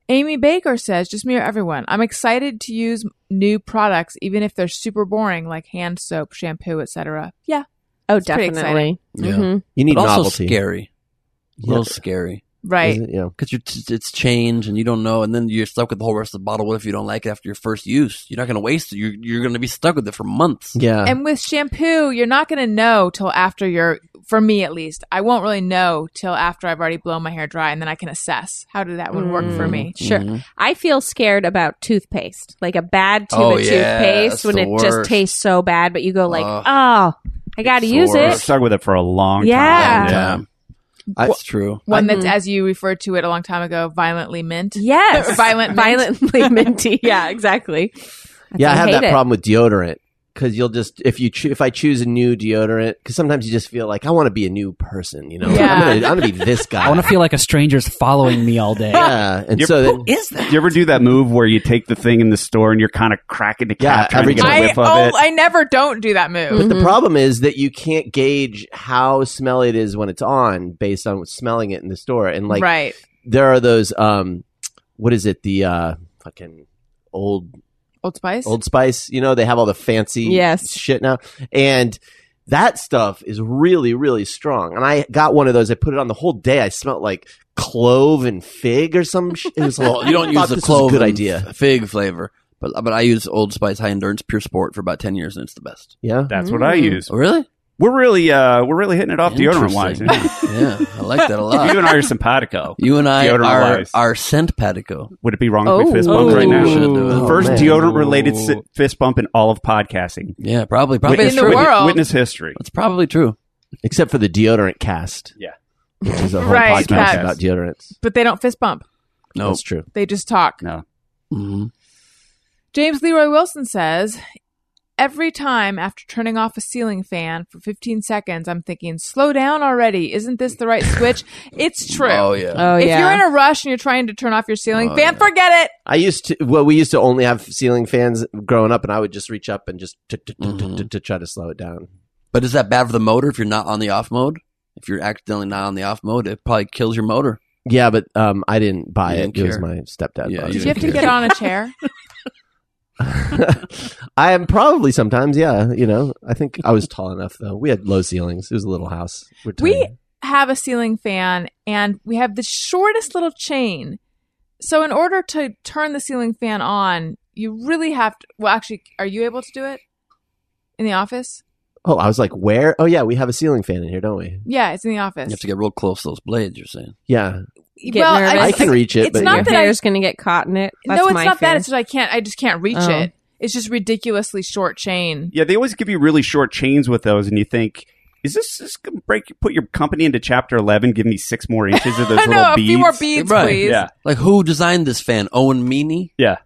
[SPEAKER 3] Amy Baker says, just me or everyone, I'm excited to use new products, even if they're super boring, like hand soap, shampoo, etc. Yeah.
[SPEAKER 5] Oh,
[SPEAKER 3] pretty
[SPEAKER 5] definitely.
[SPEAKER 4] Yeah.
[SPEAKER 5] Mhm.
[SPEAKER 1] you need
[SPEAKER 4] But also
[SPEAKER 1] novelty.
[SPEAKER 4] scary. A
[SPEAKER 1] Yeah.
[SPEAKER 4] little scary
[SPEAKER 3] Right.
[SPEAKER 1] Is it? Yeah.
[SPEAKER 4] because t- it's change and you don't know, and then you're stuck with the whole rest of the bottle. What if you don't like it after your first use? You're not going to waste it. You're you're going to be stuck with it for months.
[SPEAKER 1] Yeah.
[SPEAKER 3] And with shampoo, you're not going to know till after your, for me at least, I won't really know till after I've already blown my hair dry and then I can assess how did that one work for
[SPEAKER 5] Mm.
[SPEAKER 3] me.
[SPEAKER 5] Sure.
[SPEAKER 4] Mhm.
[SPEAKER 5] I feel scared about toothpaste, like a bad tube
[SPEAKER 4] Oh,
[SPEAKER 5] of
[SPEAKER 4] yeah, it's
[SPEAKER 5] toothpaste when
[SPEAKER 4] the
[SPEAKER 5] it
[SPEAKER 4] worst.
[SPEAKER 5] just tastes so bad, but you go like,
[SPEAKER 4] Ugh.
[SPEAKER 5] oh, I got to
[SPEAKER 4] It's
[SPEAKER 5] use
[SPEAKER 4] the
[SPEAKER 6] I
[SPEAKER 5] it.
[SPEAKER 4] worst.
[SPEAKER 6] uh, stuck with it for a long
[SPEAKER 5] Yeah.
[SPEAKER 6] time.
[SPEAKER 4] Damn.
[SPEAKER 1] I-
[SPEAKER 4] That's true.
[SPEAKER 3] One
[SPEAKER 5] I-
[SPEAKER 3] that's, as you referred to it a long time ago, violently mint.
[SPEAKER 5] Yes,
[SPEAKER 3] Violent mint.
[SPEAKER 5] violently minty. Yeah, exactly.
[SPEAKER 1] yeah, I have
[SPEAKER 5] hate
[SPEAKER 1] that
[SPEAKER 5] it.
[SPEAKER 1] problem with deodorant because you'll just if you cho- if I choose a new deodorant because sometimes you just feel like I want to be a new person. You know,
[SPEAKER 3] Yeah.
[SPEAKER 1] I'm, gonna, I'm gonna be this guy.
[SPEAKER 7] I want to feel like a stranger's following me all day.
[SPEAKER 1] yeah, and
[SPEAKER 6] You're-
[SPEAKER 1] so then,
[SPEAKER 4] Is that?
[SPEAKER 6] Do you ever do that move where you take the thing in the store and you're kind of cracking the
[SPEAKER 1] Yeah,
[SPEAKER 6] cap, trying
[SPEAKER 1] every
[SPEAKER 6] to get
[SPEAKER 1] time.
[SPEAKER 6] a
[SPEAKER 3] I,
[SPEAKER 6] whiff of
[SPEAKER 3] oh,
[SPEAKER 6] it?
[SPEAKER 3] I never don't do that move.
[SPEAKER 1] But the problem is that you can't gauge how smelly it is when it's on based on smelling it in the store. And like
[SPEAKER 3] right.
[SPEAKER 1] there are those um what is it? The uh fucking old
[SPEAKER 3] Old Spice?
[SPEAKER 1] old spice, you know, they have all the fancy
[SPEAKER 5] Yes.
[SPEAKER 1] shit now. And that stuff is really, really strong. And I got one of those. I put it on the whole day. I smelled like clove and fig or some shit. It was like,
[SPEAKER 4] Well, you
[SPEAKER 1] I
[SPEAKER 4] don't use
[SPEAKER 1] thought
[SPEAKER 4] the
[SPEAKER 1] this was
[SPEAKER 4] clove.
[SPEAKER 1] a good
[SPEAKER 4] and
[SPEAKER 1] idea.
[SPEAKER 4] f- Fig flavor, but but I use Old Spice High Endurance Pure Sport for about ten years, and it's the best.
[SPEAKER 1] Yeah.
[SPEAKER 6] That's what I
[SPEAKER 5] Mm.
[SPEAKER 6] use.
[SPEAKER 4] Oh, really?
[SPEAKER 6] We're really uh, we're really hitting it off deodorant wise.
[SPEAKER 4] Interesting. Yeah, I like that a
[SPEAKER 6] you
[SPEAKER 4] lot.
[SPEAKER 6] and I are simpatico.
[SPEAKER 4] You and I
[SPEAKER 6] Deodorant
[SPEAKER 4] are
[SPEAKER 6] wise.
[SPEAKER 4] are scent patico.
[SPEAKER 6] Would it be wrong if we fist bump
[SPEAKER 5] Oh.
[SPEAKER 6] right now?
[SPEAKER 4] We should do it.
[SPEAKER 6] The first
[SPEAKER 1] Oh, man.
[SPEAKER 6] deodorant related si- fist bump in all of podcasting.
[SPEAKER 4] Yeah, probably, probably
[SPEAKER 3] Wait,
[SPEAKER 4] it's
[SPEAKER 3] in the
[SPEAKER 4] true.
[SPEAKER 3] world-
[SPEAKER 6] Witness history.
[SPEAKER 4] That's probably true.
[SPEAKER 1] Except for the deodorant cast.
[SPEAKER 6] Yeah.
[SPEAKER 1] Which is a whole
[SPEAKER 3] Right,
[SPEAKER 1] podcast
[SPEAKER 6] that-
[SPEAKER 1] about deodorants.
[SPEAKER 3] But they don't fist bump.
[SPEAKER 4] No,
[SPEAKER 1] That's true.
[SPEAKER 3] They just talk.
[SPEAKER 6] No.
[SPEAKER 4] Mhm.
[SPEAKER 3] James Leroy Wilson says, Every time after turning off a ceiling fan for 15 seconds, I'm thinking, slow down already. Isn't this the right switch? it's true.
[SPEAKER 4] Oh yeah.
[SPEAKER 5] Oh
[SPEAKER 3] if
[SPEAKER 5] yeah.
[SPEAKER 3] you're in a rush and you're trying to turn off your ceiling
[SPEAKER 4] Oh,
[SPEAKER 3] fan,
[SPEAKER 4] yeah.
[SPEAKER 3] forget it.
[SPEAKER 1] I used to well, we used to only have ceiling fans growing up, and I would just reach up and just tick, tick, tick, tick,
[SPEAKER 4] Mhm.
[SPEAKER 1] tick, tick, try to slow it down.
[SPEAKER 4] But is that bad for the motor if you're not on the off mode? If you're accidentally not on the off mode, it probably kills your motor.
[SPEAKER 1] Yeah, but um, I didn't buy
[SPEAKER 4] You
[SPEAKER 1] it.
[SPEAKER 4] didn't
[SPEAKER 1] It was
[SPEAKER 4] care.
[SPEAKER 1] my stepdad. bought
[SPEAKER 4] Yeah, you
[SPEAKER 1] it.
[SPEAKER 3] Did you have to
[SPEAKER 4] Yeah.
[SPEAKER 3] get on a chair?
[SPEAKER 1] I am probably sometimes, yeah. You know, I think I was tall enough though. We had low ceilings. It was a little house. We're
[SPEAKER 3] We-
[SPEAKER 1] tiny.
[SPEAKER 3] have a ceiling fan and we have the shortest little chain. So in order to turn the ceiling fan on, you really have to well actually are you able to do it in the office?
[SPEAKER 1] oh, I was like, where? Oh yeah, we have a ceiling fan in here, don't we?
[SPEAKER 3] Yeah, it's in the office.
[SPEAKER 4] You have to get real close to those blades. You're saying
[SPEAKER 1] Yeah,
[SPEAKER 5] Get nervous.
[SPEAKER 1] I
[SPEAKER 5] It's
[SPEAKER 1] can
[SPEAKER 5] like-
[SPEAKER 1] reach it.
[SPEAKER 3] it's
[SPEAKER 1] but
[SPEAKER 3] not
[SPEAKER 1] yeah.
[SPEAKER 3] that I-
[SPEAKER 5] Hair's going to get caught in it. That's
[SPEAKER 3] no, it's
[SPEAKER 5] my
[SPEAKER 3] not
[SPEAKER 5] fear.
[SPEAKER 3] that. It's just I can't. I just can't reach
[SPEAKER 5] Oh.
[SPEAKER 3] it. It's just ridiculously short chain.
[SPEAKER 6] Yeah, they always give you really short chains with those, and you think, is this just gonna break? Put your company into chapter eleven. Give me six more inches of those
[SPEAKER 3] I
[SPEAKER 6] little
[SPEAKER 3] know Oh, a
[SPEAKER 6] beads.
[SPEAKER 3] few more beads,
[SPEAKER 4] Right,
[SPEAKER 3] please.
[SPEAKER 6] Yeah,
[SPEAKER 4] like who designed this fan? Owen Meany.
[SPEAKER 6] yeah.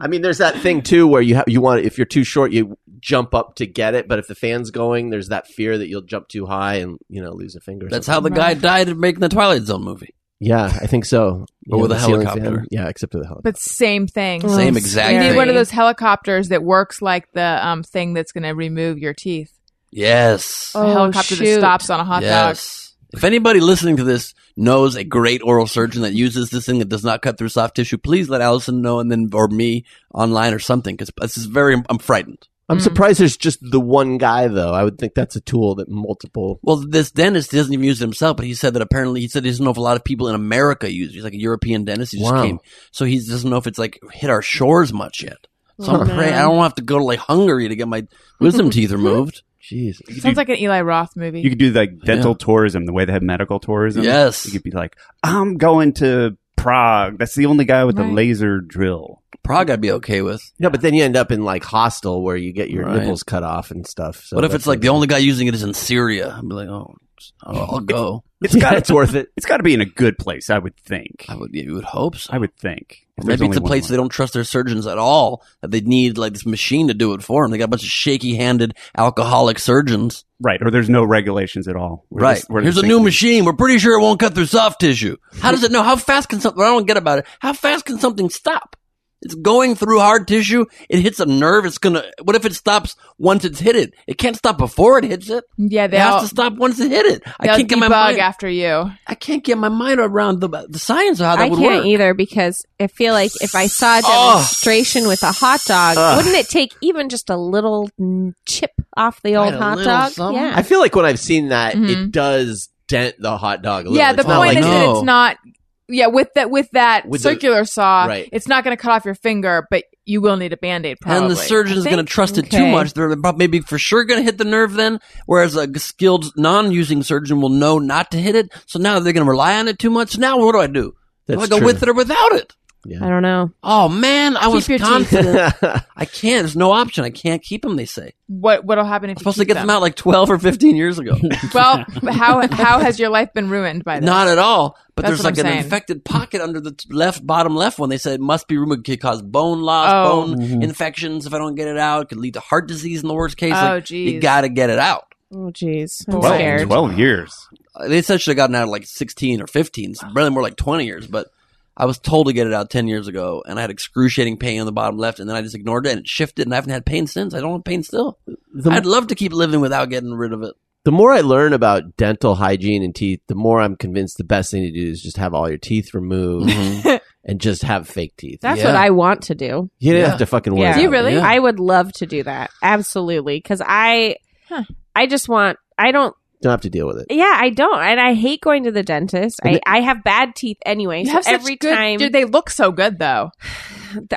[SPEAKER 1] I mean, there's that thing too where you ha- you want if you're too short, you jump up to get it, but if the fan's going, there's that fear that you'll jump too high and you know lose a finger. or
[SPEAKER 4] That's
[SPEAKER 1] something.
[SPEAKER 4] how the guy died in making the Twilight Zone movie.
[SPEAKER 1] Yeah, I think so.
[SPEAKER 4] But
[SPEAKER 1] Yeah,
[SPEAKER 4] with
[SPEAKER 1] the
[SPEAKER 4] a
[SPEAKER 1] ceiling
[SPEAKER 4] helicopter.
[SPEAKER 1] fan. Yeah, except for the helicopter.
[SPEAKER 3] But same thing.
[SPEAKER 5] Oh,
[SPEAKER 4] Same
[SPEAKER 5] scary.
[SPEAKER 4] exact
[SPEAKER 3] You need
[SPEAKER 4] thing.
[SPEAKER 3] one of those helicopters that works like the um, thing that's going to remove your teeth.
[SPEAKER 4] Yes.
[SPEAKER 3] a
[SPEAKER 5] Oh,
[SPEAKER 3] helicopter
[SPEAKER 5] shoot.
[SPEAKER 3] that stops on a hot dog.
[SPEAKER 4] yes. If anybody listening to this knows a great oral surgeon that uses this thing that does not cut through soft tissue, please let Allison know and then or me online or something because this is very. I'm frightened.
[SPEAKER 1] I'm
[SPEAKER 3] Mm.
[SPEAKER 1] surprised there's just the one guy though. I would think that's a tool that multiple.
[SPEAKER 4] Well, this dentist doesn't even use it himself, but he said that apparently he said he doesn't know if a lot of people in America use. it. He's like a European dentist. He just
[SPEAKER 1] Wow.
[SPEAKER 4] came, so he doesn't know if it's like hit our shores much yet. So
[SPEAKER 1] Huh.
[SPEAKER 4] I'm praying I don't have to go to like Hungary to get my wisdom teeth removed.
[SPEAKER 1] Jeez.
[SPEAKER 6] You could,
[SPEAKER 3] Sounds
[SPEAKER 6] do,
[SPEAKER 3] like an Eli Roth movie.
[SPEAKER 6] you could do like dental tourism, the way they have medical tourism.
[SPEAKER 4] Yes.
[SPEAKER 6] you could be like, I'm going to Prague. That's the only guy with a
[SPEAKER 3] Right.
[SPEAKER 6] laser drill.
[SPEAKER 4] Prague, I'd be okay with.
[SPEAKER 1] No, but then you end up in like hostel where you get your
[SPEAKER 4] Right.
[SPEAKER 1] nipples cut off and stuff. So
[SPEAKER 4] what if it's like the
[SPEAKER 1] only?
[SPEAKER 4] only guy using it is in Syria? I'd be like, oh, I'll, I'll go.
[SPEAKER 6] It's got
[SPEAKER 1] it's worth it.
[SPEAKER 6] It's got to be in a good place, I would think.
[SPEAKER 4] I would, you would hope so.
[SPEAKER 6] I would think. If there's
[SPEAKER 4] Maybe it's
[SPEAKER 6] only
[SPEAKER 4] a
[SPEAKER 6] one
[SPEAKER 4] place they
[SPEAKER 6] left.
[SPEAKER 4] don't trust their surgeons at all. That they need like this machine to do it for them. They got a bunch of shaky-handed alcoholic surgeons.
[SPEAKER 6] Right, or there's no regulations at all. We're
[SPEAKER 4] right.
[SPEAKER 6] just- we're
[SPEAKER 4] Here's
[SPEAKER 6] just
[SPEAKER 4] a new
[SPEAKER 6] thinking-
[SPEAKER 4] machine. We're pretty sure it won't cut through soft tissue. How does it know? How fast can something? I don't get about it. How fast can something stop? It's going through hard tissue. It hits a nerve. It's gonna. What if it stops once it's hit it? It can't stop before it hits it.
[SPEAKER 3] yeah,
[SPEAKER 4] it
[SPEAKER 3] they
[SPEAKER 4] has
[SPEAKER 3] all,
[SPEAKER 4] to stop once it hit it. I
[SPEAKER 3] they'll
[SPEAKER 4] can't get my
[SPEAKER 3] debug
[SPEAKER 4] mind.
[SPEAKER 3] after you.
[SPEAKER 4] I can't get my mind around the the science of how that
[SPEAKER 5] I
[SPEAKER 4] would
[SPEAKER 5] can't
[SPEAKER 4] work.
[SPEAKER 5] either because I feel like if I saw a
[SPEAKER 4] Ugh.
[SPEAKER 5] demonstration with a hot dog, wouldn't it take even just a little mm, chip off the old
[SPEAKER 4] a
[SPEAKER 5] hot
[SPEAKER 4] little
[SPEAKER 5] dog?
[SPEAKER 4] something.
[SPEAKER 5] Yeah.
[SPEAKER 1] I feel like when I've seen that, it
[SPEAKER 5] Mm-hmm.
[SPEAKER 3] Mhm.
[SPEAKER 1] does dent the hot dog a little.
[SPEAKER 3] Yeah,
[SPEAKER 1] It's
[SPEAKER 3] the
[SPEAKER 1] not
[SPEAKER 3] point
[SPEAKER 1] like
[SPEAKER 3] is that
[SPEAKER 4] No.
[SPEAKER 3] it's not. Yeah, with that with that
[SPEAKER 1] With the-
[SPEAKER 3] circular saw,
[SPEAKER 1] right.
[SPEAKER 3] it's not going to cut off your finger, but you will need a band aid.
[SPEAKER 4] And the surgeon is
[SPEAKER 5] think-
[SPEAKER 4] going to trust it too
[SPEAKER 5] okay.
[SPEAKER 4] much. They're prob- maybe for sure going to hit the nerve then, whereas a skilled non-using surgeon will know not to hit it. So now they're going to rely on it too much. Now what do I do? Do I
[SPEAKER 1] That's
[SPEAKER 4] go
[SPEAKER 1] true.
[SPEAKER 4] with it or without it?
[SPEAKER 5] I don't know.
[SPEAKER 4] Oh man, I was
[SPEAKER 3] your teeth.
[SPEAKER 4] confident. I can't. There's no option. I can't keep them. They say
[SPEAKER 3] What what'll happen if you
[SPEAKER 4] I'm supposed to
[SPEAKER 3] keep
[SPEAKER 4] get them out like 12 or 15 years ago.
[SPEAKER 3] Well, how how has your life been ruined by this?
[SPEAKER 4] Not at all. But
[SPEAKER 3] That's
[SPEAKER 4] there's
[SPEAKER 3] what I'm
[SPEAKER 4] like an
[SPEAKER 3] saying.
[SPEAKER 4] infected pocket under the t- left bottom left one. They said it must be rumored could cause bone loss,
[SPEAKER 3] Oh.
[SPEAKER 4] bone
[SPEAKER 1] Mm-hmm.
[SPEAKER 4] infections. If I don't get it out, could lead to heart disease in the worst case.
[SPEAKER 3] Oh,
[SPEAKER 4] Like, You
[SPEAKER 3] geez.
[SPEAKER 4] got to get it out.
[SPEAKER 5] Oh, jeez. I'm
[SPEAKER 3] Well,
[SPEAKER 6] Twelve-
[SPEAKER 5] scared.
[SPEAKER 6] 12 years.
[SPEAKER 4] Uh, They said should have gotten out at like 16 or 15, so really more like 20 years. But I was told to get it out 10 years ago, and I had excruciating pain on the bottom left, and then I just ignored it, and it shifted, and I haven't had pain since. I don't have pain still.
[SPEAKER 1] the,
[SPEAKER 4] I'd love to keep living without getting rid of it.
[SPEAKER 1] the more I learn about dental hygiene and teeth, the more I'm convinced the best thing to do is just have all your teeth removed
[SPEAKER 4] Mm-hmm.
[SPEAKER 1] and just have fake teeth.
[SPEAKER 5] That's
[SPEAKER 4] Yeah.
[SPEAKER 5] what I want to do.
[SPEAKER 1] you didn't
[SPEAKER 4] Yeah.
[SPEAKER 1] have to fucking worry.
[SPEAKER 5] Yeah.
[SPEAKER 1] about
[SPEAKER 3] Do you
[SPEAKER 1] it.
[SPEAKER 3] really?
[SPEAKER 4] Yeah.
[SPEAKER 5] I would love to do that. Absolutely. Because I,
[SPEAKER 3] Huh.
[SPEAKER 5] I just want, I don't,
[SPEAKER 1] Don't have to deal with it.
[SPEAKER 5] yeah, I don't. And I hate going to the dentist. I, I have bad teeth anyway.
[SPEAKER 3] You
[SPEAKER 5] so
[SPEAKER 3] have such
[SPEAKER 5] every
[SPEAKER 3] good-
[SPEAKER 5] time.
[SPEAKER 3] dude, they look so good though.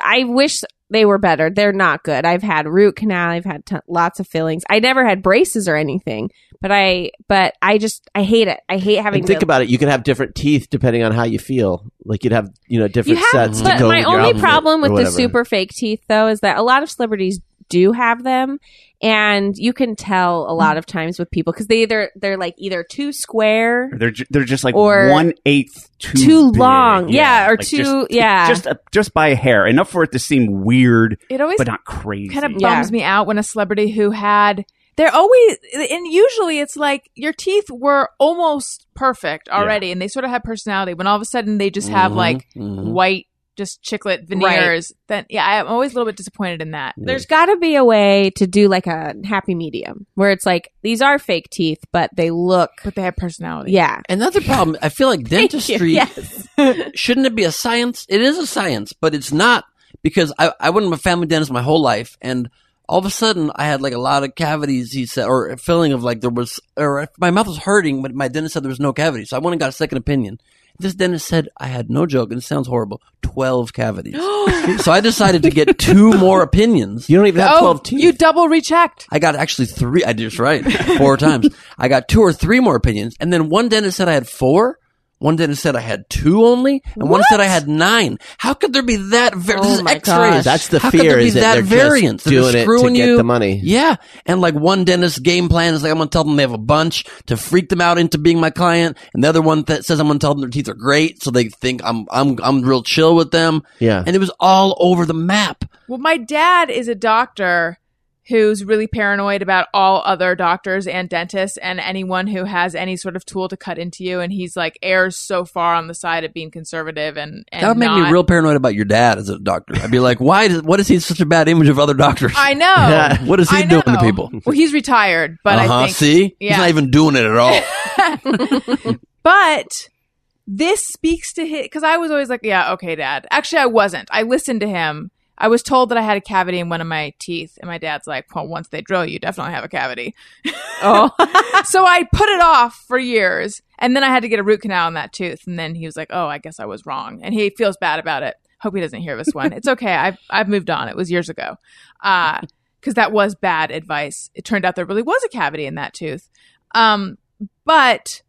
[SPEAKER 5] I wish they were better. They're not good. I've had root canal. I've had t- lots of fillings. I never had braces or anything. But I, but I just, I hate it. I hate having.
[SPEAKER 1] And think
[SPEAKER 5] to,
[SPEAKER 1] about it. You could have different teeth depending on how you feel. Like you'd have, you know,
[SPEAKER 5] you
[SPEAKER 1] different
[SPEAKER 5] have,
[SPEAKER 1] sets to
[SPEAKER 5] but
[SPEAKER 1] go
[SPEAKER 5] my
[SPEAKER 1] with your
[SPEAKER 5] only
[SPEAKER 1] outfit
[SPEAKER 5] problem
[SPEAKER 1] or
[SPEAKER 5] with the
[SPEAKER 1] whatever.
[SPEAKER 5] super fake teeth though is that a lot of celebrities do have them, and you can tell a lot of times with people because they either they're like either too square.
[SPEAKER 6] They're ju- they're just like
[SPEAKER 5] Or
[SPEAKER 6] one eighth too
[SPEAKER 5] too
[SPEAKER 6] big.
[SPEAKER 5] long. Yeah, or
[SPEAKER 6] like
[SPEAKER 5] too-
[SPEAKER 6] just-
[SPEAKER 5] yeah.
[SPEAKER 6] just a, just by a hair, enough for it to seem weird,
[SPEAKER 3] It always
[SPEAKER 6] but not crazy.
[SPEAKER 3] kind of bums
[SPEAKER 5] Yeah.
[SPEAKER 3] me out when a celebrity who had they're always and usually it's like your teeth were Mm-hmm.
[SPEAKER 4] Mm-hmm.
[SPEAKER 3] almost perfect already and they sort of had personality when all of a sudden they just have like
[SPEAKER 4] Mhm, mhm.
[SPEAKER 3] white just chiclet veneers, then yeah, I'm always a little bit disappointed in that.
[SPEAKER 5] There's got to be a way to do like a happy medium where it's like these are fake teeth, but they look.
[SPEAKER 3] But they have personality.
[SPEAKER 5] Yeah.
[SPEAKER 4] Another problem, I feel like
[SPEAKER 5] Thank you.
[SPEAKER 4] dentistry
[SPEAKER 5] Yes.
[SPEAKER 4] shouldn't it be a science? It is a science, but it's not because I, I went to a family dentist my whole life and all of a sudden I had like a lot of cavities, he said, or a feeling of like there was, or my mouth was hurting, but my dentist said there was no cavity. So I went and got a second opinion. This dentist said I had no joke, and it sounds horrible, 12 cavities. so I decided to get two more opinions.
[SPEAKER 1] You don't even have
[SPEAKER 3] Oh,
[SPEAKER 1] 12 teeth.
[SPEAKER 3] you double rechecked.
[SPEAKER 4] I got actually three. I did this right four times. I got two or three more opinions, and then one dentist said I had four. One dentist said I had two only, and one said I had nine. How could there be that? Ver-
[SPEAKER 5] Oh
[SPEAKER 4] this is
[SPEAKER 5] my
[SPEAKER 4] X-rays.
[SPEAKER 5] gosh.
[SPEAKER 1] That's the
[SPEAKER 4] How could
[SPEAKER 1] fear
[SPEAKER 4] there be
[SPEAKER 1] is that
[SPEAKER 4] that
[SPEAKER 1] they're
[SPEAKER 4] variance?
[SPEAKER 1] just
[SPEAKER 4] That they're
[SPEAKER 1] doing it to
[SPEAKER 4] screwing
[SPEAKER 1] get
[SPEAKER 4] you.
[SPEAKER 1] the money.
[SPEAKER 4] Yeah, and like one dentist's game plan is like I'm gonna tell them they have a bunch to freak them out into being my client, and the other one that says I'm gonna tell them their teeth are great, so they think I'm I'm I'm real chill with them.
[SPEAKER 1] Yeah.
[SPEAKER 4] and it was all over the map.
[SPEAKER 3] Well, my dad is a doctor who's really paranoid about all other doctors and dentists and anyone who has any sort of tool to cut into you. And he's like errs so far on the side of being conservative and, and
[SPEAKER 4] that would make
[SPEAKER 3] not-
[SPEAKER 4] me real paranoid about your dad as a doctor. I'd be like, why? Does, what is he such a bad image of other doctors?
[SPEAKER 3] I know.
[SPEAKER 1] Yeah.
[SPEAKER 4] what is he
[SPEAKER 3] Oh, I
[SPEAKER 4] doing to
[SPEAKER 3] know.
[SPEAKER 4] people?
[SPEAKER 3] Well, he's retired, but
[SPEAKER 4] uh-huh,
[SPEAKER 3] I think
[SPEAKER 4] see,
[SPEAKER 3] yeah.
[SPEAKER 4] he's not even doing it at all.
[SPEAKER 3] But this speaks to his because I was always like, yeah, okay, dad. Actually, I wasn't. I listened to him. I was told that I had a cavity in one of my teeth, and my dad's like, well, once they drill, you definitely have a cavity.
[SPEAKER 5] Oh.
[SPEAKER 3] so I put it off for years, and then I had to get a root canal on that tooth, and then he was like, oh, I guess I was wrong, and he feels bad about it. Hope he doesn't hear this one. It's okay. I've I've moved on. It was years ago. Uh, because that was bad advice. It turned out there really was a cavity in that tooth. Um, but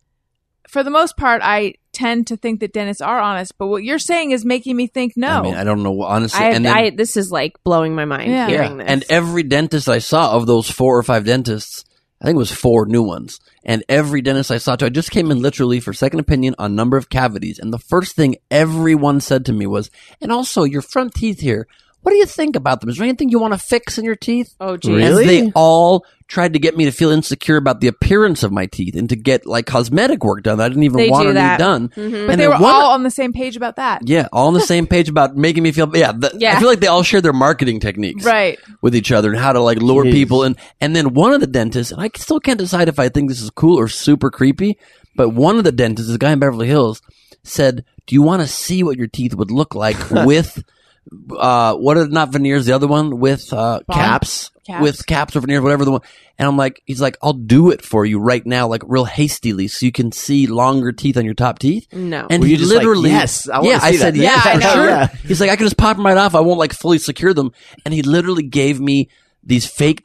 [SPEAKER 3] for the most part, I tend to think that dentists are honest. But what you're saying is making me think no.
[SPEAKER 4] I mean, I don't know honestly.
[SPEAKER 5] I,
[SPEAKER 4] and then,
[SPEAKER 5] I, this is like blowing my mind
[SPEAKER 3] Yeah.
[SPEAKER 5] hearing this.
[SPEAKER 4] and every dentist I saw of those four or five dentists, I think it was four new ones, and every dentist I saw to, I just came in literally for second opinion on number of cavities, and the first thing everyone said to me was, and also your front teeth here. What do you think about them? Is there anything you want to fix in your teeth?
[SPEAKER 5] oh, geez.
[SPEAKER 1] Really?
[SPEAKER 4] And they all tried to get me to feel insecure about the appearance of my teeth and to get like cosmetic work done. that I didn't even
[SPEAKER 5] They
[SPEAKER 4] want
[SPEAKER 5] do
[SPEAKER 4] any
[SPEAKER 5] that. Mm-hmm.
[SPEAKER 4] done.
[SPEAKER 3] but
[SPEAKER 4] And
[SPEAKER 3] they
[SPEAKER 4] then
[SPEAKER 3] were
[SPEAKER 4] one-
[SPEAKER 3] all on the same page about that,
[SPEAKER 4] yeah, all on the same page about making me feel yeah, the,
[SPEAKER 5] Yeah.
[SPEAKER 4] I feel like they all share their marketing techniques
[SPEAKER 3] right?
[SPEAKER 4] with each other and how to like lure
[SPEAKER 1] Jeez.
[SPEAKER 4] people and and then one of the dentists and I still can't decide if I think this is cool or super creepy, but one of the dentists, this guy in Beverly Hills, said, "Do you want to see what your teeth would look like with uh what are not veneers the other one with uh
[SPEAKER 3] Bond?
[SPEAKER 4] caps,
[SPEAKER 3] Caps.
[SPEAKER 4] with caps or veneers whatever the one and I'm like he's like I'll do it for you right now like real hastily so you can see longer teeth on your top teeth
[SPEAKER 5] No.
[SPEAKER 4] and
[SPEAKER 1] Were
[SPEAKER 4] he
[SPEAKER 1] you just like,
[SPEAKER 4] literally
[SPEAKER 1] "Yes, I wanna
[SPEAKER 4] yeah I
[SPEAKER 1] see that."
[SPEAKER 4] said yes
[SPEAKER 1] Yeah, I
[SPEAKER 4] for
[SPEAKER 1] know.
[SPEAKER 4] sure
[SPEAKER 1] Yeah.
[SPEAKER 4] He's like, I can just pop them right off. I won't like fully secure them. And he literally gave me these fake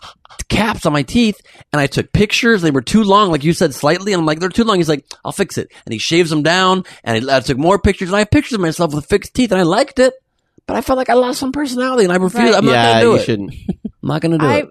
[SPEAKER 4] caps on my teeth. And I took pictures. They were too long, like you said, slightly. And I'm like, they're too long. He's like, I'll fix it. And he shaves them down. And I, I took more pictures. And I have pictures of myself with fixed teeth. And I liked it. But I felt like I lost some personality. And I refused. I'm not
[SPEAKER 1] yeah,
[SPEAKER 4] going to do
[SPEAKER 1] you
[SPEAKER 4] it.
[SPEAKER 1] shouldn't.
[SPEAKER 4] I'm not going to do
[SPEAKER 3] I
[SPEAKER 4] it.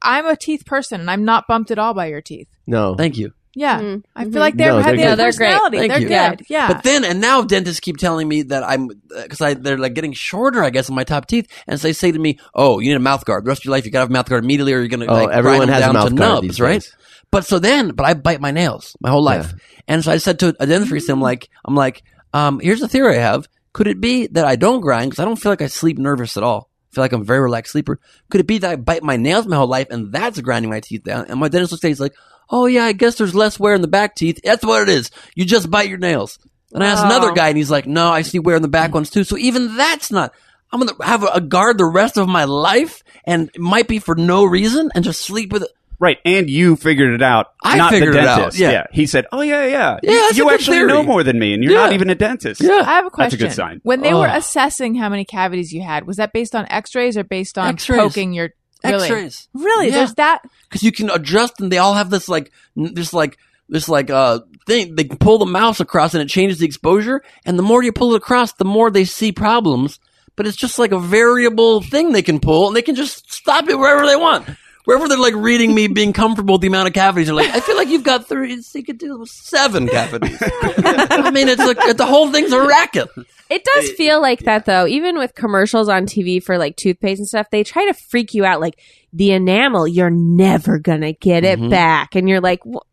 [SPEAKER 3] I'm a teeth person, and I'm not bumped at all by your teeth.
[SPEAKER 1] No.
[SPEAKER 4] Thank you.
[SPEAKER 3] Yeah,
[SPEAKER 5] Mm.
[SPEAKER 3] I feel like they
[SPEAKER 1] No,
[SPEAKER 3] have
[SPEAKER 1] they're
[SPEAKER 3] their
[SPEAKER 1] good.
[SPEAKER 5] No, they're great.
[SPEAKER 3] personality.
[SPEAKER 4] Thank
[SPEAKER 3] they're
[SPEAKER 4] you.
[SPEAKER 3] good. Yeah.
[SPEAKER 4] But then, and now dentists keep telling me that I'm, because I they're like getting shorter, I guess, on my top teeth. And so they say to me, oh, you need a mouth guard. The rest of your life, you got to have a mouth guard immediately or you're going to
[SPEAKER 1] Oh,
[SPEAKER 4] like,
[SPEAKER 1] everyone
[SPEAKER 4] grind them
[SPEAKER 1] has a
[SPEAKER 4] down
[SPEAKER 1] mouth
[SPEAKER 4] to
[SPEAKER 1] guard
[SPEAKER 4] nubs,
[SPEAKER 1] these
[SPEAKER 4] right?
[SPEAKER 1] days.
[SPEAKER 4] But so then, but I bite my nails my whole life. And so I said to a dentist recently, I'm like, I'm like, um, here's a theory I have. Could it be that I don't grind because I don't feel like I sleep nervous at all? I feel like I'm a very relaxed sleeper. Could it be that I bite my nails my whole life and that's grinding my teeth down? And my dentist looks at me, he's like, oh yeah, I guess there's less wear in the back teeth. That's what it is. You just bite your nails. And I asked another guy and he's like, no, I see wear in the back ones too. So even that's not. I'm gonna have a guard the rest of my life, and it might be for no reason, and just sleep with it.
[SPEAKER 6] Right, and you figured it out.
[SPEAKER 4] I
[SPEAKER 6] not
[SPEAKER 4] figured it
[SPEAKER 6] the
[SPEAKER 4] out,
[SPEAKER 6] dentist.
[SPEAKER 4] yeah.
[SPEAKER 6] he said, "Oh yeah, yeah,
[SPEAKER 4] Yeah,
[SPEAKER 6] You-
[SPEAKER 4] that's a
[SPEAKER 6] you
[SPEAKER 4] good
[SPEAKER 6] actually
[SPEAKER 4] theory.
[SPEAKER 6] know more than me, and you're
[SPEAKER 4] Yeah.
[SPEAKER 6] not even a dentist."
[SPEAKER 3] I have a
[SPEAKER 6] That's a
[SPEAKER 3] question.
[SPEAKER 6] good sign.
[SPEAKER 3] When they were
[SPEAKER 7] Oh.
[SPEAKER 4] Ugh.
[SPEAKER 3] assessing how many cavities you had, was that based on X-rays or based on
[SPEAKER 4] X-rays.
[SPEAKER 3] poking your really?
[SPEAKER 4] X-rays.
[SPEAKER 3] Really?
[SPEAKER 4] Yeah.
[SPEAKER 3] There's that.
[SPEAKER 4] because you can adjust and they all have this like n- this like this like uh thing they can pull the mouse across and it changes the exposure and the more you pull it across the more they see problems but it's just like a variable thing they can pull and they can just stop it wherever they want wherever they're like reading me being comfortable with the amount of cavities they're like i feel like you've got three so you could do seven cavities i mean it's like the whole thing's a racket
[SPEAKER 5] It does feel like that though. Even with commercials on TV for like toothpaste and stuff, they try to freak you out.
[SPEAKER 4] Mm-hmm.
[SPEAKER 5] Like the enamel, you're never gonna get it back, and you're like, "Wh-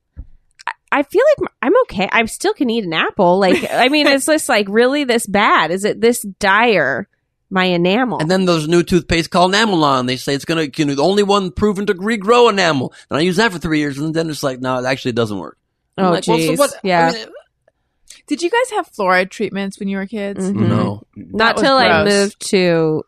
[SPEAKER 5] I- I feel like I'm okay. I still can eat an apple. Like, I mean, it's just like really this bad. Is it this dire? My enamel.
[SPEAKER 4] And then there's a new toothpaste called Enamelon. They say it's gonna, you know, the only one proven to regrow enamel. And I use that for three years, and then it's like, no, it actually doesn't work. I'm
[SPEAKER 5] oh,
[SPEAKER 4] like, well, so
[SPEAKER 5] jeez.
[SPEAKER 4] what- I
[SPEAKER 5] yeah.
[SPEAKER 4] mean,
[SPEAKER 3] Did you guys have fluoride treatments when you were kids?
[SPEAKER 5] Mhm.
[SPEAKER 4] No,
[SPEAKER 5] Not
[SPEAKER 3] was
[SPEAKER 5] till I
[SPEAKER 3] gross.
[SPEAKER 5] moved to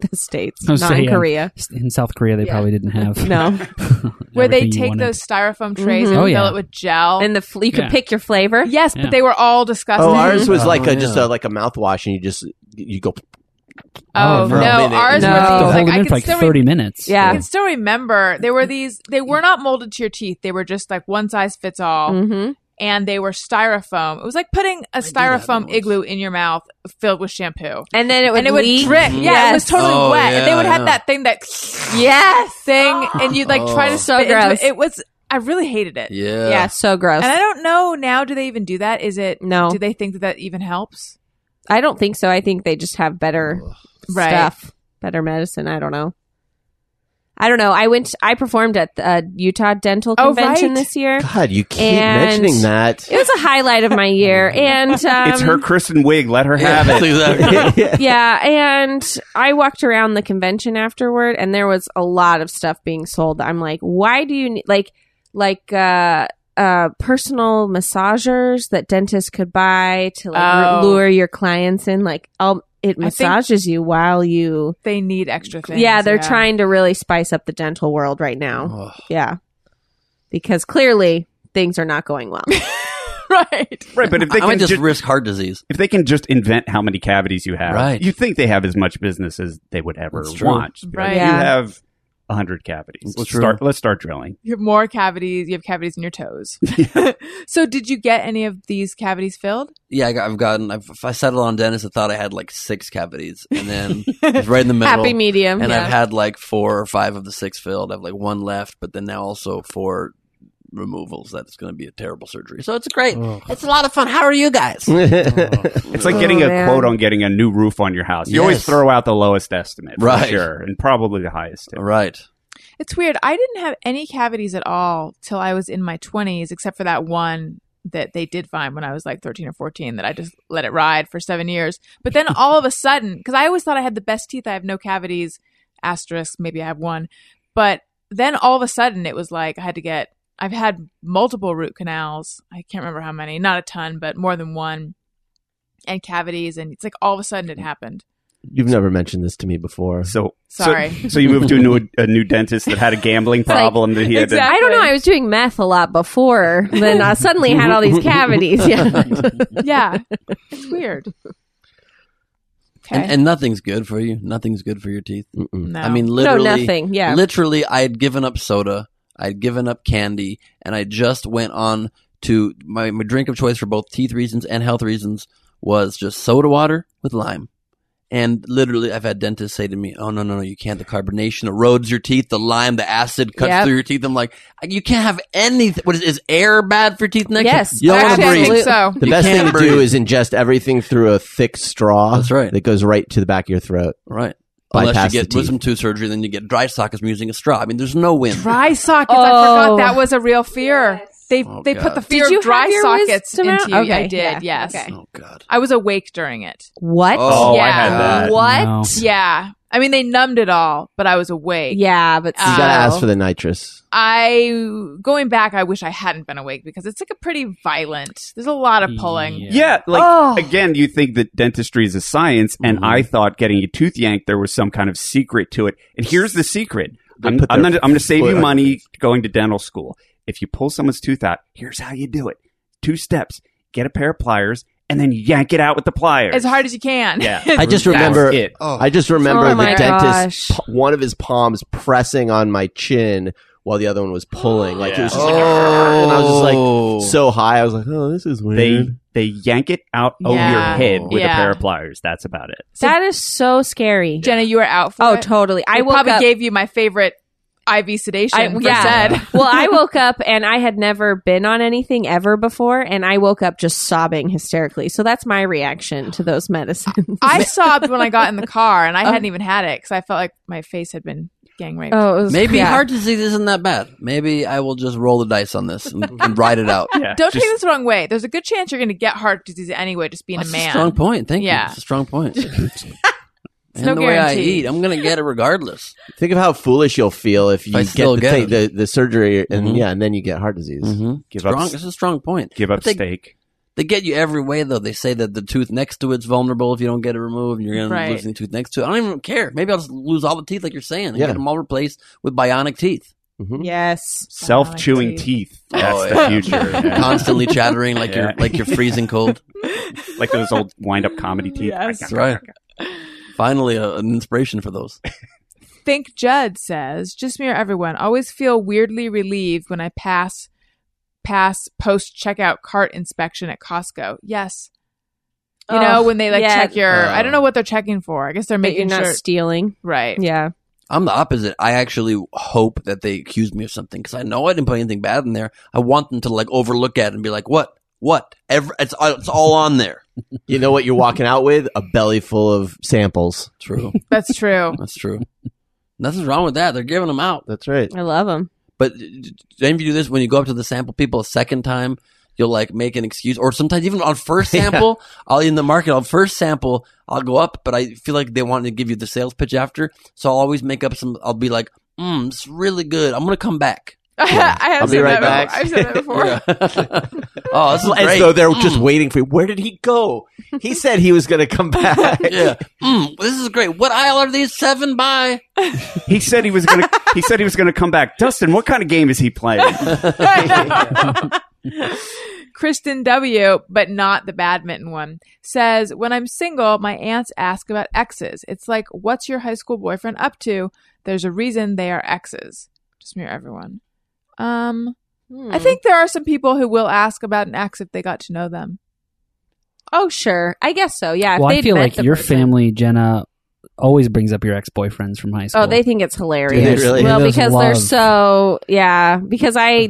[SPEAKER 5] the States,
[SPEAKER 7] I was
[SPEAKER 5] not
[SPEAKER 7] saying,
[SPEAKER 5] in Korea.
[SPEAKER 7] In South Korea, they
[SPEAKER 5] Yeah.
[SPEAKER 7] probably didn't have
[SPEAKER 5] No.
[SPEAKER 3] Where they
[SPEAKER 7] everything you
[SPEAKER 3] take
[SPEAKER 7] wanted.
[SPEAKER 3] those styrofoam trays
[SPEAKER 5] Mhm.
[SPEAKER 7] Oh,
[SPEAKER 3] and fill
[SPEAKER 7] yeah.
[SPEAKER 3] it with gel.
[SPEAKER 5] And the fl- you could
[SPEAKER 7] Yeah.
[SPEAKER 5] pick your flavor.
[SPEAKER 3] yes,
[SPEAKER 7] Yeah.
[SPEAKER 3] but they were all disgusting.
[SPEAKER 1] Oh, ours was
[SPEAKER 4] Oh,
[SPEAKER 1] like a,
[SPEAKER 4] yeah.
[SPEAKER 1] just a, like a mouthwash, and you just you go.
[SPEAKER 3] Oh,
[SPEAKER 1] for a
[SPEAKER 3] no,
[SPEAKER 1] minute.
[SPEAKER 3] ours
[SPEAKER 5] No.
[SPEAKER 7] You
[SPEAKER 3] were
[SPEAKER 7] have to
[SPEAKER 3] these,
[SPEAKER 7] hold
[SPEAKER 3] like
[SPEAKER 7] them
[SPEAKER 3] I
[SPEAKER 7] in for
[SPEAKER 3] can
[SPEAKER 7] like
[SPEAKER 3] still
[SPEAKER 7] thirty minutes.
[SPEAKER 5] Yeah.
[SPEAKER 3] I can still remember there were these. They were not molded to your teeth. They were just like one size fits all,
[SPEAKER 5] Mm-hmm.
[SPEAKER 3] and they were styrofoam. It was like putting a
[SPEAKER 4] did that
[SPEAKER 3] styrofoam
[SPEAKER 4] once.
[SPEAKER 3] igloo in your mouth filled with shampoo,
[SPEAKER 5] And then it would
[SPEAKER 3] and it would
[SPEAKER 5] leak.
[SPEAKER 3] drip. Yeah, it was
[SPEAKER 5] Yes.
[SPEAKER 3] totally
[SPEAKER 4] Oh,
[SPEAKER 3] wet. and they
[SPEAKER 4] yeah,
[SPEAKER 3] would
[SPEAKER 4] yeah.
[SPEAKER 3] have that thing that
[SPEAKER 5] Yes.
[SPEAKER 3] thing, and you'd like try
[SPEAKER 4] Oh.
[SPEAKER 3] to
[SPEAKER 5] So
[SPEAKER 3] spit into
[SPEAKER 5] gross.
[SPEAKER 3] It. it was. I really hated it.
[SPEAKER 4] yeah,
[SPEAKER 5] Yeah. so gross.
[SPEAKER 3] And I don't know now. Do they even do that? Is it?
[SPEAKER 5] No.
[SPEAKER 3] Do they think that that even helps?
[SPEAKER 5] I don't think so. I think they just have better
[SPEAKER 3] Right.
[SPEAKER 5] stuff, better medicine. I don't know. I don't know. I went. I performed at the uh, Utah Dental
[SPEAKER 3] Oh,
[SPEAKER 5] Convention
[SPEAKER 3] right.
[SPEAKER 5] this year.
[SPEAKER 1] God, you keep
[SPEAKER 5] And-
[SPEAKER 1] mentioning that.
[SPEAKER 5] It was a highlight of my year, and um,
[SPEAKER 6] it's her Kristen wig. Let her have
[SPEAKER 4] Yeah,
[SPEAKER 6] it.
[SPEAKER 4] exactly.
[SPEAKER 5] yeah, and I walked around the convention afterward, and there was a lot of stuff being sold. that I'm like, why do you need like like uh uh personal massagers that dentists could buy to like
[SPEAKER 3] Oh.
[SPEAKER 5] lure your clients in? Like, um, it
[SPEAKER 3] think-
[SPEAKER 5] massages you while you.
[SPEAKER 3] They need extra things.
[SPEAKER 5] yeah, they're trying to really spice up the dental world right now.
[SPEAKER 4] Ugh.
[SPEAKER 5] Yeah, because clearly things are not going well.
[SPEAKER 3] right.
[SPEAKER 6] Right, but if they
[SPEAKER 4] I might
[SPEAKER 6] can
[SPEAKER 4] just,
[SPEAKER 6] just,
[SPEAKER 4] risk heart disease.
[SPEAKER 6] if they can just invent how many cavities you have,
[SPEAKER 4] Right.
[SPEAKER 6] you think they have as much business as they would ever
[SPEAKER 4] That's true.
[SPEAKER 6] want. Just be like,
[SPEAKER 3] Right.
[SPEAKER 6] You
[SPEAKER 5] Yeah.
[SPEAKER 6] have hundred cavities.
[SPEAKER 4] That's
[SPEAKER 6] Let's
[SPEAKER 4] true.
[SPEAKER 6] start. Let's start drilling.
[SPEAKER 3] You have more cavities. You have cavities in your toes. so, did you get any of these cavities filled?
[SPEAKER 4] Yeah, I got, I've gotten. I've, if I settled on dentist, I thought I had like six cavities, and then it's right in the middle.
[SPEAKER 5] Happy medium.
[SPEAKER 4] and
[SPEAKER 5] yeah.
[SPEAKER 4] I've had like four or five of the six filled. I've like one left, but then now also four removals. That's going to be a terrible surgery. So it's great.
[SPEAKER 7] Ugh.
[SPEAKER 4] It's a lot of fun. How are you guys?
[SPEAKER 6] It's like
[SPEAKER 5] Oh,
[SPEAKER 6] getting a
[SPEAKER 5] man.
[SPEAKER 6] quote on getting a new roof on your house. You always
[SPEAKER 4] Yes.
[SPEAKER 6] throw out the lowest estimate, for
[SPEAKER 4] Right.
[SPEAKER 6] Sure, and probably the highest. too.
[SPEAKER 4] right.
[SPEAKER 3] It's weird. I didn't have any cavities at all till I was in my 20s, except for that one that they did find when I was like 13 or 14 that I just let it ride for seven years. But then all of a sudden, because I always thought I had the best teeth, I have no cavities, asterisk, maybe I have one. But then all of a sudden, it was like I had to get, I've had multiple root canals. I can't remember how many, not a ton, but more than one, and cavities. And it's like all of a sudden it happened.
[SPEAKER 1] You've never mentioned this to me before.
[SPEAKER 6] So so-
[SPEAKER 3] Sorry.
[SPEAKER 6] So, you moved to a new a new dentist that had a gambling
[SPEAKER 5] like-
[SPEAKER 6] problem that he had to
[SPEAKER 5] I don't know. I was doing meth a lot before, then I suddenly had all these cavities. Yeah.
[SPEAKER 3] yeah. It's weird. Okay.
[SPEAKER 4] And, and nothing's good for you. Nothing's good for your teeth.
[SPEAKER 1] Mm-mm.
[SPEAKER 3] No.
[SPEAKER 4] I mean,
[SPEAKER 5] No,
[SPEAKER 4] literally,
[SPEAKER 5] nothing. Yeah.
[SPEAKER 4] literally, I had given up soda. I had given up candy, and I just went on to my my drink of choice for both teeth reasons and health reasons was just soda water with lime. And literally, I've had dentists say to me, "Oh no, no, no, you can't. The carbonation erodes your teeth. The lime, the acid cuts
[SPEAKER 5] Yep.
[SPEAKER 4] through your teeth." I'm like, "You can't have anything. What is, is air bad for your teeth? Next,
[SPEAKER 5] Yes.
[SPEAKER 4] you don't want
[SPEAKER 3] Actually,
[SPEAKER 4] to
[SPEAKER 3] I
[SPEAKER 4] breathe.
[SPEAKER 3] think so.
[SPEAKER 1] The
[SPEAKER 4] You
[SPEAKER 1] best
[SPEAKER 4] can't
[SPEAKER 1] thing to
[SPEAKER 4] breathe.
[SPEAKER 1] do is ingest everything through a thick straw.
[SPEAKER 4] That's right.
[SPEAKER 1] That goes right to the back of your throat.
[SPEAKER 4] Right?
[SPEAKER 1] Bypass
[SPEAKER 4] Unless you
[SPEAKER 1] the
[SPEAKER 4] get
[SPEAKER 1] teeth.
[SPEAKER 4] wisdom tooth surgery, then you get dry sockets from using a straw. I mean, there's no win.
[SPEAKER 3] Dry sockets. I forgot
[SPEAKER 5] Oh.
[SPEAKER 3] that was a real fear. They
[SPEAKER 4] Oh,
[SPEAKER 3] they
[SPEAKER 4] God.
[SPEAKER 3] put the fear
[SPEAKER 5] Did you
[SPEAKER 3] of dry
[SPEAKER 5] have your
[SPEAKER 3] sockets
[SPEAKER 5] wisdom
[SPEAKER 3] into
[SPEAKER 5] out?
[SPEAKER 3] you.
[SPEAKER 5] Okay,
[SPEAKER 3] I did.
[SPEAKER 5] yeah,
[SPEAKER 3] Yes.
[SPEAKER 5] okay.
[SPEAKER 4] Oh God.
[SPEAKER 3] I was awake during it.
[SPEAKER 5] What?
[SPEAKER 4] Oh,
[SPEAKER 6] I
[SPEAKER 3] Yeah.
[SPEAKER 6] had that.
[SPEAKER 5] What?
[SPEAKER 7] No.
[SPEAKER 3] Yeah. I mean, they numbed it all, but I was awake.
[SPEAKER 5] Yeah, but
[SPEAKER 3] You
[SPEAKER 1] You gotta
[SPEAKER 3] Oh.
[SPEAKER 1] ask for the nitrous.
[SPEAKER 3] I going back. I wish I hadn't been awake because it's like a pretty violent. There's a lot of pulling.
[SPEAKER 6] Yeah, like
[SPEAKER 5] Oh.
[SPEAKER 6] again, you think that dentistry is a science, and I thought getting a tooth yanked there was some kind of secret to it. And here's the secret:
[SPEAKER 1] They
[SPEAKER 6] I'm,
[SPEAKER 1] put
[SPEAKER 6] I'm
[SPEAKER 1] their
[SPEAKER 6] gonna I'm gonna save
[SPEAKER 1] foot
[SPEAKER 6] you
[SPEAKER 1] on
[SPEAKER 6] money going to dental school. If you pull someone's tooth out, here's how you do it: two steps. Get a pair of pliers, and then yank it out with the pliers.
[SPEAKER 3] As hard as you can.
[SPEAKER 6] Yeah.
[SPEAKER 1] I just
[SPEAKER 6] That's
[SPEAKER 1] remember.
[SPEAKER 6] it.
[SPEAKER 4] Oh.
[SPEAKER 1] I just remember
[SPEAKER 5] Oh
[SPEAKER 1] the
[SPEAKER 5] my
[SPEAKER 1] dentist,
[SPEAKER 5] gosh.
[SPEAKER 1] p- one of his palms pressing on my chin while the other one was pulling. Like it was just like, and I was just like
[SPEAKER 6] Oh,
[SPEAKER 4] Oh.
[SPEAKER 1] so high. I was like, oh, this is
[SPEAKER 6] They
[SPEAKER 1] weird.
[SPEAKER 6] they yank it out over
[SPEAKER 3] Yeah.
[SPEAKER 6] your head with
[SPEAKER 3] Yeah.
[SPEAKER 6] a pair of pliers. That's about it.
[SPEAKER 5] that is so scary.
[SPEAKER 3] Jenna, you were out for
[SPEAKER 5] oh,
[SPEAKER 3] it.
[SPEAKER 5] totally. I
[SPEAKER 3] They
[SPEAKER 5] woke
[SPEAKER 3] probably
[SPEAKER 5] up.
[SPEAKER 3] gave you my favorite IV sedation.
[SPEAKER 5] I-
[SPEAKER 3] for
[SPEAKER 5] yeah.
[SPEAKER 3] Zed.
[SPEAKER 5] well, I woke up and I had never been on anything ever before, and I woke up just sobbing hysterically. So that's my reaction to those medicines.
[SPEAKER 3] I sobbed when I got in the car, and I
[SPEAKER 5] Oh.
[SPEAKER 3] hadn't even had it because I felt like my face had been gang rape.
[SPEAKER 5] Oh, it was
[SPEAKER 4] Maybe
[SPEAKER 5] yeah.
[SPEAKER 4] heart disease isn't that bad. Maybe I will just roll the dice on this and, and ride it out.
[SPEAKER 6] Yeah,
[SPEAKER 3] Don't
[SPEAKER 6] just-
[SPEAKER 3] take this the wrong way. There's a good chance you're going to get heart disease anyway, just being
[SPEAKER 4] That's
[SPEAKER 3] a
[SPEAKER 4] a
[SPEAKER 3] man.
[SPEAKER 4] strong point. Thank you.
[SPEAKER 3] Yeah.
[SPEAKER 4] That's a strong point. and
[SPEAKER 3] no
[SPEAKER 4] the way I
[SPEAKER 3] guarantee.
[SPEAKER 4] eat, I'm gonna get it regardless.
[SPEAKER 1] Think of how foolish you'll feel if you
[SPEAKER 4] I
[SPEAKER 1] get,
[SPEAKER 4] still
[SPEAKER 1] the,
[SPEAKER 4] get
[SPEAKER 1] ta-
[SPEAKER 4] it.
[SPEAKER 1] the the surgery and
[SPEAKER 4] Mhm.
[SPEAKER 1] yeah, and then you get heart disease.
[SPEAKER 6] give
[SPEAKER 4] Mm-hmm. Strong.
[SPEAKER 6] up,
[SPEAKER 4] It's a strong point.
[SPEAKER 6] give
[SPEAKER 4] But
[SPEAKER 6] up
[SPEAKER 4] they,
[SPEAKER 6] steak.
[SPEAKER 4] They get you every way though. They say that the tooth next to it's vulnerable if you don't get it removed, and you're gonna
[SPEAKER 3] Right.
[SPEAKER 4] lose the tooth next to it. I don't even care. Maybe I'll just lose all the teeth, like you're saying, and
[SPEAKER 1] Yeah.
[SPEAKER 4] get them all replaced with bionic teeth,
[SPEAKER 5] Yes.
[SPEAKER 6] Self chewing
[SPEAKER 3] Bionic
[SPEAKER 6] teeth. That's
[SPEAKER 4] Oh,
[SPEAKER 6] the
[SPEAKER 4] yeah.
[SPEAKER 6] future. yeah.
[SPEAKER 4] constantly chattering like you're
[SPEAKER 6] Yeah.
[SPEAKER 4] like you're freezing cold.
[SPEAKER 6] like those old wind up comedy teeth.
[SPEAKER 3] Yes.
[SPEAKER 4] That's right. Finally, uh, an inspiration for those.
[SPEAKER 3] Think Judd says, just me or everyone, always feel weirdly relieved when I pass pass post checkout cart inspection at Costco. Yes. You
[SPEAKER 5] Oh,
[SPEAKER 3] know, when they like
[SPEAKER 5] yeah.
[SPEAKER 3] check your I don't know
[SPEAKER 4] Oh.
[SPEAKER 3] what they're checking for. I guess they're
[SPEAKER 5] But you're
[SPEAKER 3] making
[SPEAKER 5] not
[SPEAKER 3] sure
[SPEAKER 5] stealing.
[SPEAKER 3] right.
[SPEAKER 5] Yeah.
[SPEAKER 4] I'm the opposite. I actually hope that they accuse me of something because I know I didn't put anything bad in there. I want them to like overlook at it and be like, "What? What? Every, it's all- it's all on there."
[SPEAKER 1] You know what you're walking out with? A belly full of samples.
[SPEAKER 4] True.
[SPEAKER 3] That's true.
[SPEAKER 4] That's true. Nothing's wrong with that. They're giving them out.
[SPEAKER 1] That's right.
[SPEAKER 5] I love them.
[SPEAKER 4] But uh, d- then if you do this when you go up to the sample people a second time, you'll like make an excuse, or sometimes even on first sample, I'll in the market on first sample, I'll go up, but I feel like they want to give you the sales pitch after, so I'll always make up some. I'll be like, "Mm, it's really good. I'm gonna come back."
[SPEAKER 3] I have
[SPEAKER 1] I'll be
[SPEAKER 3] said
[SPEAKER 1] right
[SPEAKER 3] that
[SPEAKER 1] back.
[SPEAKER 3] Before. I've said that before.
[SPEAKER 4] Yeah. oh, this is
[SPEAKER 1] As
[SPEAKER 4] great.
[SPEAKER 1] though they're just waiting for you. Where did he go? He said he was going to come back.
[SPEAKER 4] yeah. Mm, this is great. What aisle are these? Seven by.
[SPEAKER 6] He said he was gonna. he said he was gonna come back. Dustin, what kind of game is he playing?
[SPEAKER 3] I know. Kristen W., but not the badminton one, says, When I'm single, my aunts ask about exes. It's like, what's your high school boyfriend up to? There's a reason they are exes. Just mirror everyone. Um, I
[SPEAKER 5] Hmm.
[SPEAKER 3] think there are some people who will ask about an ex if they got to know them.
[SPEAKER 5] Oh, sure. I guess so. Yeah. if
[SPEAKER 7] Well, I
[SPEAKER 5] they'd
[SPEAKER 7] feel
[SPEAKER 5] met
[SPEAKER 7] like
[SPEAKER 5] the
[SPEAKER 7] your
[SPEAKER 5] person.
[SPEAKER 7] family, Jenna, always brings up your ex boyfriends from high school.
[SPEAKER 5] Oh, they think it's hilarious.
[SPEAKER 1] Do they really?
[SPEAKER 5] Well,
[SPEAKER 7] They just
[SPEAKER 5] because they're
[SPEAKER 7] love-
[SPEAKER 5] so yeah. Because I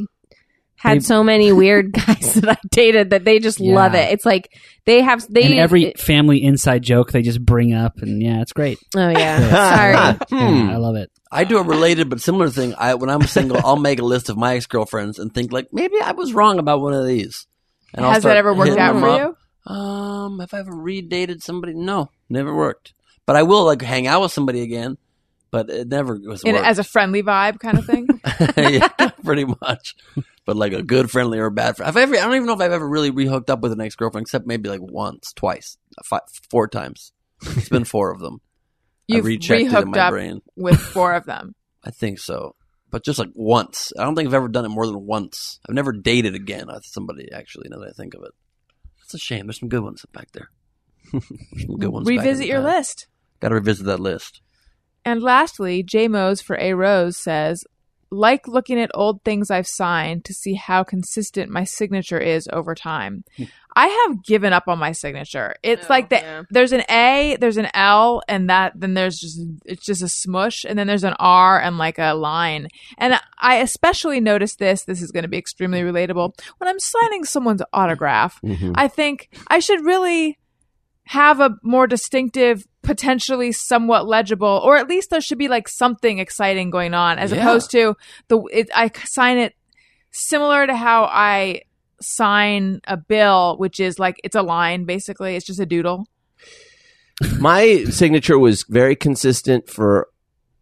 [SPEAKER 5] had
[SPEAKER 7] They-
[SPEAKER 5] so many weird guys that I dated that they just
[SPEAKER 7] Yeah.
[SPEAKER 5] love it. It's like they have they
[SPEAKER 7] and every family inside joke they just bring up, and yeah, it's great.
[SPEAKER 5] oh
[SPEAKER 1] Ah,
[SPEAKER 5] yeah. Sorry.
[SPEAKER 1] hmm.
[SPEAKER 7] Yeah, I love it.
[SPEAKER 4] I do a related but similar thing. I when I'm single, I'll make a list of my ex girlfriends and think like maybe I was wrong about one of these. And I'll
[SPEAKER 3] Has
[SPEAKER 4] start
[SPEAKER 3] that ever worked
[SPEAKER 4] hitting
[SPEAKER 3] out
[SPEAKER 4] them
[SPEAKER 3] for
[SPEAKER 4] up.
[SPEAKER 3] you?
[SPEAKER 4] Um, have I ever redated somebody? No, never worked. But I will like hang out with somebody again. But it never was
[SPEAKER 3] In,
[SPEAKER 4] worked.
[SPEAKER 3] as a friendly vibe kind of thing?
[SPEAKER 4] yeah, pretty much. But like a good friendly or a bad friend. I've ever, I don't even know if I've ever really rehooked up with an ex girlfriend, except maybe like once, twice, five, four times. It's been four of them.
[SPEAKER 3] You've
[SPEAKER 4] I rechecked it in
[SPEAKER 3] rehooked
[SPEAKER 4] my
[SPEAKER 3] up
[SPEAKER 4] brain.
[SPEAKER 3] with four of them.
[SPEAKER 4] I think so, but just like once. I don't think I've ever done it more than once. I've never dated again with somebody. Actually, now that I think of it, that's a shame. There's some good ones back there. There's some good ones. back in
[SPEAKER 3] Revisit
[SPEAKER 4] the
[SPEAKER 3] your
[SPEAKER 4] past.
[SPEAKER 3] list.
[SPEAKER 4] Got to revisit that list.
[SPEAKER 3] And lastly, J Mose for A Rose says, like looking at old things I've signed to see how consistent my signature is over time. I have given up on my signature. It's
[SPEAKER 5] Oh,
[SPEAKER 3] like the,
[SPEAKER 5] yeah.
[SPEAKER 3] there's an A, there's an L, and that then there's just it's just a smush, and then there's an R and like a line. And I especially noticed this. This is going to be extremely relatable when I'm signing someone's autograph. I think I should really have a more distinctive, potentially somewhat legible, or at least there should be like something exciting going on, as
[SPEAKER 4] Yeah.
[SPEAKER 3] opposed to the it, I sign it similar to how I sign a bill, which is like it's a line basically. It's just a doodle.
[SPEAKER 1] My signature was very consistent for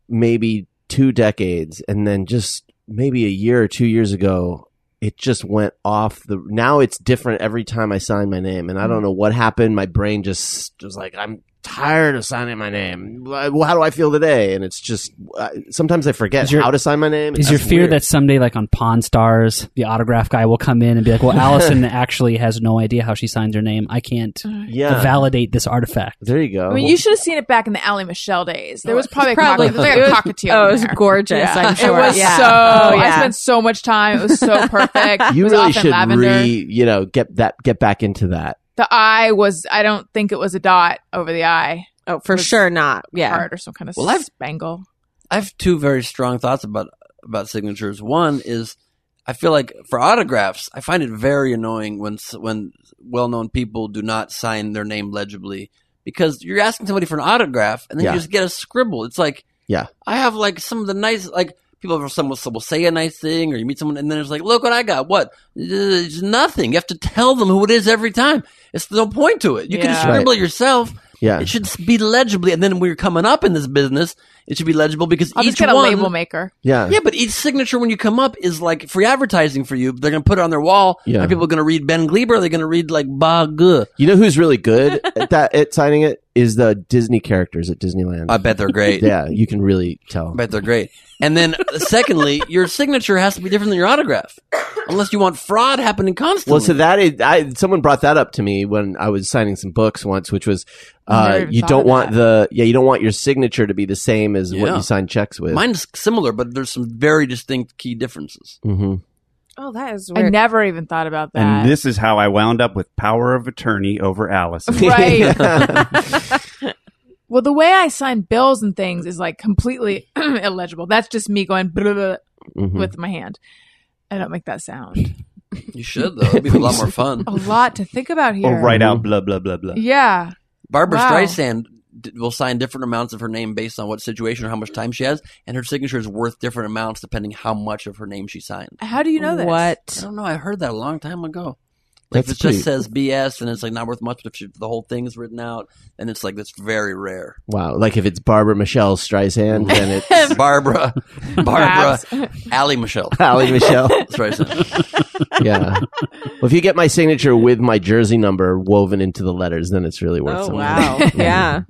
[SPEAKER 1] maybe two decades. And then just maybe a year or two years ago, it just went off the. Now it's different every time I sign my name. And I
[SPEAKER 7] Mm.
[SPEAKER 1] don't know what happened. My brain just was like, I'm tired of signing my name. Well, how do I feel today? And it's just uh, sometimes I forget
[SPEAKER 7] Is your-
[SPEAKER 1] how to sign my name.
[SPEAKER 7] Is your
[SPEAKER 1] That's
[SPEAKER 7] fear
[SPEAKER 1] weird.
[SPEAKER 7] that someday, like on Pawn Stars, the autograph guy will come in and be like, "Well, Allison actually has no idea how she signs her name. I can't
[SPEAKER 1] yeah?
[SPEAKER 7] validate this artifact."
[SPEAKER 1] there you go.
[SPEAKER 3] I mean, you should have seen it back in the Allie Michelle days. There was probably,
[SPEAKER 5] probably-
[SPEAKER 3] a cockatoo. There was like a cockatoo.
[SPEAKER 5] Oh,
[SPEAKER 3] in
[SPEAKER 5] it was
[SPEAKER 3] there.
[SPEAKER 5] gorgeous. I'm sure.
[SPEAKER 3] It was
[SPEAKER 5] yeah.
[SPEAKER 3] so.
[SPEAKER 5] Oh,
[SPEAKER 3] I
[SPEAKER 5] yeah.
[SPEAKER 3] spent so much time. It was so perfect.
[SPEAKER 1] You
[SPEAKER 3] it was
[SPEAKER 1] really
[SPEAKER 3] often
[SPEAKER 1] should
[SPEAKER 3] lavender.
[SPEAKER 1] re, you know, get that, get back into that.
[SPEAKER 3] the eye was. I don't think it was a dot over the eye.
[SPEAKER 5] oh, for
[SPEAKER 3] was
[SPEAKER 5] sure not. Yeah.
[SPEAKER 3] part or some kind of
[SPEAKER 4] Well, I've-
[SPEAKER 3] spangle.
[SPEAKER 4] I have two very strong thoughts about about signatures. One is I feel like for autographs, I find it very annoying when s- when well-known people do not sign their name legibly because you're asking somebody for an autograph and then
[SPEAKER 1] Yeah.
[SPEAKER 4] you just get a scribble. It's like
[SPEAKER 1] Yeah.
[SPEAKER 4] I have like some of the nice like people. Will, someone will say a nice thing, or you meet someone, and then it's like, look what I got. What? It's nothing. You have to tell them who it is every time. It's no point to it. You can
[SPEAKER 3] Yeah.
[SPEAKER 4] scribble it yourself.
[SPEAKER 1] Yeah.
[SPEAKER 4] It should be legibly, and then when you're coming up in this business, it should be legible because
[SPEAKER 3] I'll
[SPEAKER 4] each
[SPEAKER 3] just get a
[SPEAKER 4] one
[SPEAKER 3] label maker.
[SPEAKER 1] Yeah.
[SPEAKER 4] yeah, but each signature when you come up is like free advertising for you. They're going to put it on their wall.
[SPEAKER 1] Yeah.
[SPEAKER 4] Are people going to read Ben Gleber? Are they going to read like Bagu?
[SPEAKER 1] You know who's really good at that at signing it is the Disney characters at Disneyland.
[SPEAKER 4] I bet they're great.
[SPEAKER 1] yeah, you can really tell.
[SPEAKER 4] I bet they're great. And then uh, secondly, your signature has to be different than your autograph, unless you want fraud happening constantly.
[SPEAKER 1] Well, so that is, I, someone brought that up to me when I was signing some books once, which was
[SPEAKER 3] Never
[SPEAKER 1] uh,
[SPEAKER 3] even
[SPEAKER 1] you
[SPEAKER 3] thought
[SPEAKER 1] don't
[SPEAKER 3] of
[SPEAKER 1] want
[SPEAKER 3] that.
[SPEAKER 1] the yeah you don't want your signature to be the same as what
[SPEAKER 4] Yeah.
[SPEAKER 1] you sign checks with.
[SPEAKER 4] Mine's similar, but there's some very distinct key differences.
[SPEAKER 1] hmm
[SPEAKER 5] Oh, that is
[SPEAKER 3] I
[SPEAKER 5] weird.
[SPEAKER 3] never even thought about that.
[SPEAKER 6] And this is how I wound up with power of attorney over Allison.
[SPEAKER 3] Right. well, the way I sign bills and things is like completely illegible. That's just me going blah, blah,
[SPEAKER 1] Mm-hmm.
[SPEAKER 3] blah
[SPEAKER 1] Hmm.
[SPEAKER 3] with my hand. I don't make that sound.
[SPEAKER 4] You should though; it'd be a lot more fun.
[SPEAKER 3] A lot to think
[SPEAKER 1] Oh,
[SPEAKER 3] about here.
[SPEAKER 6] Or write Oh, out blah blah blah blah.
[SPEAKER 3] Yeah.
[SPEAKER 4] Barbara
[SPEAKER 3] Wow.
[SPEAKER 4] Streisand d- will sign different amounts of her name based on what situation or how much time she has, and her signature is worth different amounts depending how much of her name she signed.
[SPEAKER 3] How do you know this?
[SPEAKER 4] I
[SPEAKER 5] What?
[SPEAKER 4] don't know. I heard that a long time ago. Like
[SPEAKER 1] That's
[SPEAKER 4] if it
[SPEAKER 1] pretty-
[SPEAKER 4] just says BS and it's like not worth much, but if she, the whole thing's written out, then it's like that's very rare.
[SPEAKER 1] Wow, like if it's Barbara Michelle Streisand, then it's
[SPEAKER 4] Barbara, Barbara,
[SPEAKER 3] Perhaps.
[SPEAKER 4] Allie Michelle.
[SPEAKER 1] Allie Michelle.
[SPEAKER 4] That's what I said.
[SPEAKER 1] Yeah. Well, if you get my signature with my jersey number woven into the letters, then it's really
[SPEAKER 3] Oh,
[SPEAKER 1] worth something.
[SPEAKER 5] yeah.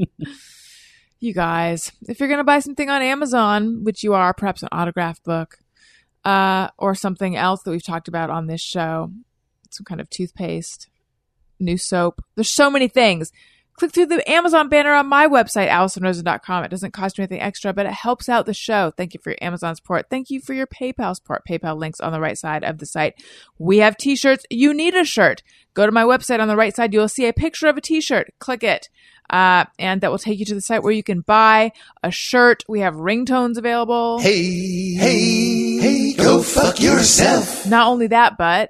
[SPEAKER 3] You guys, if you're going to buy something on Amazon, which you are, perhaps an autograph book uh, or something else that we've talked about on this show, some kind of toothpaste, new soap, there's so many things. Click through the Amazon banner on my website, AllisonRosen.com. It doesn't cost you anything extra, but it helps out the show. Thank you for your Amazon support. Thank you for your PayPal support. PayPal links on the right side of the site. We have t shirts. You need a shirt. Go to my website on the right side. You'll see a picture of a t shirt. Click it uh, and that will take you to the site where you can buy a shirt. We have ringtones available.
[SPEAKER 2] Hey, hey, hey, go fuck yourself.
[SPEAKER 3] Not only that, but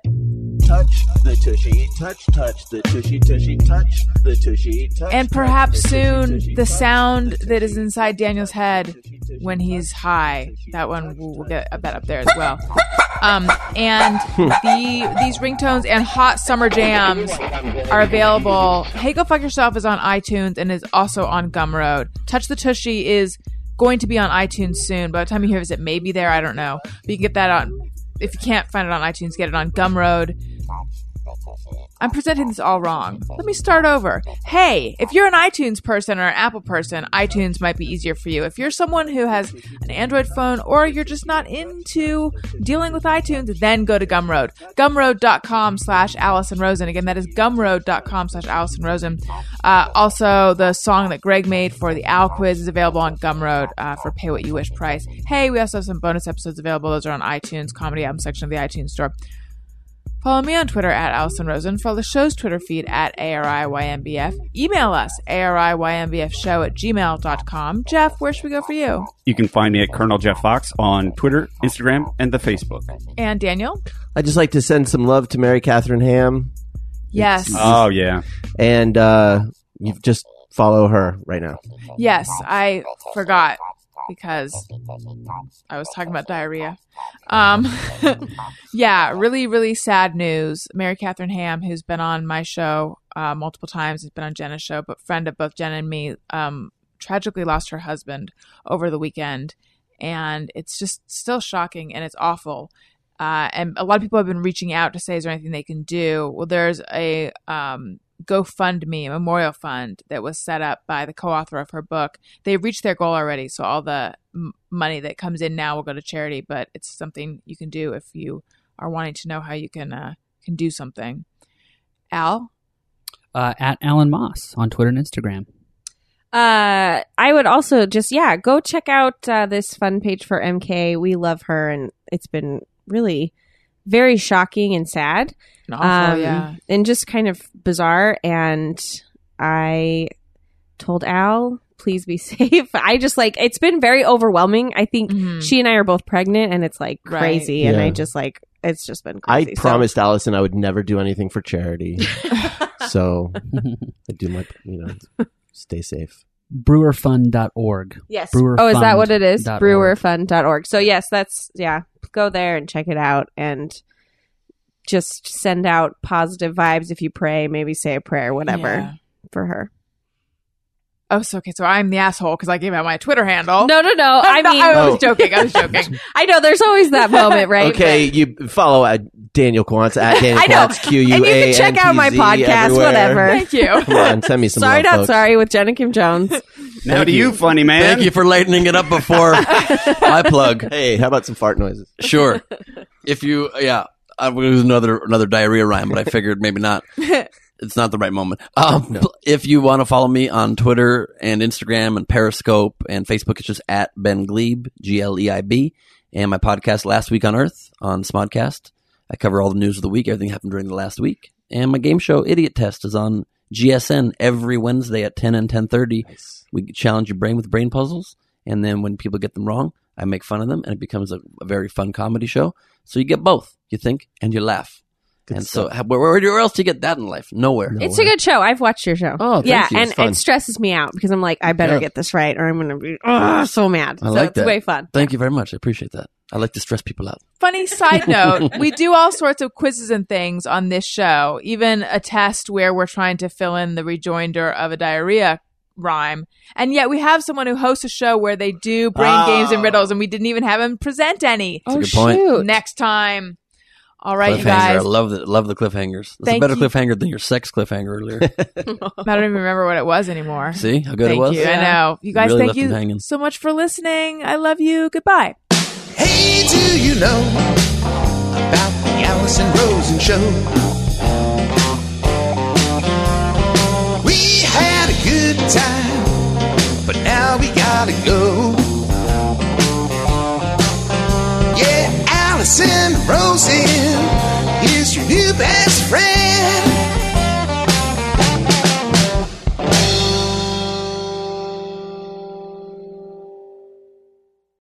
[SPEAKER 1] Touch the tushy, touch, touch the tushy, tushy, touch the tushy, touch.
[SPEAKER 3] and perhaps soon the sound that is inside Daniel's head when he's high. That one we'll we'll get that up there as well. Um, and the these ringtones and hot summer jams are available. Hey, go fuck yourself is on iTunes and is also on Gumroad. Touch the Tushy is going to be on iTunes soon. By the time you hear this, it may be there. I don't know, but you can get that on. If you can't find it on iTunes, get it on Gumroad. I'm presenting this all wrong. Let me start over. Hey, if you're an iTunes person or an Apple person, iTunes might be easier for you. If you're someone who has an Android phone or you're just not into dealing with iTunes, then go to Gumroad. Gumroad.com slash Allison Rosen. Again, that is gumroad.com slash Allison Rosen. Uh, also, the song that Greg made for the Owl Quiz is available on Gumroad uh, for pay what you wish price. Hey, we also have some bonus episodes available. Those are on iTunes, comedy album section of the iTunes store. Follow me on Twitter at Allison Rosen. Follow the show's Twitter feed at ARIYMBF. Email us, ARIYMBFshow at gmail.com. Jeff, where should we go for you?
[SPEAKER 6] You can find me at Colonel Jeff Fox on Twitter, Instagram, and the Facebook.
[SPEAKER 3] And Daniel?
[SPEAKER 1] I just like to send some love to Mary Catherine Ham,
[SPEAKER 3] Yes.
[SPEAKER 6] Oh yeah.
[SPEAKER 1] and uh, you just follow her right now.
[SPEAKER 3] Yes, I forgot because I was talking about diarrhea. Um, yeah, really, really sad news. Mary Catherine Ham, who's been on my show uh, multiple times, has been on Jenna's show, but friend of both Jenna and me, um, tragically lost her husband over the weekend, and it's just still shocking and it's awful. Uh, and a lot of people have been reaching out to say, is there anything they can do? Well, there's a um, GoFundMe, a memorial fund that was set up by the co-author of her book. They reached their goal already, so all the m- money that comes in now will go to charity. But it's something you can do if you are wanting to know how you can uh, can do something. Al,
[SPEAKER 7] Uh, at Alan Moss on Twitter and Instagram.
[SPEAKER 5] Uh, I would also just yeah go check out uh, this fun page for MK. We love her, and it's been really very shocking and sad,
[SPEAKER 3] an awful,
[SPEAKER 5] um,
[SPEAKER 3] yeah,
[SPEAKER 5] and just kind of bizarre. And I told Al, please be safe. I just like it's been very overwhelming. I think
[SPEAKER 3] Mhm.
[SPEAKER 5] she and I are both pregnant, and it's like
[SPEAKER 3] Right.
[SPEAKER 5] crazy. And
[SPEAKER 1] Yeah.
[SPEAKER 5] I just like it's just been
[SPEAKER 1] I
[SPEAKER 5] crazy. So-
[SPEAKER 1] promised Allison I would never do anything for charity, so I do my, you know, stay safe.
[SPEAKER 7] brewerfund.org.
[SPEAKER 5] Yes.
[SPEAKER 7] Brewer
[SPEAKER 5] oh, is that what it is?
[SPEAKER 7] Fund dot org.
[SPEAKER 5] Brewerfund.org. So yes, that's yeah. Go there and check it out and just send out positive vibes if you pray, maybe say a prayer, whatever
[SPEAKER 3] Yeah.
[SPEAKER 5] for her.
[SPEAKER 3] Oh, so okay. So I'm the asshole because I gave out my Twitter handle.
[SPEAKER 5] No, no, no. I
[SPEAKER 3] Oh. No,
[SPEAKER 5] mean
[SPEAKER 3] I was joking. I was joking.
[SPEAKER 5] I know there's always that moment, right?
[SPEAKER 1] Okay, you follow at Daniel Quantz at Daniel
[SPEAKER 5] I know.
[SPEAKER 1] Quantz Q U A
[SPEAKER 5] and you can check out my
[SPEAKER 1] N T Z
[SPEAKER 5] podcast,
[SPEAKER 1] everywhere.
[SPEAKER 5] whatever.
[SPEAKER 3] Thank you.
[SPEAKER 1] Come on, send me some.
[SPEAKER 5] sorry,
[SPEAKER 1] love,
[SPEAKER 5] not
[SPEAKER 1] folks.
[SPEAKER 5] sorry with Jenna Kim Jones.
[SPEAKER 6] Now
[SPEAKER 4] Thank
[SPEAKER 6] to
[SPEAKER 4] you.
[SPEAKER 6] you, funny man.
[SPEAKER 4] Thank you for lightening it up before my plug.
[SPEAKER 1] Hey, how about some fart noises?
[SPEAKER 4] Sure. If you, yeah, I'm going to use another another diarrhea rhyme, but I figured maybe not. It's not the right moment. Um, If you want to follow me on Twitter and Instagram and Periscope and Facebook, it's just at Ben Glebe, G L E I B, and my podcast Last Week on Earth on Smodcast. I cover all the news of the week, everything happened during the last week, and my game show Idiot Test is on GSN every Wednesday at 10 and 10:30. We challenge your brain with brain puzzles, and then when people get them wrong, I make fun of them, and it becomes a, a very fun comedy show. So you get both, you think, and you laugh. and so, ha- where, where, where else do you get that in life? Nowhere.
[SPEAKER 5] It's a good show. I've watched your show.
[SPEAKER 4] Oh, thank
[SPEAKER 5] yeah,
[SPEAKER 4] you. It's
[SPEAKER 5] and
[SPEAKER 4] fun.
[SPEAKER 5] it stresses me out because I'm like, I better
[SPEAKER 4] Yeah.
[SPEAKER 5] get this right, or I'm gonna be oh, so mad.
[SPEAKER 4] I
[SPEAKER 5] so
[SPEAKER 4] like
[SPEAKER 5] it's
[SPEAKER 4] that.
[SPEAKER 5] way fun.
[SPEAKER 4] Thank you very much. I appreciate that. I like to stress people out.
[SPEAKER 3] Funny side note, we do all sorts of quizzes and things on this show, even a test where we're trying to fill in the rejoinder of a diarrhea rhyme. And yet we have someone who hosts a show where they do brain games
[SPEAKER 4] Ah.
[SPEAKER 3] and riddles, and we didn't even have him present any.
[SPEAKER 4] That's a good point.
[SPEAKER 3] Next time. All Oh, right, you
[SPEAKER 4] cliffhanger.
[SPEAKER 3] guys.
[SPEAKER 4] I love the, love the cliffhangers. That's a
[SPEAKER 3] Thank
[SPEAKER 4] better
[SPEAKER 3] you.
[SPEAKER 4] cliffhanger than your sex cliffhanger earlier.
[SPEAKER 3] I don't even remember what it was anymore.
[SPEAKER 4] See how good
[SPEAKER 3] thank
[SPEAKER 4] it was?
[SPEAKER 3] you. I know. You guys,
[SPEAKER 4] Really
[SPEAKER 3] thank
[SPEAKER 4] left them
[SPEAKER 3] you
[SPEAKER 4] hanging.
[SPEAKER 3] so much for listening. I love you. Goodbye.
[SPEAKER 2] Hey, do you know about the Allison Rosen show? We had a good time, but now we gotta go. Yeah, Allison Rosen is your new best friend.